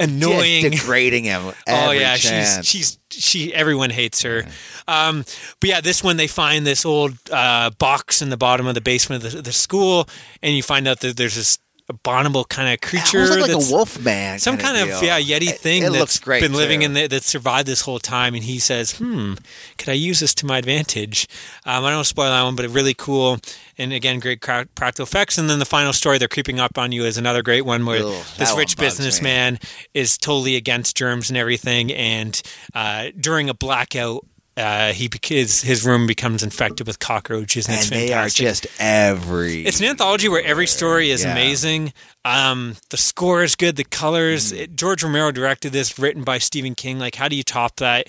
annoying,
Just degrading him.
Oh
every
yeah,
chance.
she's she's she. Everyone hates her. Um, but yeah, this one they find this old uh, box in the bottom of the basement of the, the school, and you find out that there's this abominable kind of creature,
Almost like
that's
a wolf man.
some kind of,
deal.
yeah yeti
It-
thing
It,
that's
looks great.
been living
too.
in the, that survived this whole time. And he says, "Hmm, could I use this to my advantage?" Um, I don't want to spoil that one, but it really cool. And again, great cra- practical effects. And then the final story they're creeping up on you is another great one where
Ugh,
this
that
rich
one bugs me.
businessman man is totally against germs and everything. And uh, during a blackout, uh, he bec- his, his room becomes infected with cockroaches, and,
and
it's
they are
fantastic.
just every.
it's an anthology where every story is
Yeah.
amazing. Um, the score is good, the colors.
Mm-hmm.
It- George Romero directed this, written by Stephen King. Like, how do you top that?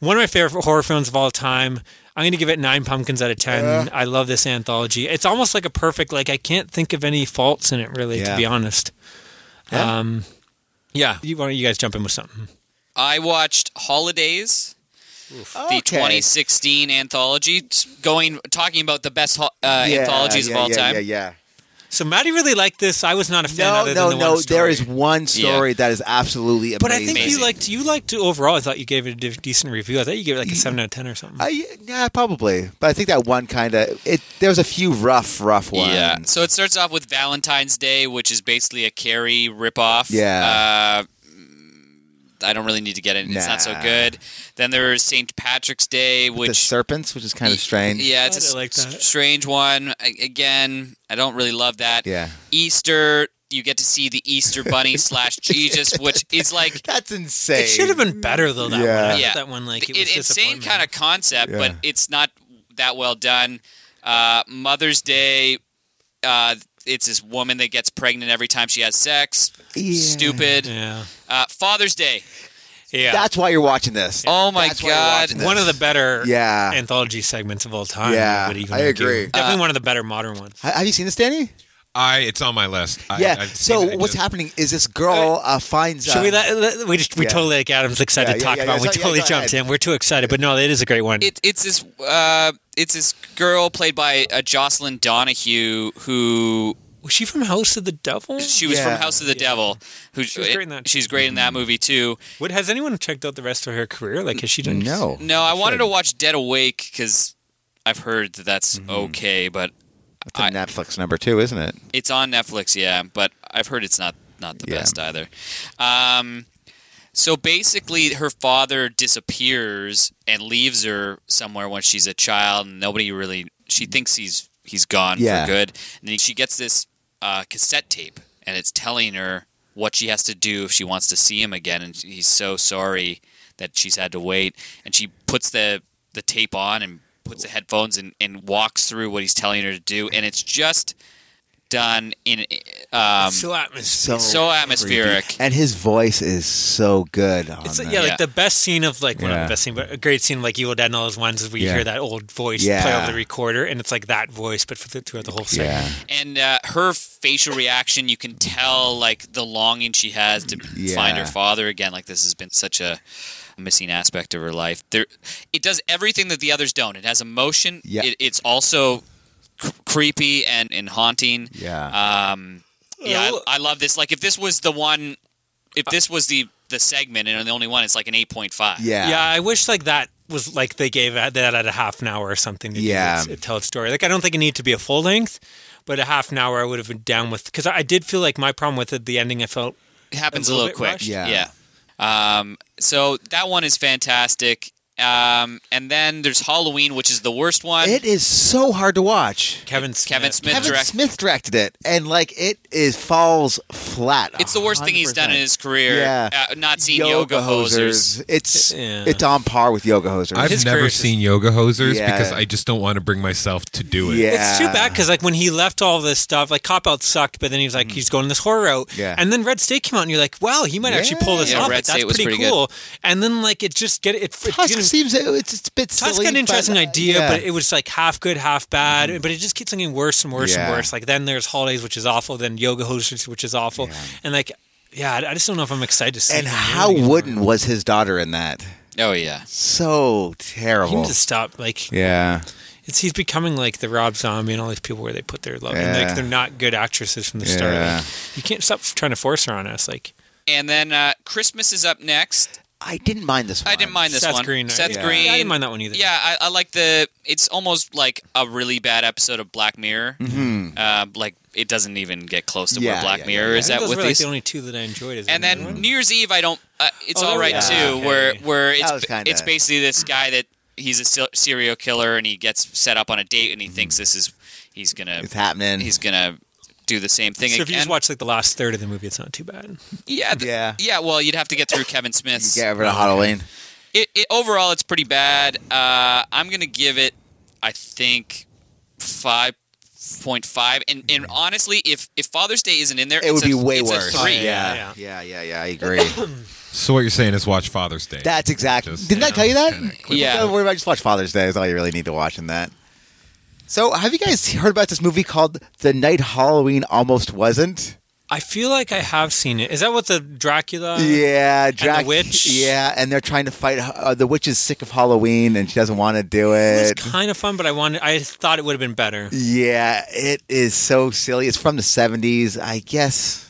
One of my favorite horror films of all time. I'm going to give it nine pumpkins out of ten. I love this anthology. It's almost like a perfect. Like, I can't think of any faults in it, really, to
Yeah.
be honest.
Yeah.
Um, yeah. You, why don't you guys jump in with something?
I watched Holidays, the
Okay.
2016 anthology, t- going talking about the best ho- uh,
Yeah,
anthologies
yeah,
of all
yeah,
time.
Yeah, yeah.
So Maddie really liked this. I was not a fan.
No,
other
no,
than the
no.
One story.
There is one story
Yeah.
that is absolutely amazing.
But I think you
Amazing.
liked you liked it overall. I thought you gave it a de- decent review. I thought you gave it like a seven out of ten or something.
I, yeah, probably. But I think that one kind of it. There's a few rough, rough ones.
Yeah. So it starts off with Valentine's Day, which is basically a Carrie ripoff.
Yeah.
Uh, I don't really need to get it. It's not so
Nah.
good. Then there's St. Patrick's Day,
the
which e-,
serpents, which is kind of strange.
Yeah, it's a
Kinda
s-
like that.
s- strange one. I, again, I don't really love that.
Yeah.
Easter, you get to see the Easter
<laughs>
Bunny slash Jesus, which is like
That's insane.
it should have been better though. That one. I
Yeah.
thought
Yeah.
That one like Mm. it
an
was
insane kind of concept, but
Yeah.
it's not that well done. Uh, Mother's Day, uh, it's this woman that gets pregnant every time she has sex.
Yeah.
Stupid.
Yeah.
Uh, Father's Day.
Yeah.
That's why you're watching this.
Oh my
That's why you're watching
God.
one of the better
Yeah.
anthology segments of all time.
Yeah,
would even
I
argue.
agree.
Definitely one of the better modern ones.
Ha- Have you seen this, Danny?
I it's on my list. I,
yeah.
I've seen
so
it, I
what's
just-
happening is this girl uh, finds.
Should
uh,
we let, let- we just we
yeah.
totally like Adam's excited
Yeah,
to
yeah,
talk
yeah,
about. it.
yeah,
we
so- yeah,
totally
go
jumped
ahead.
in. We're too excited, but no, it is a great one.
It, it's this. Uh, it's this girl played by uh, Jocelyn Donahue who
was she from House of the Devil?
She was
Yeah.
from House of the Devil. Who
She was great in that. Mm-hmm.
she's great in that movie too.
What has anyone checked out the rest of her career? Like, has she done?
No.
No, I wanted to watch Dead Awake because I've heard that that's
Mm-hmm.
okay, but
That's a Netflix number two, isn't it?
it's on Netflix. Yeah, but I've heard it's not not the
Yeah.
best either. Um, so basically, her father disappears and leaves her somewhere when she's a child, and nobody really. She thinks he's he's gone
Yeah.
for good, and then she gets this uh, cassette tape, and it's telling her what she has to do if she wants to see him again. And he's so sorry that she's had to wait, and she puts the the tape on and puts the headphones and, and walks through what he's telling her to do, and it's just done in um,
so atmosphere.
So,
so atmospheric.
creepy. and his voice is so good. On
It's
that.
like, yeah,
Yeah.
like the best scene of like one of
Yeah.
the best scene, but a great scene of, like Evil Dead and all those ones is we
Yeah.
hear that old voice
Yeah.
play over the recorder, and it's like that voice, but for the, throughout the whole segment.
yeah,
and uh, her facial reaction you can tell like the longing she has to
Yeah.
find her father again like this has been such a missing aspect of her life there it does everything that the others don't it has emotion
Yeah.
it, it's also cr- creepy and, and haunting
yeah.
um yeah I, I love this like if this was the one if this was the the segment and the only one it's like an 8.5
yeah,
Yeah, I wish like that was like they gave that that at a half an hour or something to do
Yeah.
its- tell its story. Like I don't think it needed to be a full length, but a half an hour I would have been down with because I, I did feel like my problem with it, the ending I felt
it happens
A
a
little
little,
bit
quick.
rushed.
Yeah.
Yeah. Um, so that one is fantastic. Um, and then there's Halloween, which is the worst one.
It is so hard to watch.
Kevin Smith,
Kevin Smith
Kevin
direct-
Smith directed it, and like it is falls flat.
it's the worst thing he's done in
100%.
his career.
Yeah.
Uh, not seeing yoga, hosers.
It's
Yeah.
it's on par with yoga hosers.
I've
His
never
career's just-
seen yoga hosers
Yeah.
because I just don't want to bring myself to do it.
yeah,
It's too bad because like when he left all this stuff, like Cop Out sucked, but then he was
Mm.
like, he's going this horror route.
Yeah.
And then Red State came out, and you're like, wow, he might actually pull this
Yeah,
off.
Red
but that's
State was
pretty,
pretty good.
cool. And then like it just get it. it
Tusk
didn't-
seems it's, it's a bit
Tusk
silly,
had an
but,
interesting
uh,
idea,
yeah. Mm-hmm.
but it was like half good, half bad. But it just keeps getting worse and worse
Yeah.
and worse. Like then there's holidays, which is awful. Then yoga hosters, which is awful. And like, yeah, I I just don't know if I'm excited to see.
and
him
how
doing it.
wooden was his daughter in that?
Oh yeah.
So
He
terrible.
needs to stop. Like
yeah,
it's he's becoming like the Rob Zombie and all these people where they put their love. And
Yeah.
like they're not good actresses from the start.
Yeah.
Like, you can't stop trying to force her on us. Like
And then uh, Christmas is up next.
I didn't mind this. one.
I didn't mind this
Seth
one.
Green, right?
Seth
Yeah.
Green.
Yeah, I didn't mind that one either.
Yeah, I, I like the. It's almost like a really bad episode of Black Mirror. Mm-hmm. Uh, like it doesn't even get close to
Yeah,
where Black
yeah,
Mirror
I
is
think
at
those
with
were like
these.
the only two that I enjoyed. Is
And
that the
then
one?
New Year's Eve, I don't. Uh, it's
Oh,
all
there we
right
go.
too,
Okay.
where where it's
That was kinda-
it's basically this guy that he's a se- serial killer and he gets set up on a date and he
Mm-hmm.
thinks this is he's gonna
It's happening.
he's gonna do the same thing
so
again.
if you just watch like the last third of the movie, it's not too bad.
yeah, th-
Yeah.
yeah. Well, you'd have to get through Kevin Smith's.
get over to Halloween.
It, it, overall, it's pretty bad. Uh, I'm gonna give it, I think, five point five. And and honestly, if if Father's Day isn't in there,
It
it's
would
a-
be way
it's a
worse.
three.
yeah, yeah, yeah, yeah. I
<laughs>
agree.
So what you're saying is watch Father's Day.
That's exactly.
Just,
Didn't
you
I
know,
tell you that?
kinda clip
Yeah.
Don't worry about it. just watch Father's Day. Is all you really need to watch in that. So, have you guys heard about this movie called The Night Halloween Almost Wasn't?
I feel like I have seen it. Is that what the Dracula?
yeah, Drac-
Uh, witch?
Yeah, and they're trying to fight. Uh, the witch is sick of Halloween and she doesn't want to do
It was
it.
kind of fun, but I wanted. I thought it would have been better.
yeah, it is so silly. It's from the seventies, I guess.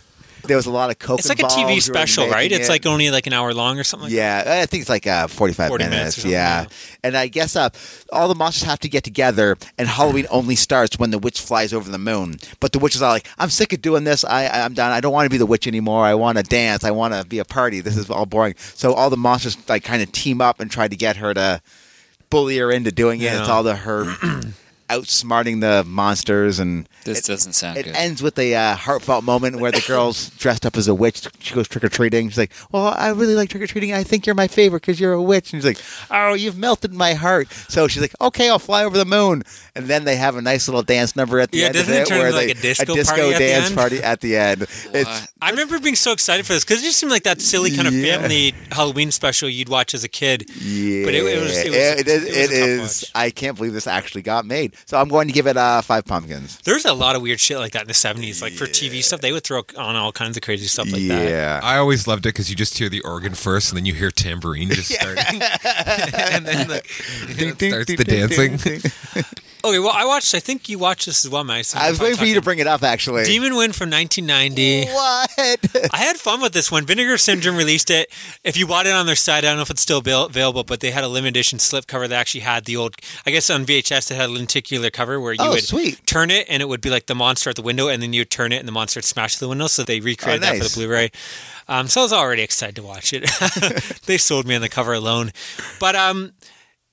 There was a lot of coke.
It's like a TV
involved during
special, right?
making
It's
it.
like only like an hour long or something. Like
Yeah, I think it's like uh, 45
40 minutes or
minutes.
something,
yeah.
yeah.
And I guess uh, all the monsters have to get together, and Halloween only starts when the witch flies over the moon. But the witch is all like, I'm sick of doing this. I, I'm done. I don't want to be the witch anymore. I want to dance. I want to be a party. This is all boring. So all the monsters like kind of team up and try to get her to bully her into doing it. It's
Yeah.
all the her
<clears throat>
outsmarting the monsters and
This doesn't sound
it
good.
ends with a uh, heartfelt moment where the
<laughs>
girl's dressed up as a witch. She goes trick or treating. She's like, "Well, I really like trick or treating. I think you're my favorite because you're a witch." And she's like, "Oh, you've melted my heart." So she's like, "Okay, I'll fly over the moon." And then they have a nice little dance number at the
Yeah,
end of
doesn't it turn
where
into, like,
they
a disco party at the
dance
end?
party at
<laughs>
the end. It's
What?
I remember being so excited for this because it just seemed like that silly kind of
Yeah.
family Halloween special you'd watch as a kid.
yeah,
But it, it was. It, was,
It-
it was
it
a tough
is.
watch.
I can't believe this actually got made. So I'm going to give it uh, five pumpkins.
There's a lot of weird shit like that in the '70s, like for TV stuff. They would throw on all kinds of crazy stuff like that.
yeah.
I always loved it because you just hear the organ first, and then you hear tambourine just starting, <laughs> and then
<laughs>
like, it starts the dancing.
Okay, well, I watched. I think you watched this as well, Max.
<laughs> I was waiting for you to bring it up, actually.
Demon Wind from 1990. <laughs>
What?
I had fun with this one. Vinegar Syndrome released it. If you bought it on their site, I don't know if it's still avail- available, but they had a limited edition slip cover that actually had the old. I guess on VHS they had a lenticular cover where you
Oh,
would
sweet.
turn it and it would be like the monster at the window, and then you would turn it and the monster would smash the window. So they recreated
Oh,
that for
nice.
the Blu-ray. Um, so I was already excited to watch it. <laughs> they sold me on the cover alone, but um.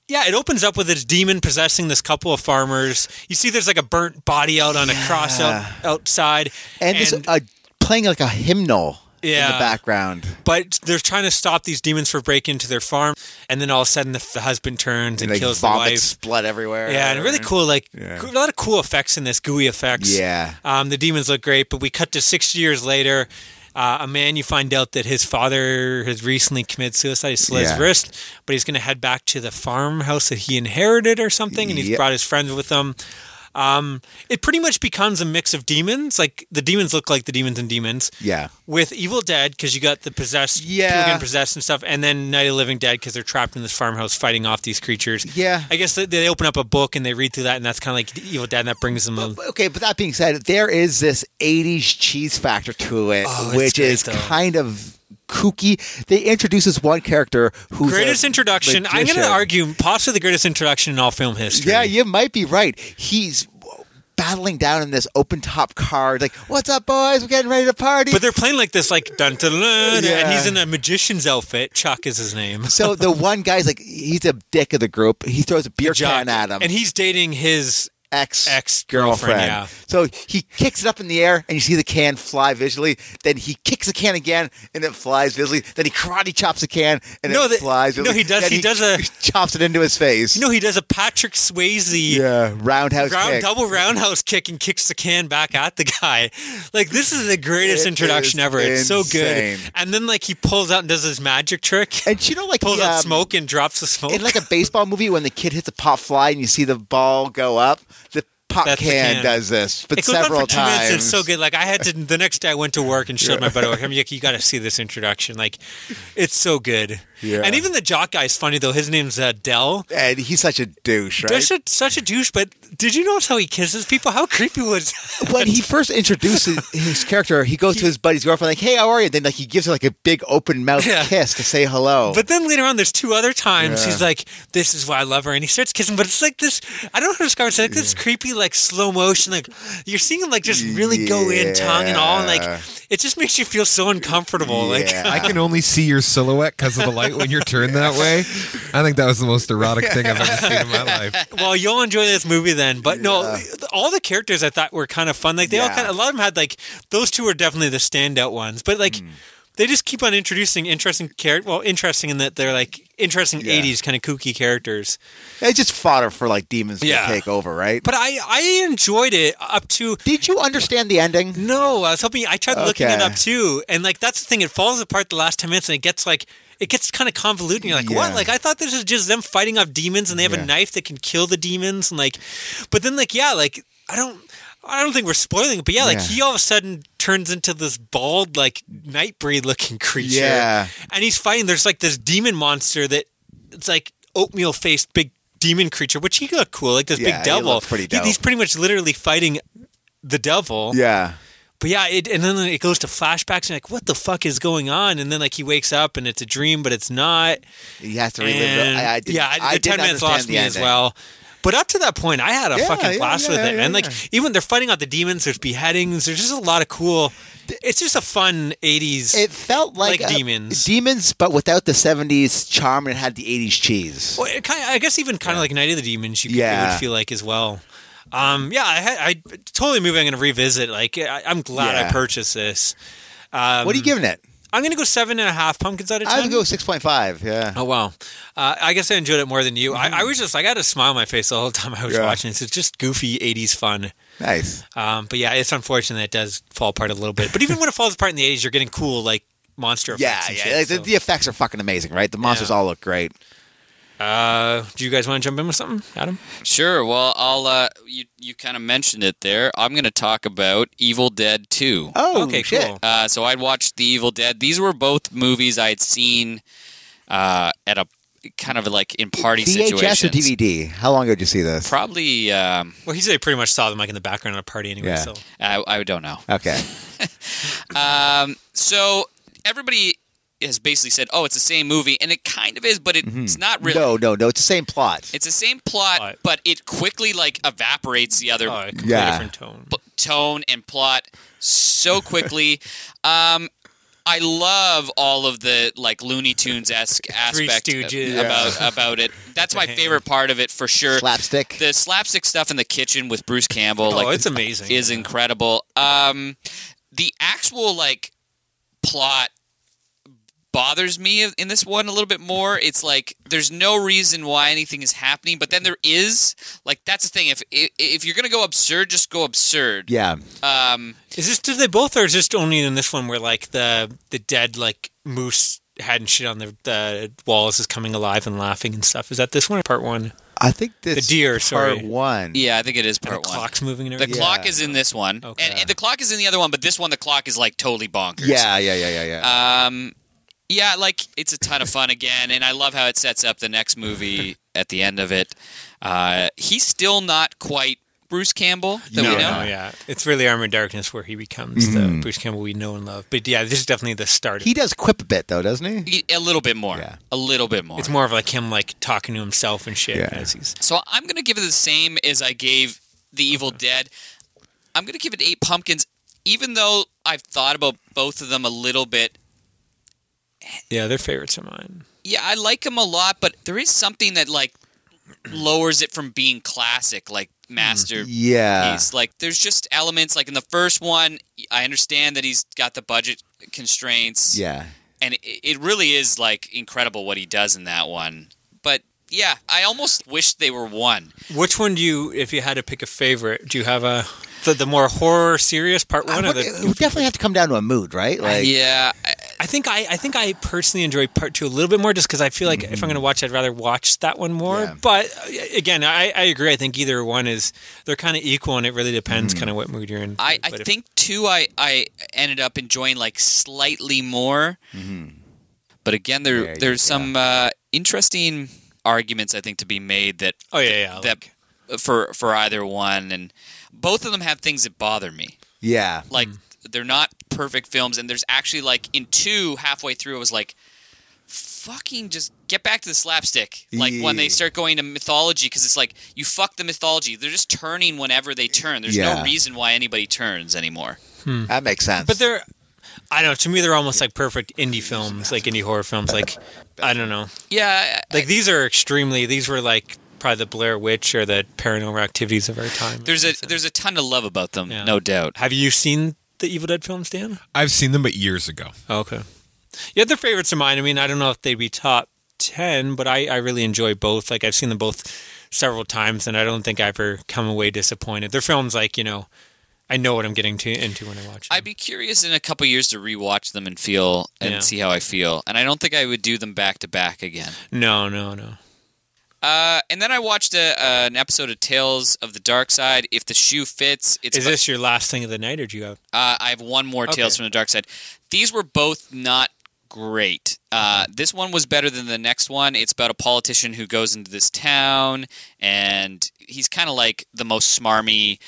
Yeah, it opens up with this demon possessing this couple of farmers. You see, there's like a burnt body out on a cross out, outside,
and, this uh, playing like a hymnal. in
Yeah.
the background.
But they're trying to stop these demons from breaking into their farm, and then all of a sudden the, the husband turns and,
And, like
kills the
vomit,
wife.
blood everywhere.
Yeah, and really cool, like
Yeah.
coo- a lot of cool effects in this, gooey effects.
Yeah.
Um, the demons look great, but we cut to six years later. Uh, a man, you find out that his father has recently committed suicide. He slit
Yeah.
his wrist, but he's going to head back to the farmhouse that he inherited or something, and he's
Yep.
brought his friends with him. Um, it pretty much becomes a mix of demons. Like the demons look like the demons and demons
Yeah.
with Evil Dead because you got the possessed,
Yeah.
people getting possessed and stuff, and then Night of the Living Dead because they're trapped in this farmhouse fighting off these creatures.
Yeah.
I guess they, they open up a book and they read through that, and that's kind of like the Evil Dead, and that brings them. a-
But- Uh, Okay, but that being said, there is this 80s cheese factor to it,
Oh, it's
which
great,
is
though.
kind of kooky. They introduce this one character who's a
Greatest introduction. I'm going
magician.
to argue possibly the greatest introduction in all film history.
Yeah, you might be right. He's battling down in this open top car, like, "What's up, boys? We're getting ready to party."
But they're playing like this, like dun dun dun,
Yeah.
and he's in a magician's outfit. Chuck is his name.
so the one guy's like, he's a dick of the group. He throws a beer
Jock.
can at him.
and he's dating his
ex
ex-girlfriend, yeah.
So he kicks it up in the air, and you see the can fly visually. Then he kicks the can again, and it flies visually. Then he karate chops the can, and
No,
it
the-
flies.
no,
Visually.
he does-
Then
he does a-
<laughs> chops it into his face.
You know, he does a Patrick Swayze
yeah, roundhouse
round,
kick.
double roundhouse kick and kicks the can back at the guy. <laughs> Like this is the greatest
It
introduction
is
ever. It's
insane.
so good. And then like he pulls out and does his magic trick, <laughs>
And you know, like
pulls
the,
out
um,
smoke and drops the smoke.
in like a baseball movie when the kid hits a pop fly and you see the ball go up. The pop
That's the
can,
can.
does this, but
<laughs> it goes
several
on for two
times.
minutes. and It's so good. Like I had to the next day I went to work and showed my buddy. I'm like, you got to see this introduction. Like it's so good.
Yeah.
And even the jock guy is funny though. His name's uh, Dell.
And he's such a douche, right?
Such a, such a douche, but did you notice how he kisses people? How creepy was that? <laughs>
when he first introduces his character, he goes to his buddy's girlfriend like, "Hey, how are you?" Then like he gives her like a big open mouth
Yeah.
kiss to say hello.
But then later on, there's two other times he's like, "This is why I love her," and he starts kissing. But it's like this. I don't know how to describe it. It's like this creepy, like slow motion. Like you're seeing him like just really go in, tongue and all. And,
Yeah.
like it just makes you feel so uncomfortable. Like
I can only see your silhouette because of the light when you're turned that way. I think that was the most erotic thing I've ever seen in my life.
well, you'll enjoy this movie then. But no, all the characters I thought were kind of fun. Like they all
Yeah.
kind of a lot of them had like those two were definitely the standout ones. But like.
Hmm.
They just keep on introducing interesting character. Well, interesting in that they're like interesting
Yeah.
'80s kind of kooky characters.
it's just fodder for like demons
Yeah.
to take over, right?
But I I enjoyed it up to
did you understand the ending?
No, I was hoping. I tried looking it
Okay.
up too, and like that's the thing. It falls apart the last ten minutes, and it gets like it gets kind of convoluted. And you're like, what?
Yeah.
Like I thought this is just them fighting off demons, and they have
Yeah.
a knife that can kill the demons, and like, but then like yeah, like I don't. I don't think we're spoiling it, but yeah, like
Yeah.
he all of a sudden turns into this bald, like nightbreed looking creature.
Yeah.
And he's fighting, there's like this demon monster that it's like oatmeal faced big demon creature, which he looked cool, like this
Yeah,
big
he
devil.
looked pretty dope.
he's pretty much literally fighting the devil.
Yeah.
But yeah, it, and then it goes to flashbacks and you're like, what the fuck is going on? And then like he wakes up and it's a dream, but it's not.
You have to relive.
And,
the, I, I didn't,
yeah, the
I
ten
didn't
minutes
understand
lost
the
me
ending.
as well. But up to that point, I had a
Yeah,
fucking
yeah,
blast with
yeah,
it,
yeah,
man.
yeah.
Like even they're fighting out the demons. There's beheadings. There's just a lot of cool. It's just a fun '80s.
It felt like,
Like
uh,
demons.
demons, but without the '70s charm and it had the '80s cheese.
Well, it kind of, I guess even kind of like Night of the Demons, you could, it
Yeah.
would feel like as well. Um, yeah, I, had, I totally movie I'm going to revisit. Like, I, I'm glad I
Yeah.
purchased this. Um,
what are you giving it?
I'm going to go seven and a half pumpkins out of ten.
I would go six point five. Yeah.
Oh wow! Uh, I guess I enjoyed it more than you. I, I was just like I had a smile on my face the whole time I was
Mm-hmm. Yeah.
watching this. It's just goofy '80s fun.
Nice.
Um, but yeah, it's unfortunate that it does fall apart a little bit. But even when it <laughs> falls apart in the '80s, you're getting cool like monster
Yeah,
effects. and
yeah.
shit,
like,
so.
the, the effects are fucking amazing, right? The monsters all look great.
uh, do you guys want to jump in with something, Adam?
Sure. Well, I'll uh, you you kind of mentioned it there. I'm going to talk about Evil Dead Two.
Oh,
okay,
shit.
cool.
Uh, so I'd watched The Evil Dead. These were both movies I had seen uh, at a kind of like in party
VHS or
situations.
DVD? How long ago did you see this?
Probably. Um,
Well, he's like, pretty much saw them like in the background at a party anyway.
Yeah.
So
I, I don't know.
okay.
Um, so everybody has basically said, "Oh, it's the same movie," and it kind of is, but it, it's not really.
Mm-hmm. No, no, no. It's the same plot.
It's the same plot,
Right.
but it quickly like evaporates the other
oh, a completely
Yeah.
different tone.
p- tone and plot so
<laughs>
quickly. um, I love all of the like Looney Tunes
<laughs>
esque aspect
Stooges.
about <laughs> about it. That's my favorite part of it for sure.
Slapstick.
The slapstick stuff in the kitchen with Bruce Campbell,
oh,
like
it's amazing.
is incredible. Um, the actual like plot bothers me in this one a little bit more. It's like there's no reason why anything is happening, but then there is. Like that's the thing. If if, if you're gonna go absurd, just go absurd.
Yeah.
Um.
Is this did they both or is just only in this one where like the the dead like moose head and shit on the, the walls is coming alive and laughing and stuff? Is that this one or part one?
I think this
The deer,
part
sorry.
one.
Yeah, I think it is
And the
part one.
clock's moving and
The
everything.
clock is in this one,
Okay.
and, and the clock is in the other one, but this one the clock is like totally bonkers.
Yeah, yeah, yeah, yeah, yeah.
Um, yeah, like it's a ton of fun again, and I love how it sets up the
<laughs>
next movie at the end of it. Uh, he's still not quite Bruce Campbell that we know.
Oh yeah, it's really Armored Darkness where he becomes the Bruce Campbell we know and love. But yeah, this is definitely the start. of-
he does quip a bit though, doesn't he?
Y- A little bit more.
Yeah.
A little bit more.
it's more of like him like talking to himself and shit
Yeah.
as he's
So I'm going to give it the same as I gave The Evil Dead. I'm going to give it eight pumpkins, even though I've thought about both of them a little bit.
yeah, they're favorites of mine.
Yeah, I like them a lot, but there is something that like lowers it from being classic, like master
Hmm. Yeah.
piece. Like there's just elements like in the first one, I understand that he's got the budget constraints.
Yeah.
And it, it really is like incredible what he does in that one. But yeah, I almost wish they were one.
Which one do you, if you had to pick a favorite, do you have a the, the more horror serious part
I
one? or
would-
the,
it would definitely have to come down to a mood, right? Like
Uh, yeah, I-
I think I, I think I personally enjoy part two a little bit more, just because I feel like if I'm going to watch, I'd rather watch that one more.
Yeah.
But uh, again, I, I agree. I think either one is they're kind of equal, and it really depends kind of what mood you're in.
I, I
But if-
think two I, I ended up enjoying like slightly more. But again, there
Mm-hmm. Yeah,
there's
yeah.
some uh, interesting arguments I think to be made that
oh yeah, yeah, like-
that for for either one, and both of them have things that bother me.
yeah.
Like they're not perfect films, and there's actually like in two halfway through, it was like. Fucking just get back to the slapstick. Like when they
Yeah.
start going to mythology, because it's like you fuck the mythology. They're just turning whenever they turn. There's
Yeah.
no reason why anybody turns anymore.
Hmm.
That makes sense.
but they're. I don't know. To me, they're almost like perfect indie films, like indie horror films. Like, I don't know.
Yeah, I-
Like these are extremely. These were like probably the Blair Witch or the Paranormal Activities of our time.
there's a there's a ton to love about them,
Yeah.
no doubt.
Have you seen the Evil Dead films, Dan?
I've seen them, but years ago.
Oh, okay. Yeah, they're favorites of mine. I mean, I don't know if they'd be top ten, but I, I really enjoy both. Like I've seen them both several times, and I don't think I've ever come away disappointed. They're films like you know, I know what I'm getting to into when I watch. Them.
I'd be curious in a couple years to rewatch them and feel and
Yeah.
see how I feel. And I don't think I would do them back to back again.
no, no, no.
Uh, and then I watched a, uh, an episode of Tales of the Dark Side. If the shoe fits, it's.
Is this your last thing of the night, or do you have?
Uh, I have one more Tales from the Dark Side. These were both not great. Uh, this one was better than the next one. It's about a politician who goes into this town, and he's kind of like the most smarmy.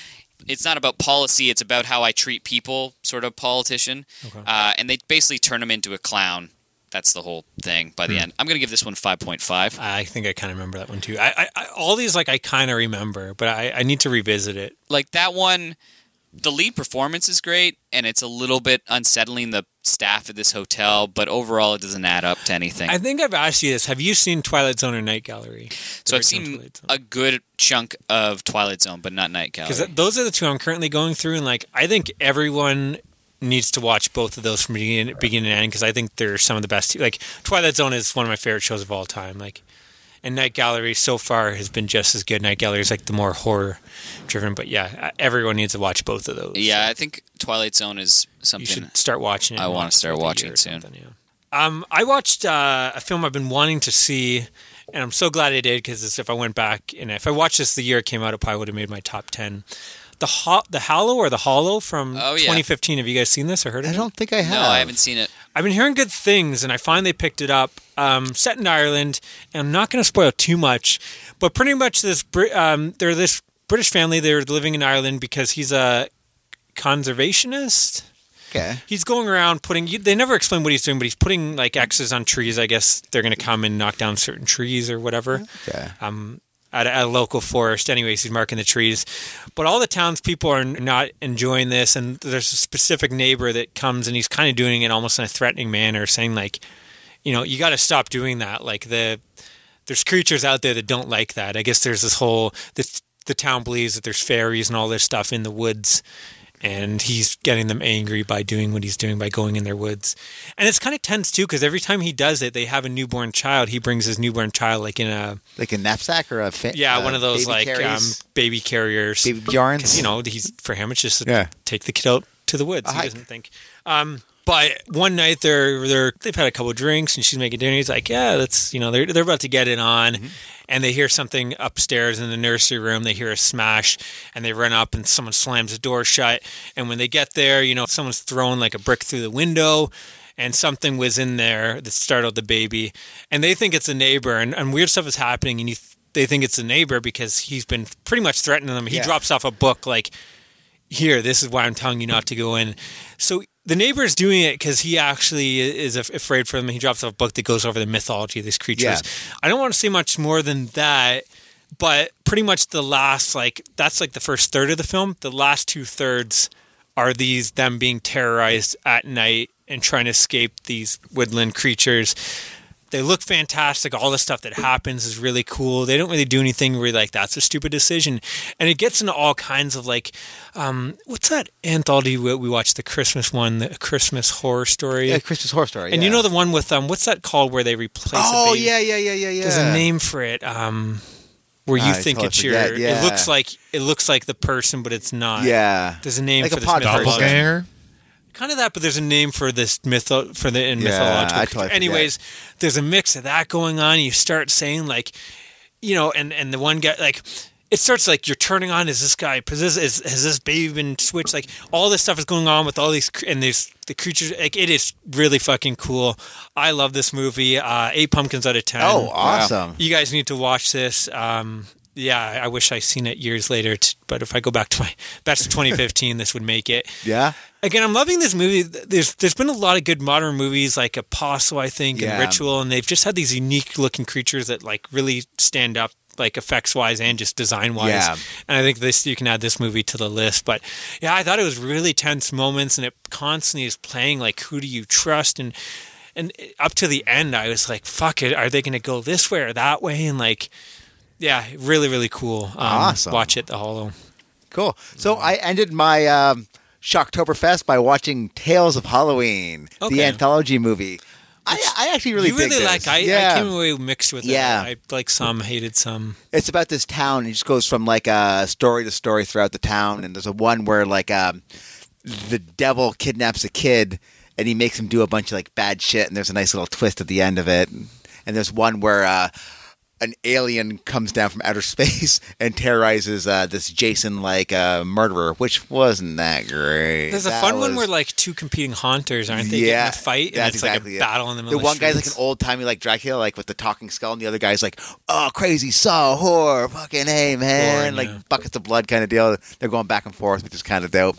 It's not about policy; it's about how I treat people, sort of politician. Uh, and they basically turn him into a clown. That's the whole thing. By the end, I'm going to give this one five point five.
I think I kind of remember that one too. I, I, I all these like I kind of remember, but I, I need to revisit it.
like that one the lead performance is great and it's a little bit unsettling the staff at this hotel but overall it doesn't add up to anything
I think I've asked you this. Have you seen Twilight Zone or Night Gallery? The
so i've
original
seen
Twilight Zone.
a good chunk of twilight zone but not night gallery
because those are the two I'm currently going through, and like I think everyone needs to watch both of those from beginning, beginning and end because I think they're some of the best. Like Twilight Zone is one of my favorite shows of all time. Like, and Night Gallery so far has been just as good. Night Gallery is like the more horror driven, but yeah, everyone needs to watch both of those.
yeah i think twilight zone is
you
something
should start watching it.
I
and
wanna
watch
start
through the
watching
year
it
or
soon.
something, yeah. Um, I watched uh, a film I've been wanting to see, and I'm so glad I did because if I went back and if I watched this the year it came out, it probably would have made my top ten. The Ho- the Hollow or the Hollow from
Oh, yeah.
2015. Have you guys seen this or heard of
I
it?
don't think I have.
no i haven't seen it
I've been hearing good things, and I finally picked it up. Um, set in Ireland, and I'm not going to spoil too much, but pretty much this Brit- um, they're this British family. They're living in Ireland because he's a conservationist
Okay.
he's going around putting you, they never explain what he's doing but he's putting like axes on trees i guess they're going to come and knock down certain trees or whatever
Okay.
um, at, a, at a local forest anyways he's marking the trees but all the townspeople are not enjoying this and there's a specific neighbor that comes and he's kind of doing it almost in a threatening manner saying like you know you got to stop doing that like the there's creatures out there that don't like that i guess there's this whole the, the town believes that there's fairies and all this stuff in the woods and he's getting them angry by doing what he's doing by going in their woods. And it's kind of tense too because every time he does it, they have a newborn child. He brings his newborn child like in a
like a knapsack or a fa-
yeah
uh,
one of those
baby
like um,
carries,
baby carriers
baby yarns.
you know, he's for him. It's just
Yeah.
take the kid out to the woods.
A
he
hike.
doesn't think. Um, but one night they're they're they've had a couple of drinks and she's making dinner. He's like, yeah, that's you know they're they're about to get it on,
Mm-hmm.
and they hear something upstairs in the nursery room. They hear a smash, and they run up and someone slams the door shut. And when they get there, you know someone's thrown like a brick through the window. And something was in there that startled the baby, and they think it's a neighbor, and, and weird stuff is happening, and you th- they think it's a neighbor because he's been pretty much threatening them. He
Yeah.
drops off a book like here this is why i'm telling you not to go in so the neighbor is doing it because he actually is af- afraid for them he drops off a book that goes over the mythology of these creatures
Yeah.
i don't want to say much more than that but pretty much the last like that's like the first third of the film the last two thirds are these them being terrorized at night and trying to escape these woodland creatures they look fantastic. All the stuff that happens is really cool. They don't really do anything where you're like that's a stupid decision, and it gets into all kinds of like, um, what's that anthology we, we watched the Christmas one, the Christmas horror story,
yeah, Christmas horror story.
and you
yeah.
know the one with um, what's that called where they replace? a
oh
baby?
yeah, yeah, yeah, yeah, yeah.
There's a name for it. Um, where you
I
think
totally
it's your,
forget, yeah.
it looks like it looks like the person, but it's not.
Yeah,
There's a name
Like
for
a
this
pod
mythology.
person.
Doppelganger?
Kind of that, but there's a name for this myth for the in
Yeah,
mythological.
I
creature.
totally forget.
Anyways, there's a mix of that going on. You start saying like, you know, and and the one guy like. It starts like you're turning on. Is this guy possessed? Is, has this baby been switched? Like all this stuff is going on with all these cr- and there's the creatures. Like it is really fucking cool. I love this movie. Uh, Eight pumpkins out of ten.
Oh, awesome.
You guys need to watch this. Um, yeah, I- I wish I seen it years later, t- but if I go back to my best of 2015, this would make it.
Yeah,
Again, I'm loving this movie. There's there's been a lot of good modern movies like Apostle, I think,
Yeah.
and Ritual, and they've just had these unique looking creatures that like really stand up, like effects wise and just design wise.
Yeah.
And I think this you can add this movie to the list. But yeah, I thought it was really tense moments, and it constantly is playing like who do you trust and and up to the end, I was like, fuck it, are they going to go this way or that way? And like. Yeah, really, really cool. Um,
Awesome.
Watch it, The Hollow.
cool. So I ended my um, Shocktoberfest by watching Tales of Halloween,
Okay.
the anthology movie. I, I actually really
you
dig
really like.
this.
I,
yeah.
I came away mixed with it.
Yeah.
I like some, hated some.
It's about this town. and It just goes from like uh, story to story throughout the town. And there's a one where like um, the devil kidnaps a kid and he makes him do a bunch of like bad shit. And there's a nice little twist at the end of it. And there's one where uh, an alien comes down from outer <laughs> space and terrorizes uh, this Jason like uh, murderer, which wasn't that great.
There's a
That
fun one
was-
where like two competing haunters aren't they
yeah,
getting in a fight and
that's
it's
exactly
like a
it.
battle in the middle.
The one
of
guy's like an
streets.
old timey like Dracula, like with the talking skull, and the other guy's like, oh, crazy saw horror, fucking hey man,
Horror,
like
yeah.
buckets of blood kind of deal. They're going back and forth, which is kind of dope.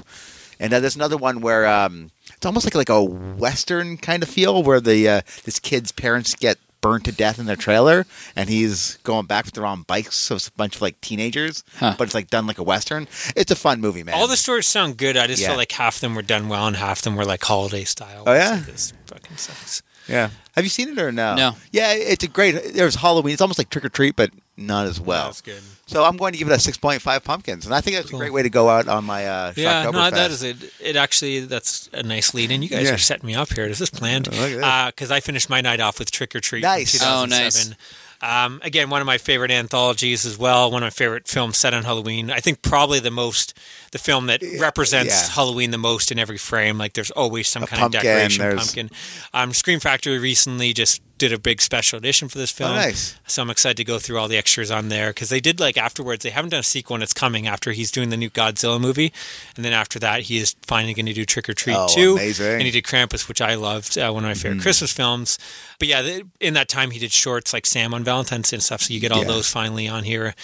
And uh, there's another one where um, it's almost like like a western kind of feel, where the uh, this kid's parents get burned to death in their trailer, and he's going back, but they're on bikes, so it's a bunch of like teenagers, but it's like done like a western. It's a fun movie, man.
All the stories sound good. I just
Yeah.
felt like half of them were done well and half of them were like holiday style.
Oh,
It's
yeah?
like, this fucking sucks.
Yeah. Have you seen it or no?
No.
Yeah, it's a great. There's Halloween. It's almost like trick or treat, but not as well.
That's good.
So I'm going to give it a 6.5 pumpkins, and I think that's
Cool.
a great way to go out on my uh,
Yeah, no,
Shocktoberfest.
that is it. It actually, that's a nice lead in. You guys
Yeah. Oh,
are setting me up here. Is this planned?
Look at this.
Because I finished my night off with Trick or Treat. from
Nice.
Oh, nice.
2007. Um, again, one of my favorite anthologies as well. One of my favorite films set on Halloween. I think probably the most, the film that represents
yeah.
Halloween the most in every frame. Like there's always some kind
pumpkin,
of decoration
there's-
pumpkin. Um, Scream Factory recently just did a big special edition for this film.
Oh, nice.
So I'm excited to go through all the extras on there because they did like afterwards. They haven't done a sequel, and it's coming after he's doing the new Godzilla movie, and then after that he is finally going to do Trick or Treat
Oh,
two.
amazing. Mm-hmm.
And he did Krampus, which I loved, uh, one of my favorite Christmas films. But yeah, th- in that time he did shorts like Sam on Valentine's Day and stuff. So you get all
Yeah.
those finally on here,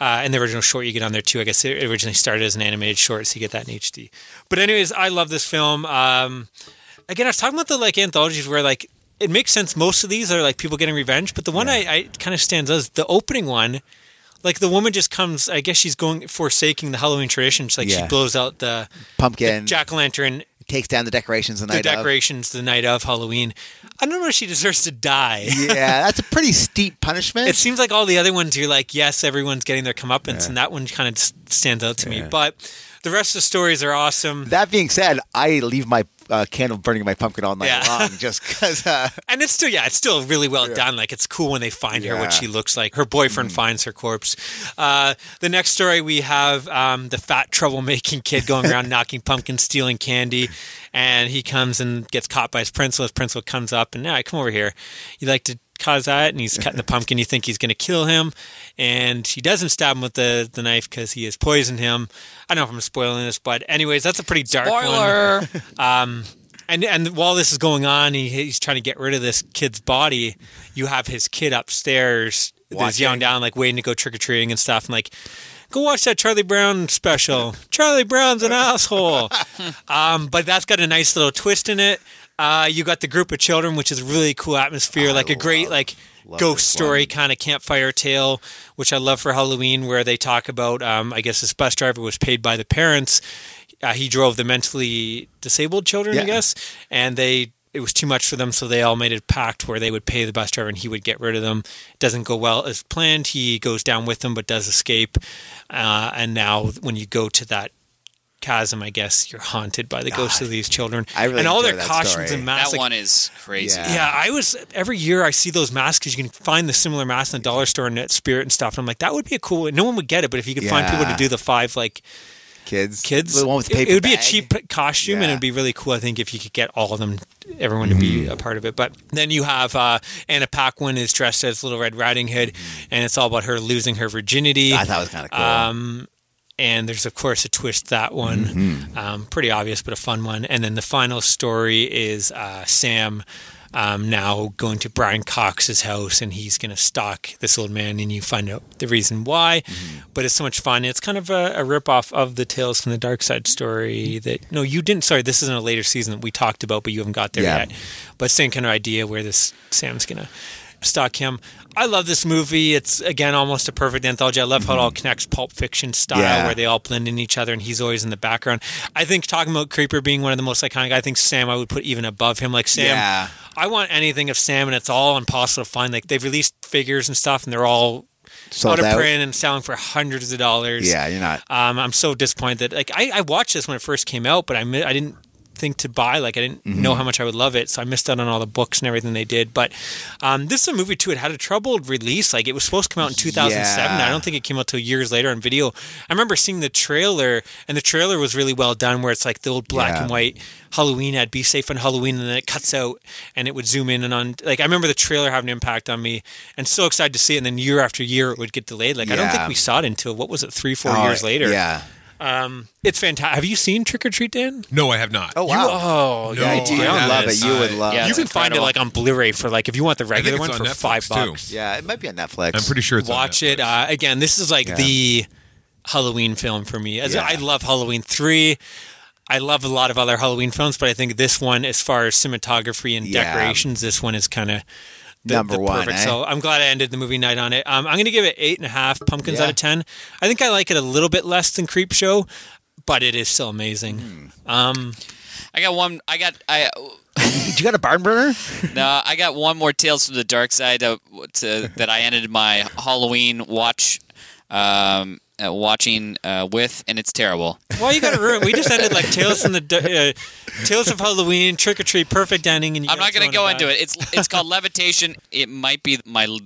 uh, and the original short you get on there too. I guess it originally started as an animated short, so you get that in HD. But anyways, I love this film. Um, again, I was talking about the like anthologies where like it makes sense. Most of these are like people getting revenge, but the one I, I kind of stands out is the opening one. Like the woman just comes. I guess she's going forsaking the Halloween tradition. She's like
Yeah.
she blows out the
pumpkin.
jack o' lantern
takes down the decorations the
the
night of.
decorations the night of Halloween. I don't know if she deserves to die.
<laughs> yeah, that's a pretty steep punishment.
It seems like all the other ones, you're like, yes, everyone's getting their comeuppance, and that one kind of s- stands out to me. But the rest of the stories are awesome,
that being said, I leave my uh, candle burning in my pumpkin all night
Yeah.
long
<laughs>
just because. Uh,
and it's still, yeah, it's still really well done. Like it's cool when they find her, what
Yeah.
she looks like. Her boyfriend finds her corpse. Uh, the next story we have um, the fat troublemaking kid going around knocking pumpkins, stealing candy, and he comes and gets caught by his principal. His principal comes up and, yeah, come over here. You like to cause that and he's cutting the pumpkin you think he's going to kill him and he doesn't stab him with the, the knife because he has poisoned him i don't know if i'm spoiling this but anyways that's a pretty dark <laughs> one
Spoiler.
and and while this is going on he, he's trying to get rid of this kid's body you have his kid upstairs that's yelling down like waiting to go trick-or-treating and stuff and like go watch that charlie brown special charlie brown's an asshole um, but that's got a nice little twist in it uh, you got the group of children which is a really cool atmosphere like a great like ghost story kind of campfire tale which i love for halloween where they talk about um, i guess this bus driver was paid by the parents uh, he drove the mentally disabled children, I
Yeah.
guess, and they it was too much for them, so they all made a pact where they would pay the bus driver and he would get rid of them. It doesn't go well as planned. He goes down with them, but does escape. Uh, and now, when you go to that chasm, I guess you're haunted by the ghosts of these children
I really
and all
enjoy
their
that
costumes
story.
and
that
masks. like,
one is crazy.
Yeah.
yeah, I was every year I see those masks because you can find the similar masks in the dollar store and at Spirit and stuff. And I'm like, that would be a cool. No one would get it, but if you could find people to
Yeah.
do the five like
kids,
kids.
the one with the
It-
paper
it would be a
bag.
cheap costume, and
Yeah. Mm.
it'd be really cool. I think if you could get all of them, everyone to be a part of it. But then you have uh, Anna Paquin is dressed as Little Red Riding Hood, and it's all about her losing her virginity.
Mm-hmm. I thought it was kind of cool.
Um, and there's of course a twist that one, um, pretty obvious but a fun one. And then the final story is uh, Sam. Um, now going to Brian Cox's house, and he's going to stalk this old man, and you find out the reason why. But it's so much fun. It's kind of a, a rip off of the Tales from the Dark Side story that no, you didn't. Sorry, this isn't a later season that we talked about, but you haven't got there
Yeah.
yet. But same kind of idea where this Sam's going to stalk him. I love this movie. It's again almost a perfect anthology. I love how it all connects Pulp Fiction style,
Yeah.
where they all blend in each other, and he's always in the background. I think talking about Creeper being one of the most iconic. I think Sam, I would put even above him. Like Sam,
Yeah.
I want anything of Sam, and it's all impossible to find. Like they've released figures and stuff, and they're all
Sold
out of
out.
print and selling for hundreds of dollars.
yeah, you're not.
Um, I'm so disappointed that like I, I watched this when it first came out, but I mi- I didn't think to buy. Like I didn't
Mm-hmm.
know how much I would love it, so I missed out on all the books and everything they did. But um, this is a movie too. It had a troubled release. Like it was supposed to come out in 2007.
Yeah.
I don't think it came out till years later on video. I remember seeing the trailer, and the trailer was really well done, where it's like the old black
Yeah.
and white Halloween ad, "Be safe on Halloween," and then it cuts out, and it would zoom in and on. Like I remember the trailer having an impact on me, and so excited to see it. And then year after year, it would get delayed. Like I don't
Yeah.
think we saw it until what was it, three, four
Oh,
years later.
Yeah.
It's fantastic. Have you seen Trick or Treat, Dan?
No, I have not.
Oh wow.
Oh,
No,
I do.
I
You would
haven't.
love it. You would love.
Yeah,
you
it.
it's
can find it
incredible.
like on Blu-ray for like if you want the regular
it's
one
on
for
Netflix,
five
too.
bucks.
Yeah, it might be on Netflix.
I'm pretty sure it's on
Watch it
Netflix.
uh, again. This is like
Yeah.
the Halloween film for me. As
Yeah.
I love Halloween three. I love a lot of other Halloween films, but I think this one, as far as cinematography and
Yeah.
decorations, this one is kind of the,
Number
the
one,
perfect.
eh?
So I'm glad I ended the movie night on it. Um, I'm going to give it eight and a half pumpkins
Yeah.
out of ten. I think I like it a little bit less than Creep Show, but it is still amazing.
Mm-hmm.
Um,
I got one. I got. I
you got a barn burner?
no. I got one more Tales from the Dark Side uh, to, that I ended my Halloween watch, um, uh, watching uh, with, and it's terrible.
Well, you got to ruin. We just ended like Tales from the Dar- uh, Tales of Halloween, Trick or Treat, perfect ending. And you
I'm
gotta
not
throw
going to go
in a
into
bag.
it. It's it's called Levitation. It might be my l-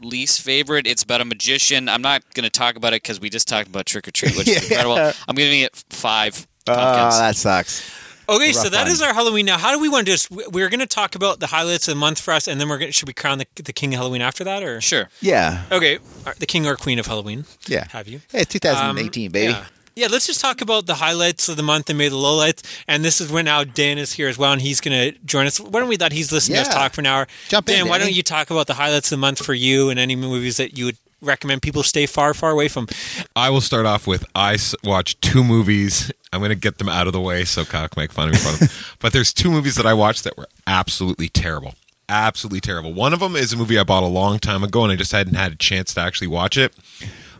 least favorite. It's about a magician. I'm not going to talk about it because we just talked about Trick or Treat, which
Yeah.
is incredible. I'm giving it five pumpkins.
Oh, that sucks.
Okay, so
Rough
that
one.
is our Halloween. Now, how do we want to just? We're going to talk about the highlights of the month for us, and then we're going. to Should we crown the, the king of Halloween after that, or
sure.
Yeah.
okay, all right, the king or queen of Halloween?
Yeah.
Have you?
Hey, it's
Um,
2018, baby.
Yeah. Yeah, let's just talk about the highlights of the month and maybe the lowlights. And this is when now Dan is here as well, and he's going to join us. Why don't we let he's listening to us
Yeah.
talk for an hour?
Jump in,
Dan, why
Danny.
don't you talk about the highlights of the month for you and any movies that you would recommend people stay far, far away from?
I will start off with I s- watched two movies. I'm going to get them out of the way so Kyle can make fun of me for them. but there's two movies that I watched that were absolutely terrible. Absolutely terrible. One of them is a movie I bought a long time ago and I just hadn't had a chance to actually watch it.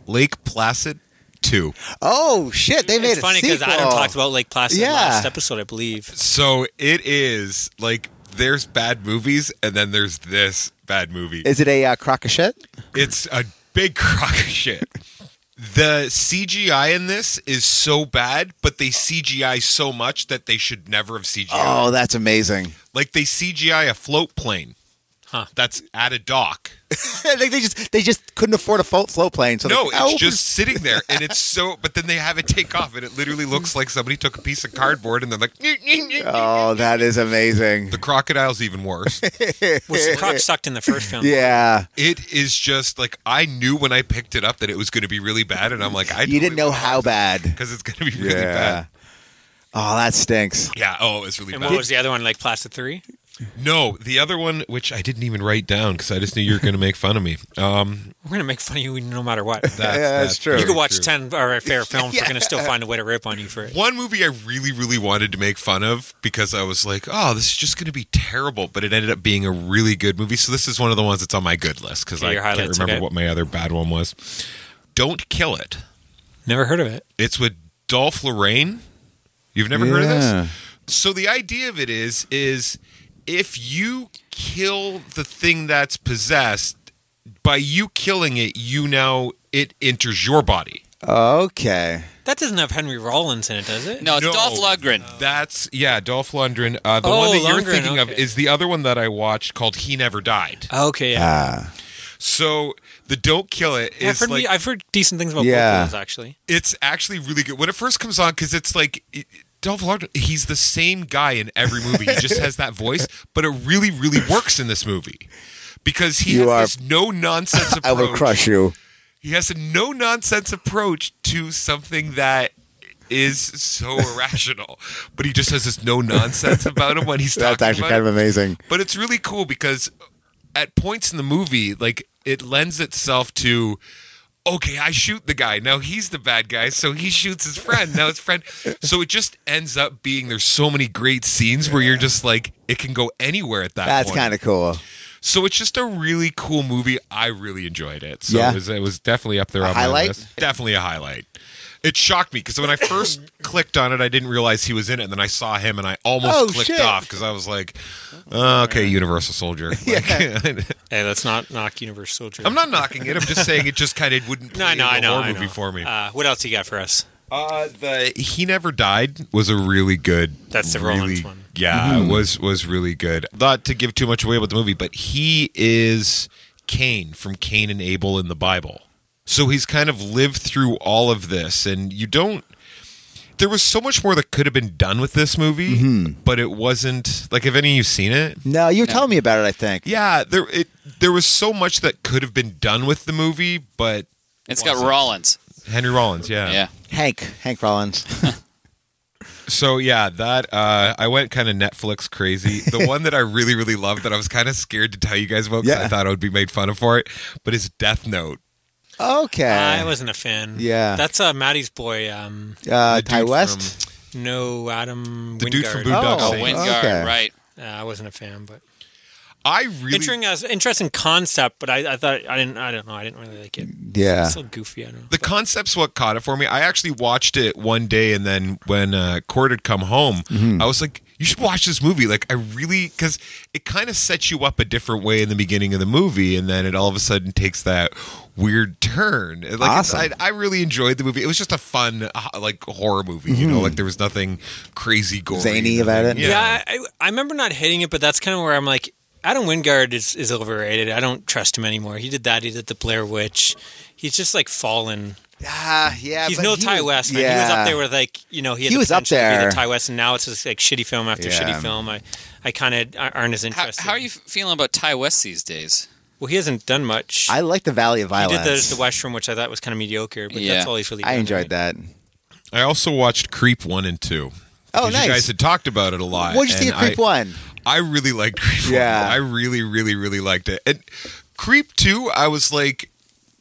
Lake Placid two.
Oh shit! They made
It's
a
funny
because
because Adam talked about Lake Placid
Yeah.
last episode, I believe.
So it is like there's bad movies, and then there's this bad movie.
Is it a uh, crocochette?
It's a big <laughs> crock of shit. The CGI in this is so bad, but they CGI so much that they should never have CGI.
Oh, that's amazing! <laughs>
Like they CGI a float plane.
Huh.
That's at a dock.
like they just they just couldn't afford a float, float plane. So
No,
like, oh,
it's just sitting there, and
<laughs>
it's so. But then they have it take off, and it literally looks like somebody took a piece of cardboard and they're like,
oh, that
<laughs>
is amazing.
the crocodile's even
<laughs>
worse.
Was the croc sucked in the first film?
Yeah,
It is just like I knew when I picked it up that it was going to be really bad, and I'm like, I
you didn't know how bad.
because it's going to be really
Yeah.
bad.
Oh, that stinks.
Yeah. Oh, it's really
And
bad.
what was the other one? Lake Placid three.
No, the other one, which I didn't even write down because I just knew you were going to make fun of me. Um,
<laughs>
We're gonna make fun of you no matter what.
that's, yeah,
that's true.
you
very
could watch ten of our
<laughs>
favorite films. We're gonna still find a way to rip on you for it.
One movie I really, really wanted to make fun of because I was like, "Oh, this is just going to be terrible," but it ended up being a really good movie. So this is one of the ones that's on my good list because
Okay,
I
your
can't
highlights,
remember
okay.
what my other bad one was. Don't kill it.
Never heard of it.
It's with Dolph Lorraine. You've never heard of
Yeah.
this? So the idea of it is is if you kill the thing that's possessed, by you killing it, you now it enters your body.
Okay.
That doesn't have Henry Rollins in it, does it?
No, it's
No.
Dolph Lundgren.
That's yeah, Dolph Lundgren. Uh, the
Oh,
one that
Lundgren,
you're thinking of
okay.
is the other one that I watched called He Never Died.
Okay,
Uh,
yeah.
So the Don't Kill It
I've
is
heard
like
me- I've heard decent things about
Yeah.
both of those actually.
it's actually really good when it first comes on because it's like it, Dolph Lundgren. He's the same guy in every movie. He just has that voice, but it really, really works in this movie because he
You
has this no nonsense approach.
<laughs> I will crush you.
He has a no nonsense approach to something that is so <laughs> irrational, but he just has this no nonsense about him when he's
That's
talking
actually
about
kind
it.
of amazing.
But it's really cool because at points in the movie, like it lends itself to okay, I shoot the guy. Now he's the bad guy, so he shoots his friend. Now his friend so it just ends up being there's so many great scenes where you're just like it can go anywhere at that
That's
point.
kind of cool.
so it's just a really cool movie. I really enjoyed it. So
Yeah.
it, was, it was definitely up there on
highlight?
my list. Definitely a highlight. It shocked me because when I
<laughs>
first clicked on it, I didn't realize he was in it, and then I saw him, and I almost
Oh,
clicked
shit.
off because I was like, "Uh, "Okay, Universal
<laughs>
Soldier." Like,
Hey, let's not knock Universal Soldier.
<laughs> I'm not knocking it. I'm just saying it just kind of wouldn't play
<laughs> No, I
in
know,
a
I know,
horror
I know.
movie for me.
Uh, what else you got for us?
Uh, the He Never Died was a really good.
That's the
really,
Rollins one.
Yeah, it was was really good. Not to give too much away about the movie, but he is Cain from Cain and Abel in the Bible. So he's kind of lived through all of this, and you don't. There was so much more that could have been done with this movie, but it wasn't. Like, have any of you seen it?
No, you were telling me about it. I think.
Yeah, there it there was so much that could have been done with the movie, but
It's got
Wasn't.
Rollins.
Henry Rollins,
Yeah.
Hank, Hank Rollins.
So yeah, that uh, I went kind of Netflix crazy. The one that I really, really loved that I was kind of scared to tell you guys about because
Yeah.
I thought I would be made fun of for it, but it's Death Note.
Okay.
I wasn't a fan.
Yeah.
that's uh, Maddie's boy. Um,
uh,
The dude
Ty West.
from-
no, Adam.
The dude from
Wingard.
Boondock
Oh,
Oh,
Saints.
Wingard,
Okay.
right.
Uh, I wasn't a fan, but
I really
interesting, uh, interesting concept. But I, I thought I didn't. I don't know. I didn't really like it.
yeah.
It's so goofy. I don't know.
the concept's what caught it for me. I actually watched it one day, and then when uh, Court had come home,
Mm-hmm.
I was like, "You should watch this movie." Like, I really because it kind of sets you up a different way in the beginning of the movie, and then it all of a sudden takes that weird turn. Like, it's-
Awesome.
I, I really enjoyed the movie. It was just a fun uh, like horror movie, you know. Like there was nothing crazy gory,
Mm-hmm. Zany about it?
Yeah.
Yeah, I, I remember not hating it, but that's kind of where I'm like, Adam Wingard is, is overrated. I don't trust him anymore. He did that. He did the Blair Witch. He's just like fallen.
Ah, yeah.
He's
but
no
he
Ty
was-
West. Man. He was up there with like you know he, had
He
the
was up
potential to be
there.
the Ty West, and now it's just like shitty film after
Yeah.
shitty film. I, I kind of aren't as
How,
interested.
how are you f- feeling about Ty West these days?
Well, he hasn't done much.
I like the Valley of
he
Violence.
did the, the West Room, which I thought was kind of mediocre, but
Yeah.
that's all he's really.
I
done,
enjoyed
right?
that.
I also watched Creep one and two.
Oh,
'Cause
nice.
You guys had talked about it a lot.
What'd you think
and
of Creep
I-
One?
I really liked Creep.
Yeah.
Yeah, I really, really, really liked it. And Creep Two, I was like,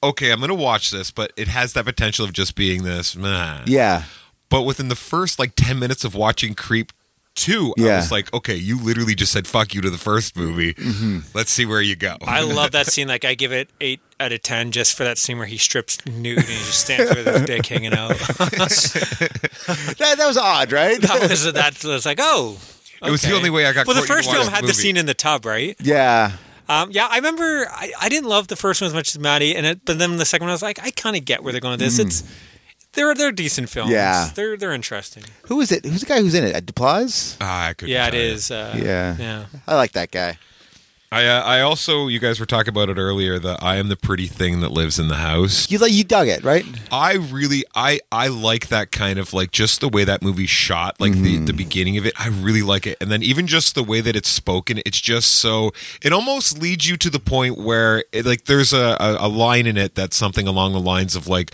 okay, I'm gonna watch this, but it has that potential of just being this. Meh.
Yeah.
But within the first like ten minutes of watching Creep two, I
Yeah.
was like, okay, you literally just said fuck you to the first movie.
Mm-hmm.
Let's see where you go. <laughs>
I love that scene. Like I give it eight out of ten just for that scene where he strips nude and he just stands with his dick
<laughs>
hanging out. <laughs>
That, that was odd, right?
that was that was like oh.
It was the
okay.
only way I got.
Well,
Courtney
the
to
first
watch
film
that
had the
movie.
scene in the tub, right?
<laughs> yeah.
Um, yeah, I remember. I, I didn't love the first one as much as Maddie, and it, but then the second one, I was like, I kind of get where they're going with this.
Hmm.
It's they're they're decent films.
Yeah.
they're they're interesting.
Who is it? Who's the guy who's in it? Uh, Duplass?
Ah, I could.
yeah, it is. Uh,
Yeah.
yeah.
I like that guy.
I uh, I also you guys were talking about it earlier. The I am the pretty thing that lives in the house.
You like you dug it, right?
I really I I like that kind of like just the way that movie shot, like the
Mm-hmm.
the beginning of it. I really like it, and then even just the way that it's spoken, it's just so it almost leads you to the point where it, like there's a, a a line in it that's something along the lines of like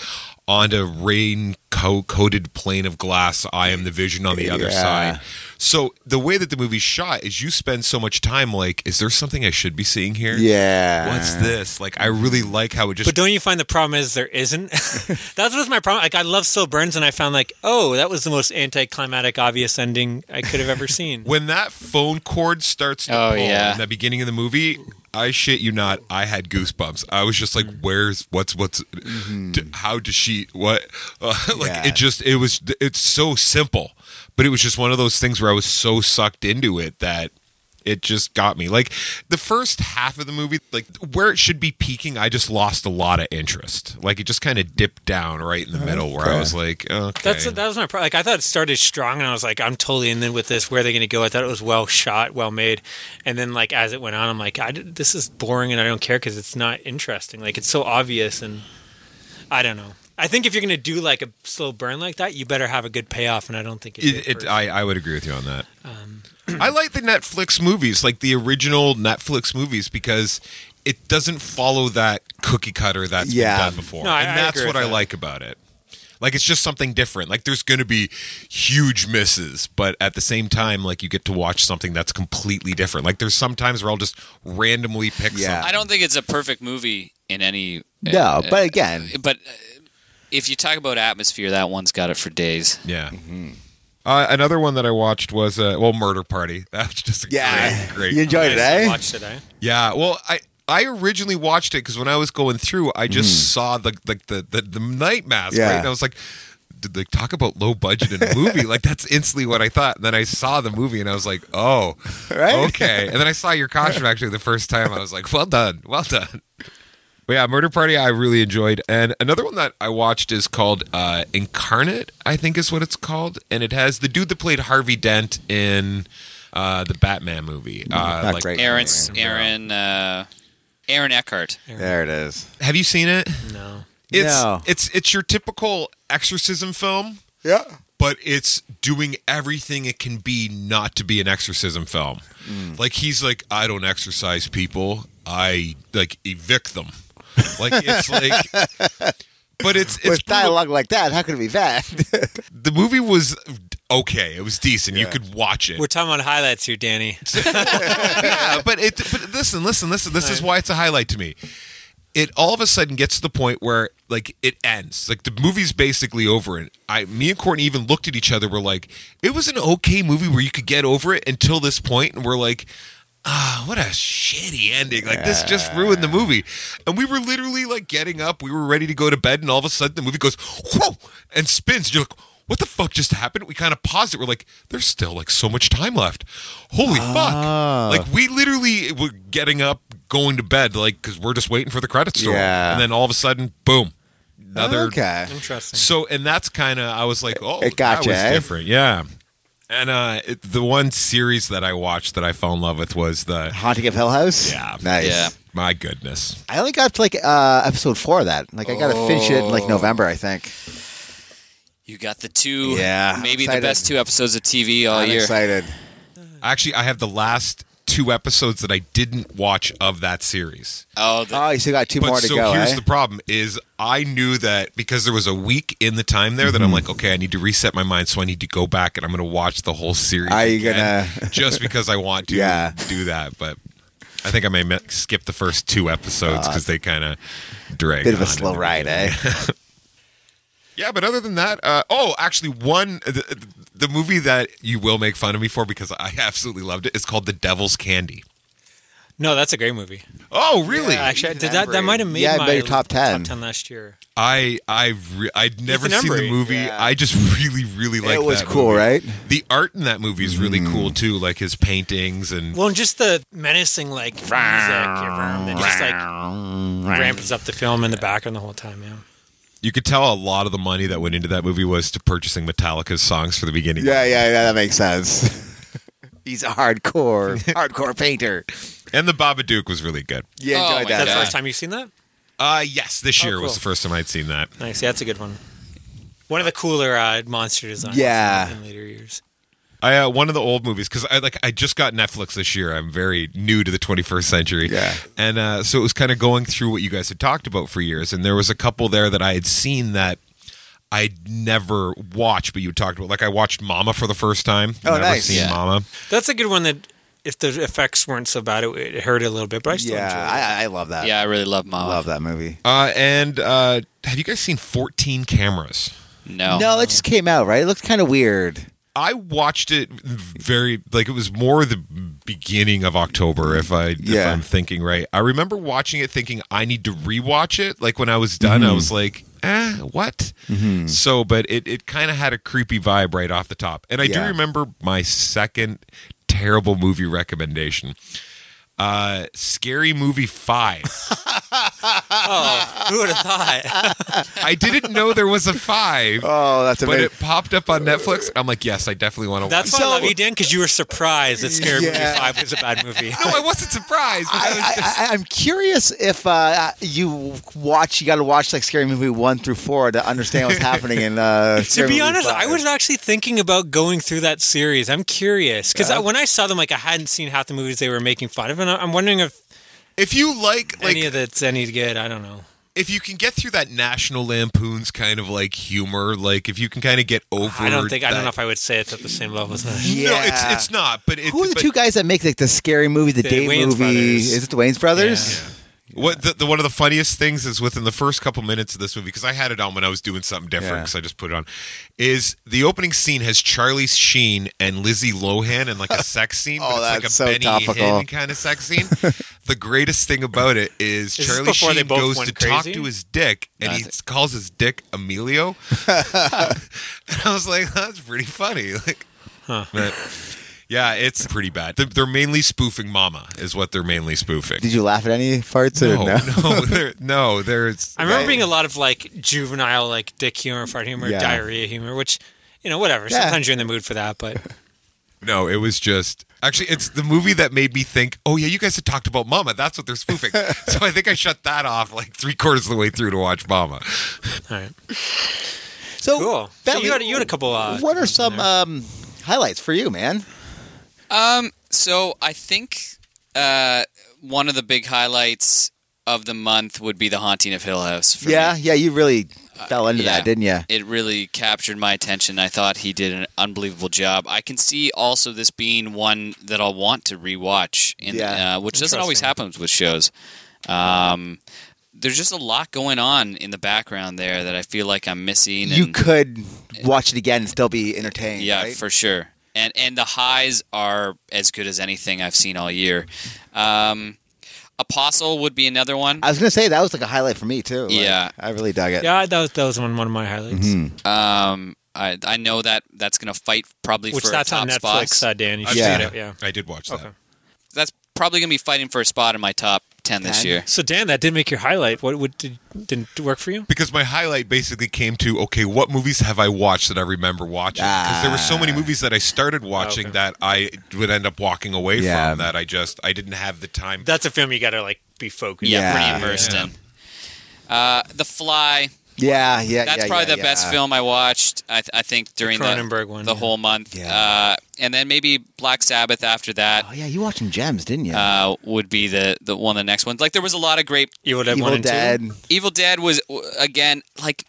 on a rain co- coated plane of glass, I am the vision on the other
Yeah.
side. So the way that the movie's shot is you spend so much time like, is there something I should be seeing here?
Yeah.
What's this? Like I really like how it just
But don't you find the problem is there isn't? <laughs> that was my problem. Like I love Still Burns, and I found like, oh, that was the most anticlimactic, obvious ending I could have ever seen.
when that phone cord starts to
Oh,
pull
yeah.
in the beginning of the movie i shit you not i had goosebumps i was just like where's what's what's d- how does she what <laughs> uh, like
Yeah.
it just it was it's so simple but it was just one of those things where i was so sucked into it that it just got me like the first half of the movie like where it should be peaking i just lost a lot of interest like it just kind of dipped down right in the middle where i was like okay
That's that was my problem. Like I thought it started strong, and I was like, I'm totally in there with this. Where are they going to go? I thought it was well shot, well made, and then like as it went on, I'm like, I did- this is boring, and I don't care because it's not interesting. Like it's so obvious, and I don't know. I think if you're going to do like a slow burn like that, you better have a good payoff, and I don't think it. did
It, it,
for-
I, I would agree with you on that.
Um,
I like the Netflix movies, like the original Netflix movies, because it doesn't follow that cookie cutter that's
Yeah.
been done before.
No, I-
and
I
that's
agree
what
with
I
that.
like about it. Like, it's just something different. Like, there's going to be huge misses, but at the same time, like, you get to watch something that's completely different. Like, there's some times where I'll just randomly pick
Yeah.
something.
I don't think it's a perfect movie in any.
No, but again,
but uh, if you talk about atmosphere, that one's got it for days.
Yeah.
Mm-hmm.
Uh, another one that I watched was, uh, well, Murder Party. <laughs> That was just a
yeah,
great, great
you enjoyed it,
I
eh?
watched it. eh?
Yeah, well, I I originally watched it because when I was going through, I just saw the like the, the the night mask,
Mm. Yeah.
right? And I was like, did they talk about low budget in a movie? like that's instantly what I thought. And then I saw the movie and I was like, oh,
<laughs> Right?
okay. And then I saw your costume actually the first time. I was like, well done, well done. But yeah, Murder Party I really enjoyed. And another one that I watched is called uh, Incarnate, I think is what it's called. And it has the dude that played Harvey Dent in uh, the Batman movie. Uh,
Not great.
Aaron, Aaron, uh, Aaron Eckhart.
There it is.
Have you seen it?
No.
It's
No.
it's it's your typical exorcism film,
Yeah.
but it's doing everything it can be not to be an exorcism film.
Mm.
Like he's like, I don't exorcise people. I like evict them. Like
<laughs>
it's like But it's it's
With
brutal.
dialogue like that, how could it be bad?
the movie was okay. It was decent. You could watch it.
We're talking about highlights here, Danny.
<laughs> yeah, but it. But listen, listen, listen. This is why it's a highlight to me. It all of a sudden gets to the point where like it ends. Like the movie's basically over, and I, me and Courtney even looked at each other. We're like, it was an okay movie where you could get over it until this point, and we're like. Ah, what a shitty ending. Like, this just ruined the movie. And we were literally like getting up. We were ready to go to bed. And all of a sudden, the movie goes, whoa, and spins. And you're like, what the fuck just happened? We kind of paused it. We're like, there's still like so much time left. Holy
Ah.
fuck. Like, we literally were getting up, going to bed, like, because we're just waiting for the credits to roll.
Yeah.
And then all of a sudden, boom, <laughs> another.
okay.
Interesting.
So, and that's kind of, I was like, oh,
It
that
gotcha,
was
eh?
different. Yeah. And uh, it, the one series that I watched that I fell in love with was the
Haunting of Hill House.
Yeah.
Nice.
Yeah.
my goodness.
I only got to like uh, episode four of that. Like I got to finish it in
Oh.
like November, I think.
You got the two,
Yeah, I'm
maybe the
excited.
best two episodes of TV
Oh,
all
I'm
year.
excited.
Actually, I have the last two episodes that I didn't watch of that series.
Oh, the,
Oh, you still got two
but
more to
so
go.
here's
eh?
the problem is I knew that because there was a week in the time there
Mm-hmm.
that I'm like, okay, I need to reset my mind, so I need to go back and I'm gonna watch the whole series.
Are you
again <laughs>
gonna-
just because I want to
Yeah.
do that, but I think I may mi- skip the first two episodes because they kind of drag.
Bit
<laughs>
of
on
a
in
slow
the
ride, eh?
Yeah, but other than that, uh, oh, actually, one the, the movie that you will make fun of me for because I absolutely loved it is called The Devil's Candy.
No, that's a great movie.
Oh, really?
Actually, did that that
Embry.
might have made
Yeah, it
my
made your top 10.
top ten last year.
I I re- I'd never
Ethan
seen the
Embry.
movie.
Yeah.
I just <laughs> really really liked
it was
that
cool,
movie.
right?
The art in that movie is really cool too, like his paintings and
Mm. Well, and just the menacing like music around that just like ramps up the film in the background the whole time. Yeah.
you could tell a lot of the money that went into that movie was to purchasing Metallica's songs for the beginning.
Yeah, yeah, yeah. That makes sense. <laughs> He's a
<laughs>
hardcore, hardcore painter.
And the Babadook was really good.
You
Oh,
enjoyed
my
Is that
that.
the
Yeah.
first time you've seen that?
Uh yes, this year was
Oh, cool.
the first time I'd seen that.
Nice. Yeah, that's a good one. One of the cooler uh, monster designs.
Yeah.
In later years.
I uh, one of the old movies because I like I just got Netflix this year. I'm very new to the 21st century.
Yeah.
and uh, so it was kind of going through what you guys had talked about for years, and there was a couple there that I had seen that I'd never watched, but you talked about. Like I watched Mama for the first time.
Oh,
never
nice.
Seen
Yeah.
Mama.
That's a good one that if the effects weren't so bad, it, it hurt a little bit, but I still
Yeah,
enjoyed it.
I, I love that.
Yeah, I really love
I
Mama.
love that movie.
Uh, and uh, have you guys seen 14 Cameras?
No.
Oh.
No, that just came out, right? It looked kind of weird.
I watched it very like it was more the beginning of October if I if
Yeah.
I'm thinking right. I remember watching it thinking I need to rewatch it. Like when I was done, I was like, eh, what? So, but it it kind of had a creepy vibe right off the top. And I do
Yeah.
remember my second terrible movie recommendation. Uh, scary movie five.
Oh, Who would have
<laughs>
thought?
I didn't know there was a five,
Oh, that's
but
amazing.
it popped up on Netflix. I'm like, yes, I definitely want to watch.
That's why I love you, Dan, because you were surprised that Scary
Yeah.
Movie 5 was a bad
<laughs>
movie.
no, I wasn't surprised. but I was just-
I, I, I'm curious if uh, you watch, you got to watch like Scary Movie one through four to understand what's happening. In uh,
to
Scary
be
Movie
honest, I
five.
was actually thinking about going through that series. I'm curious because when I saw them, like I hadn't seen half the movies they were making fun of, and I- I'm wondering if
If you like, like,
any of that's any good. I don't know.
if you can get through that National Lampoon's kind of like humor, like if you can kind of get over,
I don't think I don't
that-
know if I would say it's at the same level as that.
Yeah.
No, it's it's not. But it,
Who are the
but
two guys that make like the scary movie, the,
The
Dave
Wayans
movie?
brothers.
Is it the Wayne's Brothers?
What the, the one of the funniest things is within the first couple minutes of this movie because I had it on when I was doing something different
Yeah.
because I just put it on. Is the opening scene has Charlie Sheen and Lizzie Lohan and like
<laughs>
a sex scene, but
Oh,
it's like a
that's so
Benny
topical.
Hinn kind of sex scene.
<laughs>
the greatest thing about it is,
this
Charlie
before
Sheen
they both
goes
went
to talk
crazy?
to his dick and he calls his dick
<laughs>
Emilio. <laughs> And I was like, that's pretty funny. <laughs> Like, but, yeah, it's pretty bad. They're- They're mainly spoofing Mama, is what they're mainly spoofing.
Did you laugh at any parts or
no,
no?
<laughs> no, there, no, there's.
I remember being a lot of like juvenile, like dick humor, fart humor,
Yeah.
diarrhea humor, which you know, whatever.
Yeah.
Sometimes you're in the mood for that, but
No, it was just. Actually, it's the movie that made me think. Oh yeah, you guys had talked about Mama. That's what they're
<laughs>
spoofing. so I think I shut that off like three quarters of the way through to watch Mama.
all right,
So,
cool. So
Bentley,
you had you had a couple. Uh,
what are some um, highlights for you, man?
Um, so I think uh, one of the big highlights of the month would be the haunting of Hill House. For
Yeah,
me.
yeah, you really fell into
yeah.
that, didn't you?
it really captured my attention. I thought he did an unbelievable job. I can see also this being one that I'll want to rewatch, in,
Yeah.
uh, which doesn't always
Interesting.
happen with shows. Um, there's just a lot going on in the background there that I feel like I'm missing.
You
and-
could watch it again and still be entertained.
Yeah,
right?
for sure. And and the highs are as good as anything I've seen all year. Um, Apostle would be another one.
I was gonna say that was like a highlight for me too. Like,
Yeah. I,
I really dug it.
yeah, that was that was one one of my highlights.
um, I, I know that that's going to fight probably
Which
for
that's
a top
on
spot.
Netflix, uh, Dan. You
I've
should
Yeah.
see
seen
it,
it.
yeah.
I did watch that.
That's probably going to be fighting for a spot in my top ten this
Ten?
year.
So Dan, that did make your highlight. What would did, didn't work for you?
Because my highlight basically came to okay, what movies have I watched that I remember watching? Because there were so
Ah.
many movies that I started watching
okay.
that I would end up walking away
Yeah.
from that I just I didn't have the time.
That's a film you got to like be focused.
Yeah,
Yeah.
pretty immersed in. Uh, the Fly.
Yeah, yeah.
That's
yeah,
probably
yeah,
the best
yeah.
film I watched. I, th- I think during the
Cronenberg one,
the
yeah.
whole month.
Yeah.
Uh, and then maybe Black Sabbath after that.
Oh yeah, you watched some gems, didn't you?
uh, would be the the one of the next ones. Like there was a lot of great
You would have
Evil
one and
Dead.
two.
Evil Dead was w- again like,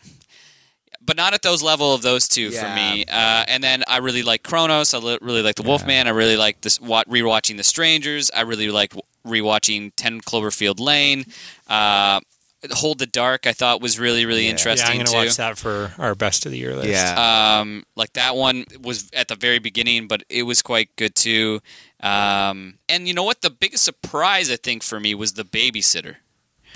but not at those level of those two for
Yeah.
me. Uh, and then I really like Kronos. I li- really like The Wolfman. I really like this wa- rewatching The Strangers. I really like w- rewatching Ten Cloverfield Lane. Uh, Hold the Dark, I thought was really really
yeah,
interesting
I'm gonna
too.
watch that for our best of the year list.
Yeah.
Um, like that one was at the very beginning, but it was quite good too. Um, and you know what? The biggest surprise I think for me was the babysitter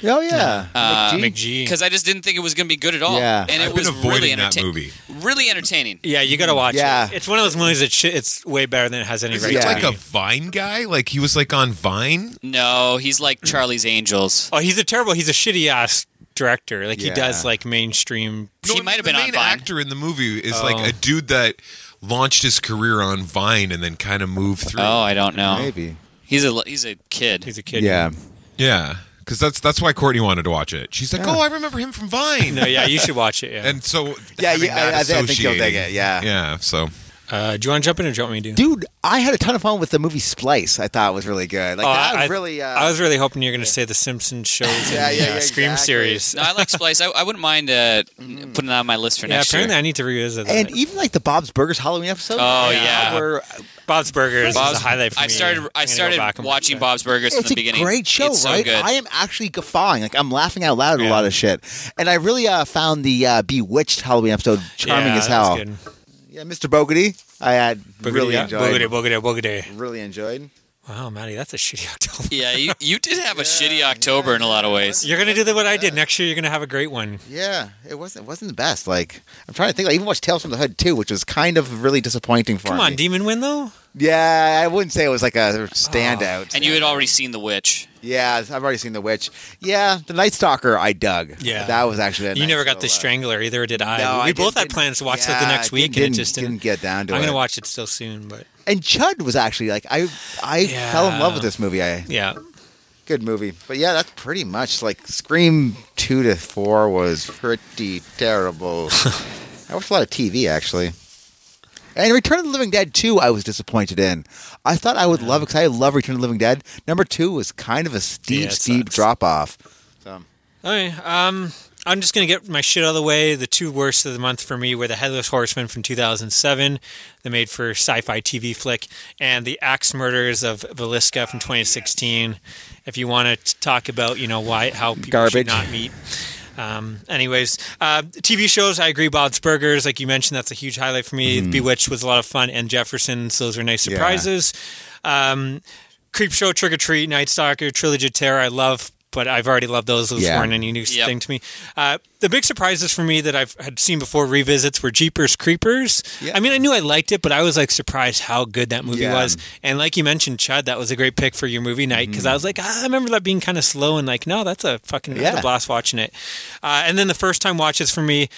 oh yeah.
Uh,
McGee.
McGee.
because I just didn't think it was going to be good at all.
Yeah.
and it
I've been
was really
avoiding that
entertaining.
movie.
Really entertaining.
Yeah, you gotta watch
Yeah.
it. It's one of those movies that sh- it's way better than it has any
Is
right
he
Yeah.
like
to
a
be.
Vine guy? Like he was like on Vine?
No, he's like Charlie's Angels.
oh, he's a terrible. He's a shitty ass director. Like he
Yeah.
does like mainstream.
He might have been
the
on
main
Vine.
actor in the movie is
Oh.
like a dude that launched his career on Vine and then kind of moved through.
Oh, I don't know.
Maybe.
He's a he's a kid.
He's a kid.
Yeah.
Yeah, because that's that's why Courtney wanted to watch it. She's like,
Yeah.
"Oh, I remember him from <laughs> Vine."
No, yeah, you should watch it. Yeah.
And so,
Yeah,
having
yeah, I-
that
I think- I think you'll dig
associating-
it, yeah.
yeah. So
uh, do you want to jump in or do you want me to?
Dude, I had a ton of fun with the movie Splice. I thought was really good. Like
Oh,
that
I,
was really. Uh,
I was really hoping you're going to say the Simpsons shows and
Yeah, yeah,
the, uh,
yeah,
Scream
exactly.
series.
No, I like Splice. I, I wouldn't mind uh,
Mm.
putting that on my list for
yeah,
next
apparently
year.
I need to revisit that.
and E- even like the Bob's Burgers Halloween episode.
Oh, yeah.
where
Bob's Burgers
Bob's-
is a highlight for
I
me.
started.
I'm
I
gonna go
started
back and watch
watching
that.
Bob's Burgers
it's
from
a
the beginning.
great show,
It's so
right?
good.
I am actually guffawing. Like I'm laughing out loud at a lot of shit. And I really uh, found the uh, Bewitched Halloween episode charming
yeah,
as
that was
hell.
good.
Yeah, Mr. Bogarty, I had
Boogity,
really
yeah.
enjoyed.
Boogity, boogity, boogity.
Really enjoyed.
Wow, Maddie, that's a shitty <laughs> October.
yeah, you, you did
<laughs>
have a shitty October in a lot of ways.
You're gonna do the, what I did next year. You're gonna have a great one.
Yeah, it wasn't. It wasn't the best. Like I'm trying to think. I even watched Tales from the Hood too, which was kind of really disappointing for
Come
me.
on, Demon Win though.
yeah, I wouldn't say it was like a standout.
And you had already seen The Witch.
Yeah, I've already seen The Witch. Yeah, The Night Stalker, I dug.
Yeah.
that was actually. a
You
nice
never got
little,
the
uh,
Strangler either, did I?
No,
we
I
both
didn't-
had plans to watch
yeah,
that the next week,
didn't,
and it just didn't.
didn't get down to
I'm
it.
gonna watch it still soon, but
And Chud was actually like I I
Yeah.
fell in love with this movie. I
yeah,
good movie, but yeah, that's pretty much like Scream two to four was pretty
<laughs>
terrible. I watched a lot of TV actually, and Return of the Living Dead two I was disappointed in. I thought I would love it because I love Return of the Living Dead. Number two was kind of a steep
Yeah, it
steep
sucks.
drop off. So,
Okay, um, I'm just gonna get my shit out of the way. The two worst of the month for me were the Headless Horseman from 2007, the made for sci-fi TV flick, and the Axe Murders of Velisca from 2016. If you want to talk about, you know, why how people should
Garbage.
not meet. Um, anyways, uh, TV shows, I agree. Bob's Burgers, like you mentioned, that's a huge highlight for me. Bewitched was a lot of fun, and Jefferson's, those are nice
Mm-hmm. Yeah.
surprises. Um, Creep Show, Trick or Treat, Night Stalker, Trilogy of Terror, I love, but I've already loved those. Those
Yeah.
weren't any new
Yep.
thing to me. Uh, the big surprises for me that I've had seen before revisits were Jeepers Creepers.
Yeah.
I mean, I knew I liked it, but I was like surprised how good that movie
Yeah.
was. And like you mentioned, Chud, that was a great pick for your movie night because I
Mm-hmm.
was like, ah, I remember that being kind of slow and like, no, that's a fucking I had a
Yeah.
blast watching it. Uh, and then the first time watches for me.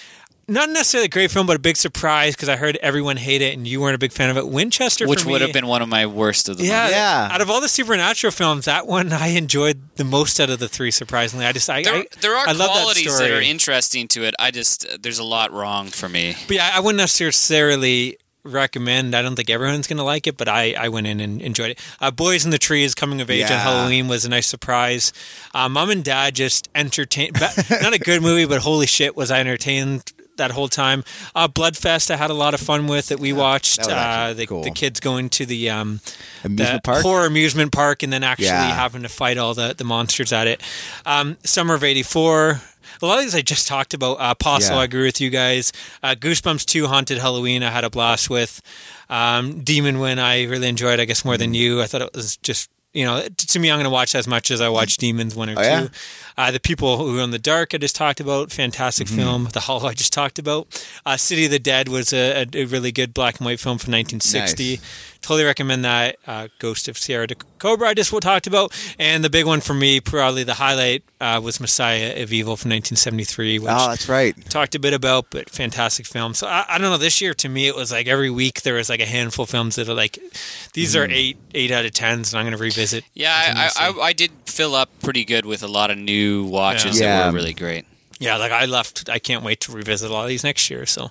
Not necessarily a great film, but a big surprise because I heard everyone hate it and you weren't a big fan of it. Winchester, for
Which
me-
would have been one of my worst of the
yeah,
month.
Yeah.
Out of all the supernatural films, that one I enjoyed the most out of the three. Surprisingly, I just I
There,
I,
there are
I love
qualities
that,
that,
story.
are interesting to it. I just there's a lot wrong for me.
But yeah, I wouldn't necessarily recommend. I don't think everyone's going to like it, but I, I went in and enjoyed it. Uh, Boys in the Tree is coming of age on
Yeah.
Halloween was a nice surprise. Uh, Mom and Dad just entertained. but- <laughs> not a good movie, but holy shit, was I entertained that whole time. Uh, Bloodfest, I had a lot of fun with that we watched.
that was
uh,
actually
the,
cool.
the kids going to the um,
Amusement
the
park?
horror amusement park, and then actually
Yeah.
having to fight all the, the monsters at it. Um, Summer of '84. A lot of these I just talked about. Uh, Apostle,
Yeah.
I agree with you guys. Uh, Goosebumps 2, Haunted Halloween, I had a blast with. Um, Demon Win, I really enjoyed, I guess, more
Mm.
than you. I thought it was just, you know, t- to me, I'm going to watch as much as I watch Demons 1 or 2.
Oh, yeah?
Uh, the People Who Are in the Dark, I just talked about. Fantastic
Mm-hmm.
film. The Hollow, I just talked about. Uh, City of the Dead was a, a, a really good black and white film from 1960.
Nice.
Totally recommend that. Uh, Ghost of Sierra de Cobra, I just talked about. And the big one for me, probably the highlight, uh, was Messiah of Evil from 1973, which
oh, that's right.
talked a bit about, but fantastic film. So I, I don't know. This year, to me, it was like every week there was like a handful of films that are like, these are eight eight out of tens, and I'm going to revisit.
Yeah, I, I, I, I did fill up pretty good with a lot of new watches
Yeah.
that
Yeah.
were really great.
Yeah, like I left. I can't wait to revisit a lot of these next year. So,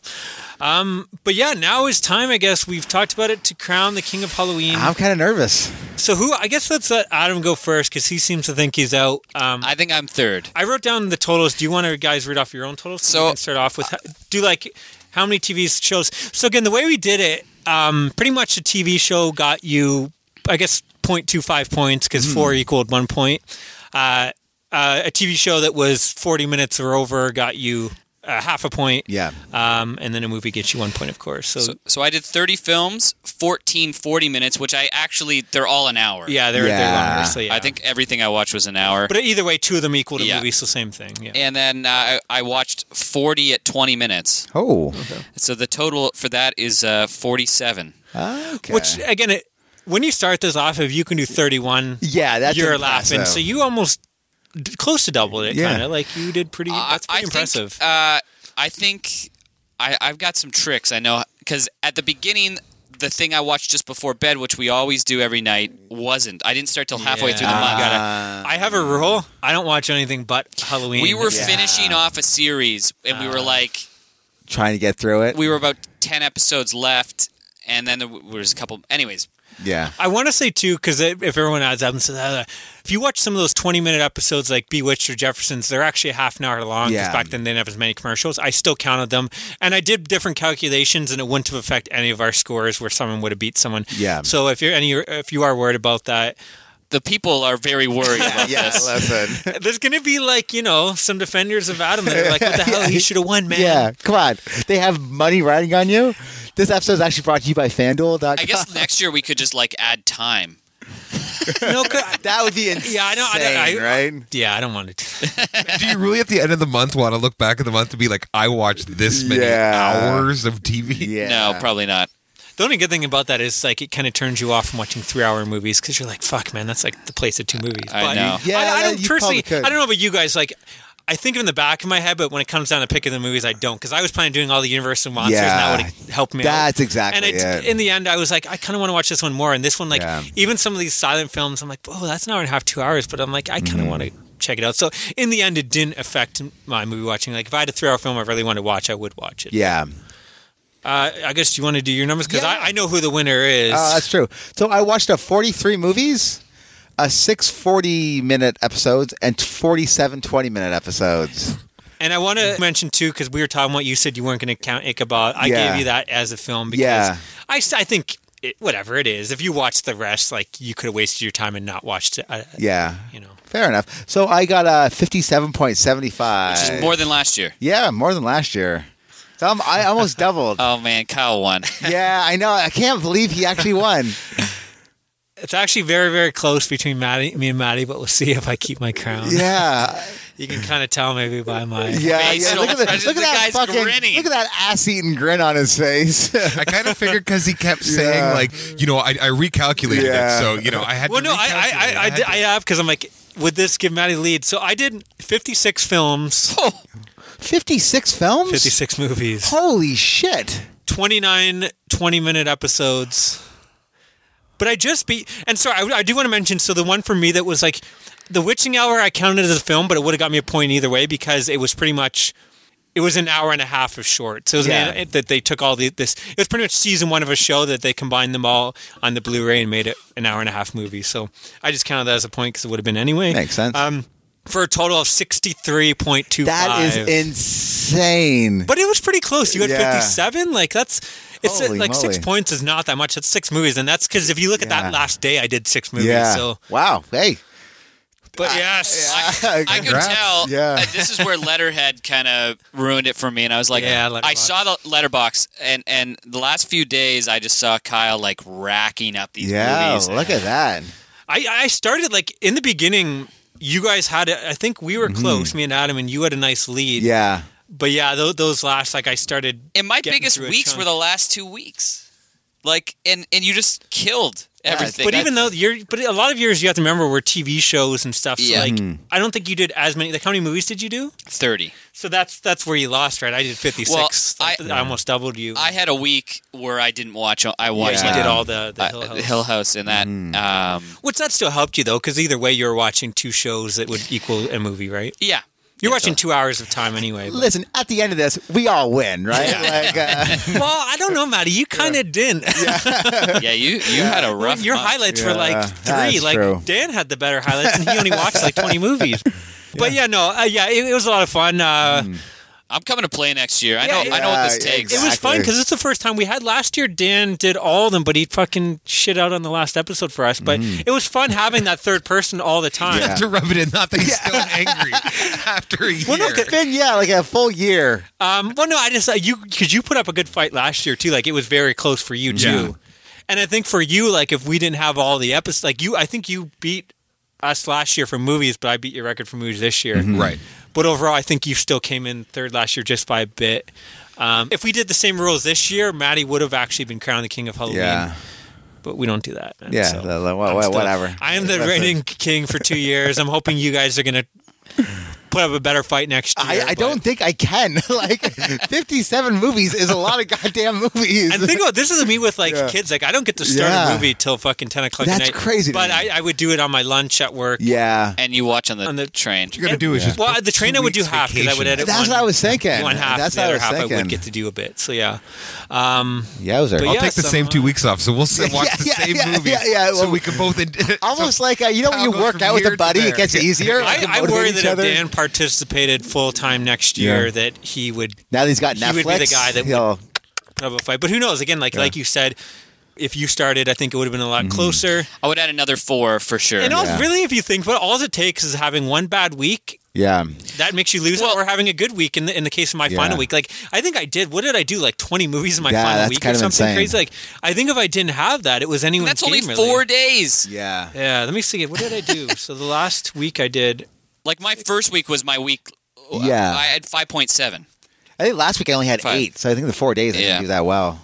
um, but yeah, now is time. I guess we've talked about it to crown the king of Halloween.
I'm kind of nervous.
so who? I guess let's let Adam go first because he seems to think he's out. Um, I,
I think I'm third.
wrote down the totals. Do you want to guys read off your own totals?
So-
you can start off with do like how many TV shows? So again, the way we did it, um, pretty much the TV show got
Hmm.
you, I guess, 0.25 points because four equaled one point. Uh, uh, a TV show that was 40 minutes or over got you uh, half a point.
Yeah.
Um, and then a movie gets you one point, of course. So,
So, so I did 30 films, 14 40 minutes, which I actually, they're all an hour.
yeah, they're,
Yeah.
they're longer. So, yeah.
I think everything I watched was an hour.
But either way, two of them equal to
Yeah.
movies, so same thing. Yeah.
and then uh, I, I watched 40 at 20 minutes.
Oh,
So the total for that is uh, 47.
okay.
Which, again, it, when you start this off, if you can do 31,
yeah, that's
you're
impressive.
laughing. So you almost d- close to doubled it,
Yeah.
kind of. Like, you did pretty,
I-
that's pretty
I
impressive.
Think, uh, I think I, I've got some tricks. I know because at the beginning, the thing I watched just before bed, which we always do every night, wasn't. I didn't start till halfway through the
Yeah.
month.
You gotta- I have a rule. I don't watch anything but Halloween.
We were
Yeah.
finishing off a series, and
Uh.
we were like,
trying to get through it.
we were about ten episodes left, and then there w- was a couple. Anyways,
<laughs>
yeah,
I want to say too, because if everyone adds up and says, uh, if you watch some of those twenty-minute episodes like Bewitched or Jefferson's, they're actually half an hour long. Because
Yeah.
back then they didn't have as many commercials. I still counted them, and I did different calculations, and it wouldn't have affected any of our scores where someone would have beat someone.
Yeah.
So if you're any, if you are worried about that,
the people are very worried about this.
listen.
there's going to be like you know some defenders of Adam that are like, what the
<laughs>
hell, he should have won, man.
Yeah, come on. They have money riding on you. This episode is actually brought to you by FanDuel.com.
<laughs> I guess next year we could just like add time.
No, 'cause-
<laughs> that would be insane.
<laughs> Yeah, I know- I know- I-
right?
yeah, I don't want to.
Do you really at the end of the month want to look back at the month and be like, I watched this many
Yeah.
hours of TV?
Yeah.
No, probably not.
The only good thing about that is like it kind of turns you off from watching three-hour movies because you're like, "Fuck, man, that's like the place of two movies."
I
But-
know.
Yeah,
I, I don't
you
personally.
probably could.
I don't know about you guys. Like, I think of it in the back of my head, but when it comes down to picking the movies, I don't because I was planning on doing all the Universal monsters, and that
Yeah.
would help me.
That's
out.
exactly
And I,
it.
in the end, I was like, I kind of want to watch this one more, and this one, like,
Yeah.
even some of these silent films, I'm like, oh, that's an hour and a half, two hours, but I'm like, I
Mm-hmm.
kind of want to check it out. So in the end, it didn't affect my movie watching. Like, if I had a three-hour film I really wanted to watch, I would watch it.
Yeah.
Uh, I guess you want to do your numbers because
Yeah.
I, I know who the winner is.
Uh, that's true. So I watched a 43 movies, a six 40 minute episodes, and 47 20 minute episodes.
And I want to mention too, because we were talking about you said you weren't going to count Ichabod. I
Yeah.
gave you that as a film because
Yeah.
I, s- I think it, whatever it is, if you watch the rest, like you could have wasted your time and not watched it. I,
Yeah.
You know.
Fair enough. So I got a 57.75.
Which is more than last year.
yeah, more than last year. So I'm, I
<laughs>
almost doubled.
Oh man, Kyle won. <laughs>
yeah, I know. I can't believe he
<laughs>
actually won.
It's actually very very close between Maddie, me and Maddie, but we'll see if I keep my crown.
Yeah.
You can kind of tell maybe by my.
Yeah,
face.
yeah. Look at, the,
I just-
look at
the
that
guy's
fucking,
grinning.
look at that ass-eating grin on his face. <laughs>
I kind of figured because he kept saying
Yeah.
like, you know, I, I recalculated
Yeah.
it, so you know, I had.
Well,
to
no, I I
recalculate.
I, I,
had
did-
to-
I have because I'm like, would this give Maddie lead? So I did 56 films,
56 films?
56 movies.
Holy shit.
29 20 minute episodes but i just beat and sorry I, I do want to mention so the one for me that was like the witching hour i counted as a film but it would have got me a point either way because it was pretty much it was an hour and a half of shorts. It was
Yeah.
an, that they took all the this. It was pretty much season one of a show that they combined them all on the Blu-ray and made it an hour and a half movie. So I just counted that as a point because it would have been anyway.
Makes sense.
Um, for a total of sixty-three point two five.
That is insane.
But it was pretty close. You had
Yeah.
57. Like that's it's
Holy
like six
moly.
points is not that much. That's six movies, and that's because if you look at
Yeah.
that last day, I did six movies.
yeah.
So,
wow. Hey.
but yes,
I
<laughs>
could
Congrats.
tell.
Yeah.
uh, this is where Letterhead kind of ruined it for me, and I was like,
Yeah,
I
Letterboxd.
saw the Letterbox, and and the last few days, I just saw Kyle like racking up these
Yeah,
movies.
look at that.
I I started like in the beginning. You guys had it. I think we were close, me and Adam, and you had a nice lead.
Mm-hmm. Yeah.
But yeah, those, those last like I started.
and my
getting
biggest
through a
weeks
chunk.
were the last two weeks, like and and you just killed everything.
But
I-
even though you're, but a lot of yours you have to remember were TV shows and stuff. So
Yeah.
like,
Mm-hmm.
I don't think you did as many. Like, how many movies did you do?
thirty,
So that's that's where you lost, right? I did fifty six.
Well, I-
I, almost doubled you.
I had a week where I didn't watch. I watched.
You
like,
did all the, the
uh,
Hill House.
the Hill House and that.
Mm.
Um,
Which that still helped you though, because either way, you're watching two shows that would equal a movie, right?
<laughs>
yeah,
You're watching two hours of time anyway. but-
Listen, at the end of this, we all win, right? Like,
<laughs>
uh,
well, I don't know, Maddie. You kind of
<laughs>
didn't. <laughs>
yeah. You you had a rough.
Your
month.
highlights were
Yeah,
like three.
that's
Like
true.
Dan had the better
<laughs> Mm,
highlights, and he only watched like 20 movies. But yeah, no, uh, yeah, it, it was a lot of fun. Uh,
I'm coming to play next year. I
Yeah,
know. I know what this
yeah,
takes.
It was fun
Exactly.
because it's the first time we had last year. Dan did all of them, but he fucking shit out on the last episode for us. But it was fun having that third person all the time.
Mm. Yeah.
<laughs> to rub it in. Not that he's still <laughs> angry after a year.
Well, no, it's been yeah, like a full year.
Um, well, no, I just uh, you because you put up a good fight last year too. Like it was very close for you too.
Yeah.
And I think for you, like if we didn't have all the episodes, like you, I think you beat us last year for movies, but I beat your record for movies this year.
Mm-hmm.
right.
But overall, I think you still came in third last year just by a bit. Um, if we did the same rules this year, Maddie would have actually been crowned the king of Halloween.
Yeah,
But we don't do that. man.
yeah,
So
the- the- wha-
I'm
wha-
still-
whatever.
I am the
That's it.
reigning king for two years. I'm hoping you guys are going to put up a better fight next year.
I, I
but-
don't think I can. <laughs> like, fifty-seven movies is a lot of <laughs> goddamn movies.
And think about this is me with like
Yeah.
kids. Like I don't get to start
Yeah.
a movie till fucking ten o'clock.
That's
at night,
crazy to
But
me.
I, I would do it on my lunch at work.
<laughs> yeah,
and you watch on the,
On the-
train.
What you're gonna do is just
Well,
book
the train I
two
would do
weeks
half because I would
vacation.
edit.
That's
one,
what I was thinking.
One half,
That's
the
what I
other
was
half I
thinking.
would get to do a bit. So yeah, um,
Yowzer.
But
I'll
yeah,
take the same
some,
two
uh,
weeks off, so we'll sit, watch
<laughs> Yeah,
the
yeah,
same
yeah,
movie.
yeah, yeah, well,
so we can both.
<laughs>
In-
Almost like uh, you know when
Kyle
you
goes
work
from
out with
here to
a buddy, it
there.
gets easier.
<laughs>
You
I,
can
I
motivate
worry
each
that
other.
if Dan participated full time next year, that he would
now that he's got
he
Netflix,
would be the guy that would-
he'll-
have a fight. But who knows? Again, like like you said, if you started, I think it would have been a lot closer.
I would add another four for sure.
And all,
Mm. Yeah.
really, if you think about it, all it takes is having one bad week
yeah,
that makes you lose
Well-
it or having a good week in the, in the case of my
Yeah.
final week like i think i did what did i do like 20 movies in my
Yeah,
final
that's
week
kind
or
of
something
insane.
crazy like i think if i didn't have that it was anyone's
that's only
game, really.
four days.
yeah.
yeah let me see what did i
<laughs>
do so the last week i did
Like my first week was my week. uh,
Yeah.
I had five point seven.
I think last week I only had
Five.
eight, so I think the four days I
Yeah.
didn't do that well.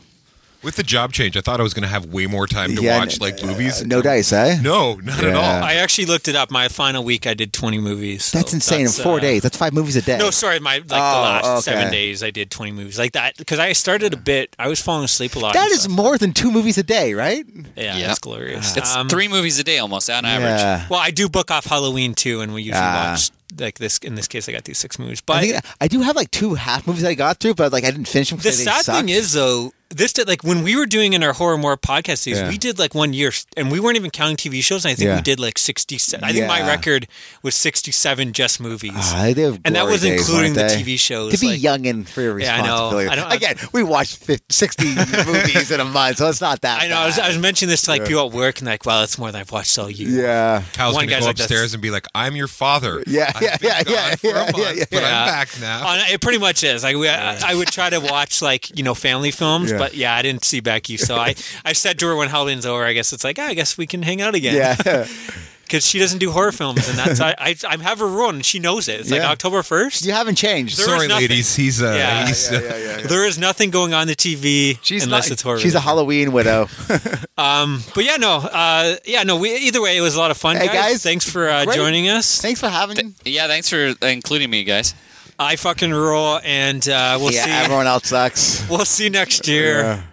with the job change, I thought I was going to have way more time to
Yeah,
watch
no-
like movies.
No dice, eh?
no, not at
Yeah.
all.
i actually looked it up my final week i did 20 movies so
Uh. that's insane. in four
uh,
days, that's five movies a day.
no sorry my like the
Oh,
last seven
okay.
days i did 20 movies like that because i started a bit i was falling asleep a lot
that
and
is
stuff.
more than two movies a day, right?
yeah,
Yeah.
that's glorious
It's
Um,
three movies a day almost on average.
Yeah.
Well, I do book off Halloween too, and we usually
Ah.
watch like this. In this case, I got these six movies,
I,
but
think I do have like two half movies I got through, but like I didn't finish them. 'cause
the
they
sad
sucked.
thing is though, this did like when we were doing in our horror more podcast series,
Yeah.
we did like one year, and we weren't even counting TV shows. And I think
Yeah.
we did like sixty seven. I think my
Yeah.
record was sixty-seven just movies.
Ah, they have
And that
glory
was
days,
including
weren't
the
they?
TV shows,
To be
like-
young and for your
Yeah, I know.
responsibility.
I don't-
Again, we watched 50,
<laughs>
60 movies in a month, so it's not that.
I know. I was, I
bad.
was mentioning this to like people at work, and like, wow, that's more than I've watched all year.
yeah.
Kyle's
One
going to
guy's
go
like, that's-
upstairs and be like, "I'm your father."
Yeah,
I've
yeah,
been
yeah,
gone
yeah,
for a
yeah,
month,
yeah, yeah,
But
yeah.
I'm back now.
On- it pretty much is like we, I, I would try to watch like you know family films,
Yeah.
but yeah, I didn't see Becky, so
<laughs>
I I said to her when Halloween's over, I guess it's like ah, I guess we can hang out again.
Yeah. <laughs>
because she doesn't do horror films, and that's I, I I have her rule, and she knows it. It's like
Yeah.
October first.
you haven't changed.
There
Sorry,
was nothing.
ladies. He's uh,
Yeah.
he's uh,
There is nothing going on the TV unless
not-
it's horror. Um,
She's a Halloween widow.
but yeah, no, uh, yeah, no. We either way, it was a lot of fun,
Hey,
guys.
guys.
Thanks for uh,
Great.
joining us.
Thanks for having
Th- yeah, thanks for including me, guys.
I fucking rule, and uh, we'll
Yeah,
see.
everyone else sucks.
<laughs>
Uh,
We'll see next year
Yeah.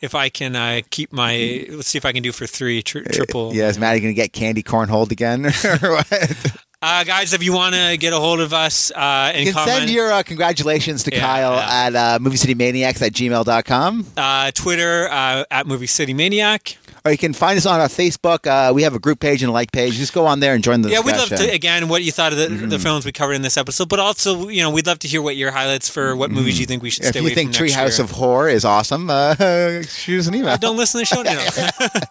if I can uh, keep my. Let's see if I can do for three tri- triple.
Uh, Yeah, is Maddie going to get candy cornholed again? <laughs> or what?
Uh, guys, if you want to get a hold of us uh, and
You can
comment,
send your uh, congratulations to
Yeah,
Kyle
yeah.
at uh, moviecitymaniacs at gmail.com.
uh, Twitter uh, at Movie City Maniac.
Or you can find us on our Facebook. Uh, we have a group page and a like page. Just go on there and join the
Yeah, we'd love
discussion.
to again what you thought of the,
Mm-hmm.
the films we covered in this episode, but also you know we'd love to hear what your highlights for what movies you think we should
Mm. If
stay
you
away
think
from next
Treehouse
year.
of Horror is awesome, uh, <laughs> shoot us an email.
don't listen to the show now.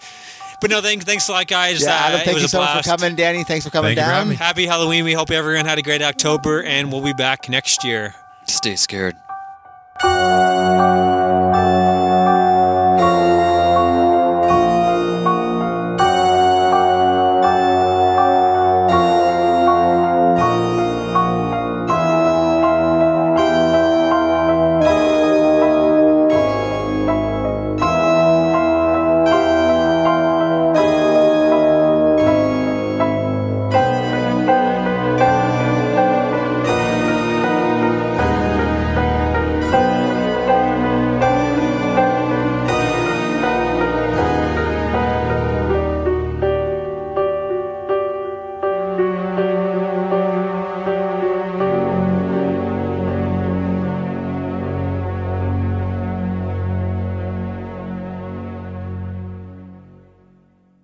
<laughs>
but no, thank, thanks a lot, guys.
yeah, Adam,
uh, it
thank
was
you
a
so much
blast.
for coming. Danny, thanks for coming
Thank you for
down.
having me.
<laughs>
Happy Halloween. We hope everyone had a great October, and we'll be back next year.
Stay scared.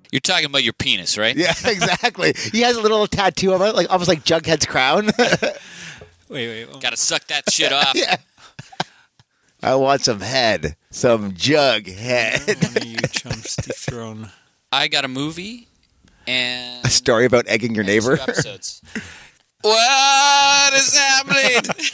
You're talking about your penis, right?
Yeah, exactly. He has a little tattoo of it, like almost like Jughead's crown.
Wait, wait. oh.
Got to suck
<laughs>
that shit off.
Yeah. <laughs> I want some head, some jug head. <laughs>
One of you chumps dethroned.
I got a movie and
A story about egging your
and two <laughs>
neighbor. <laughs>
episodes. what is happening?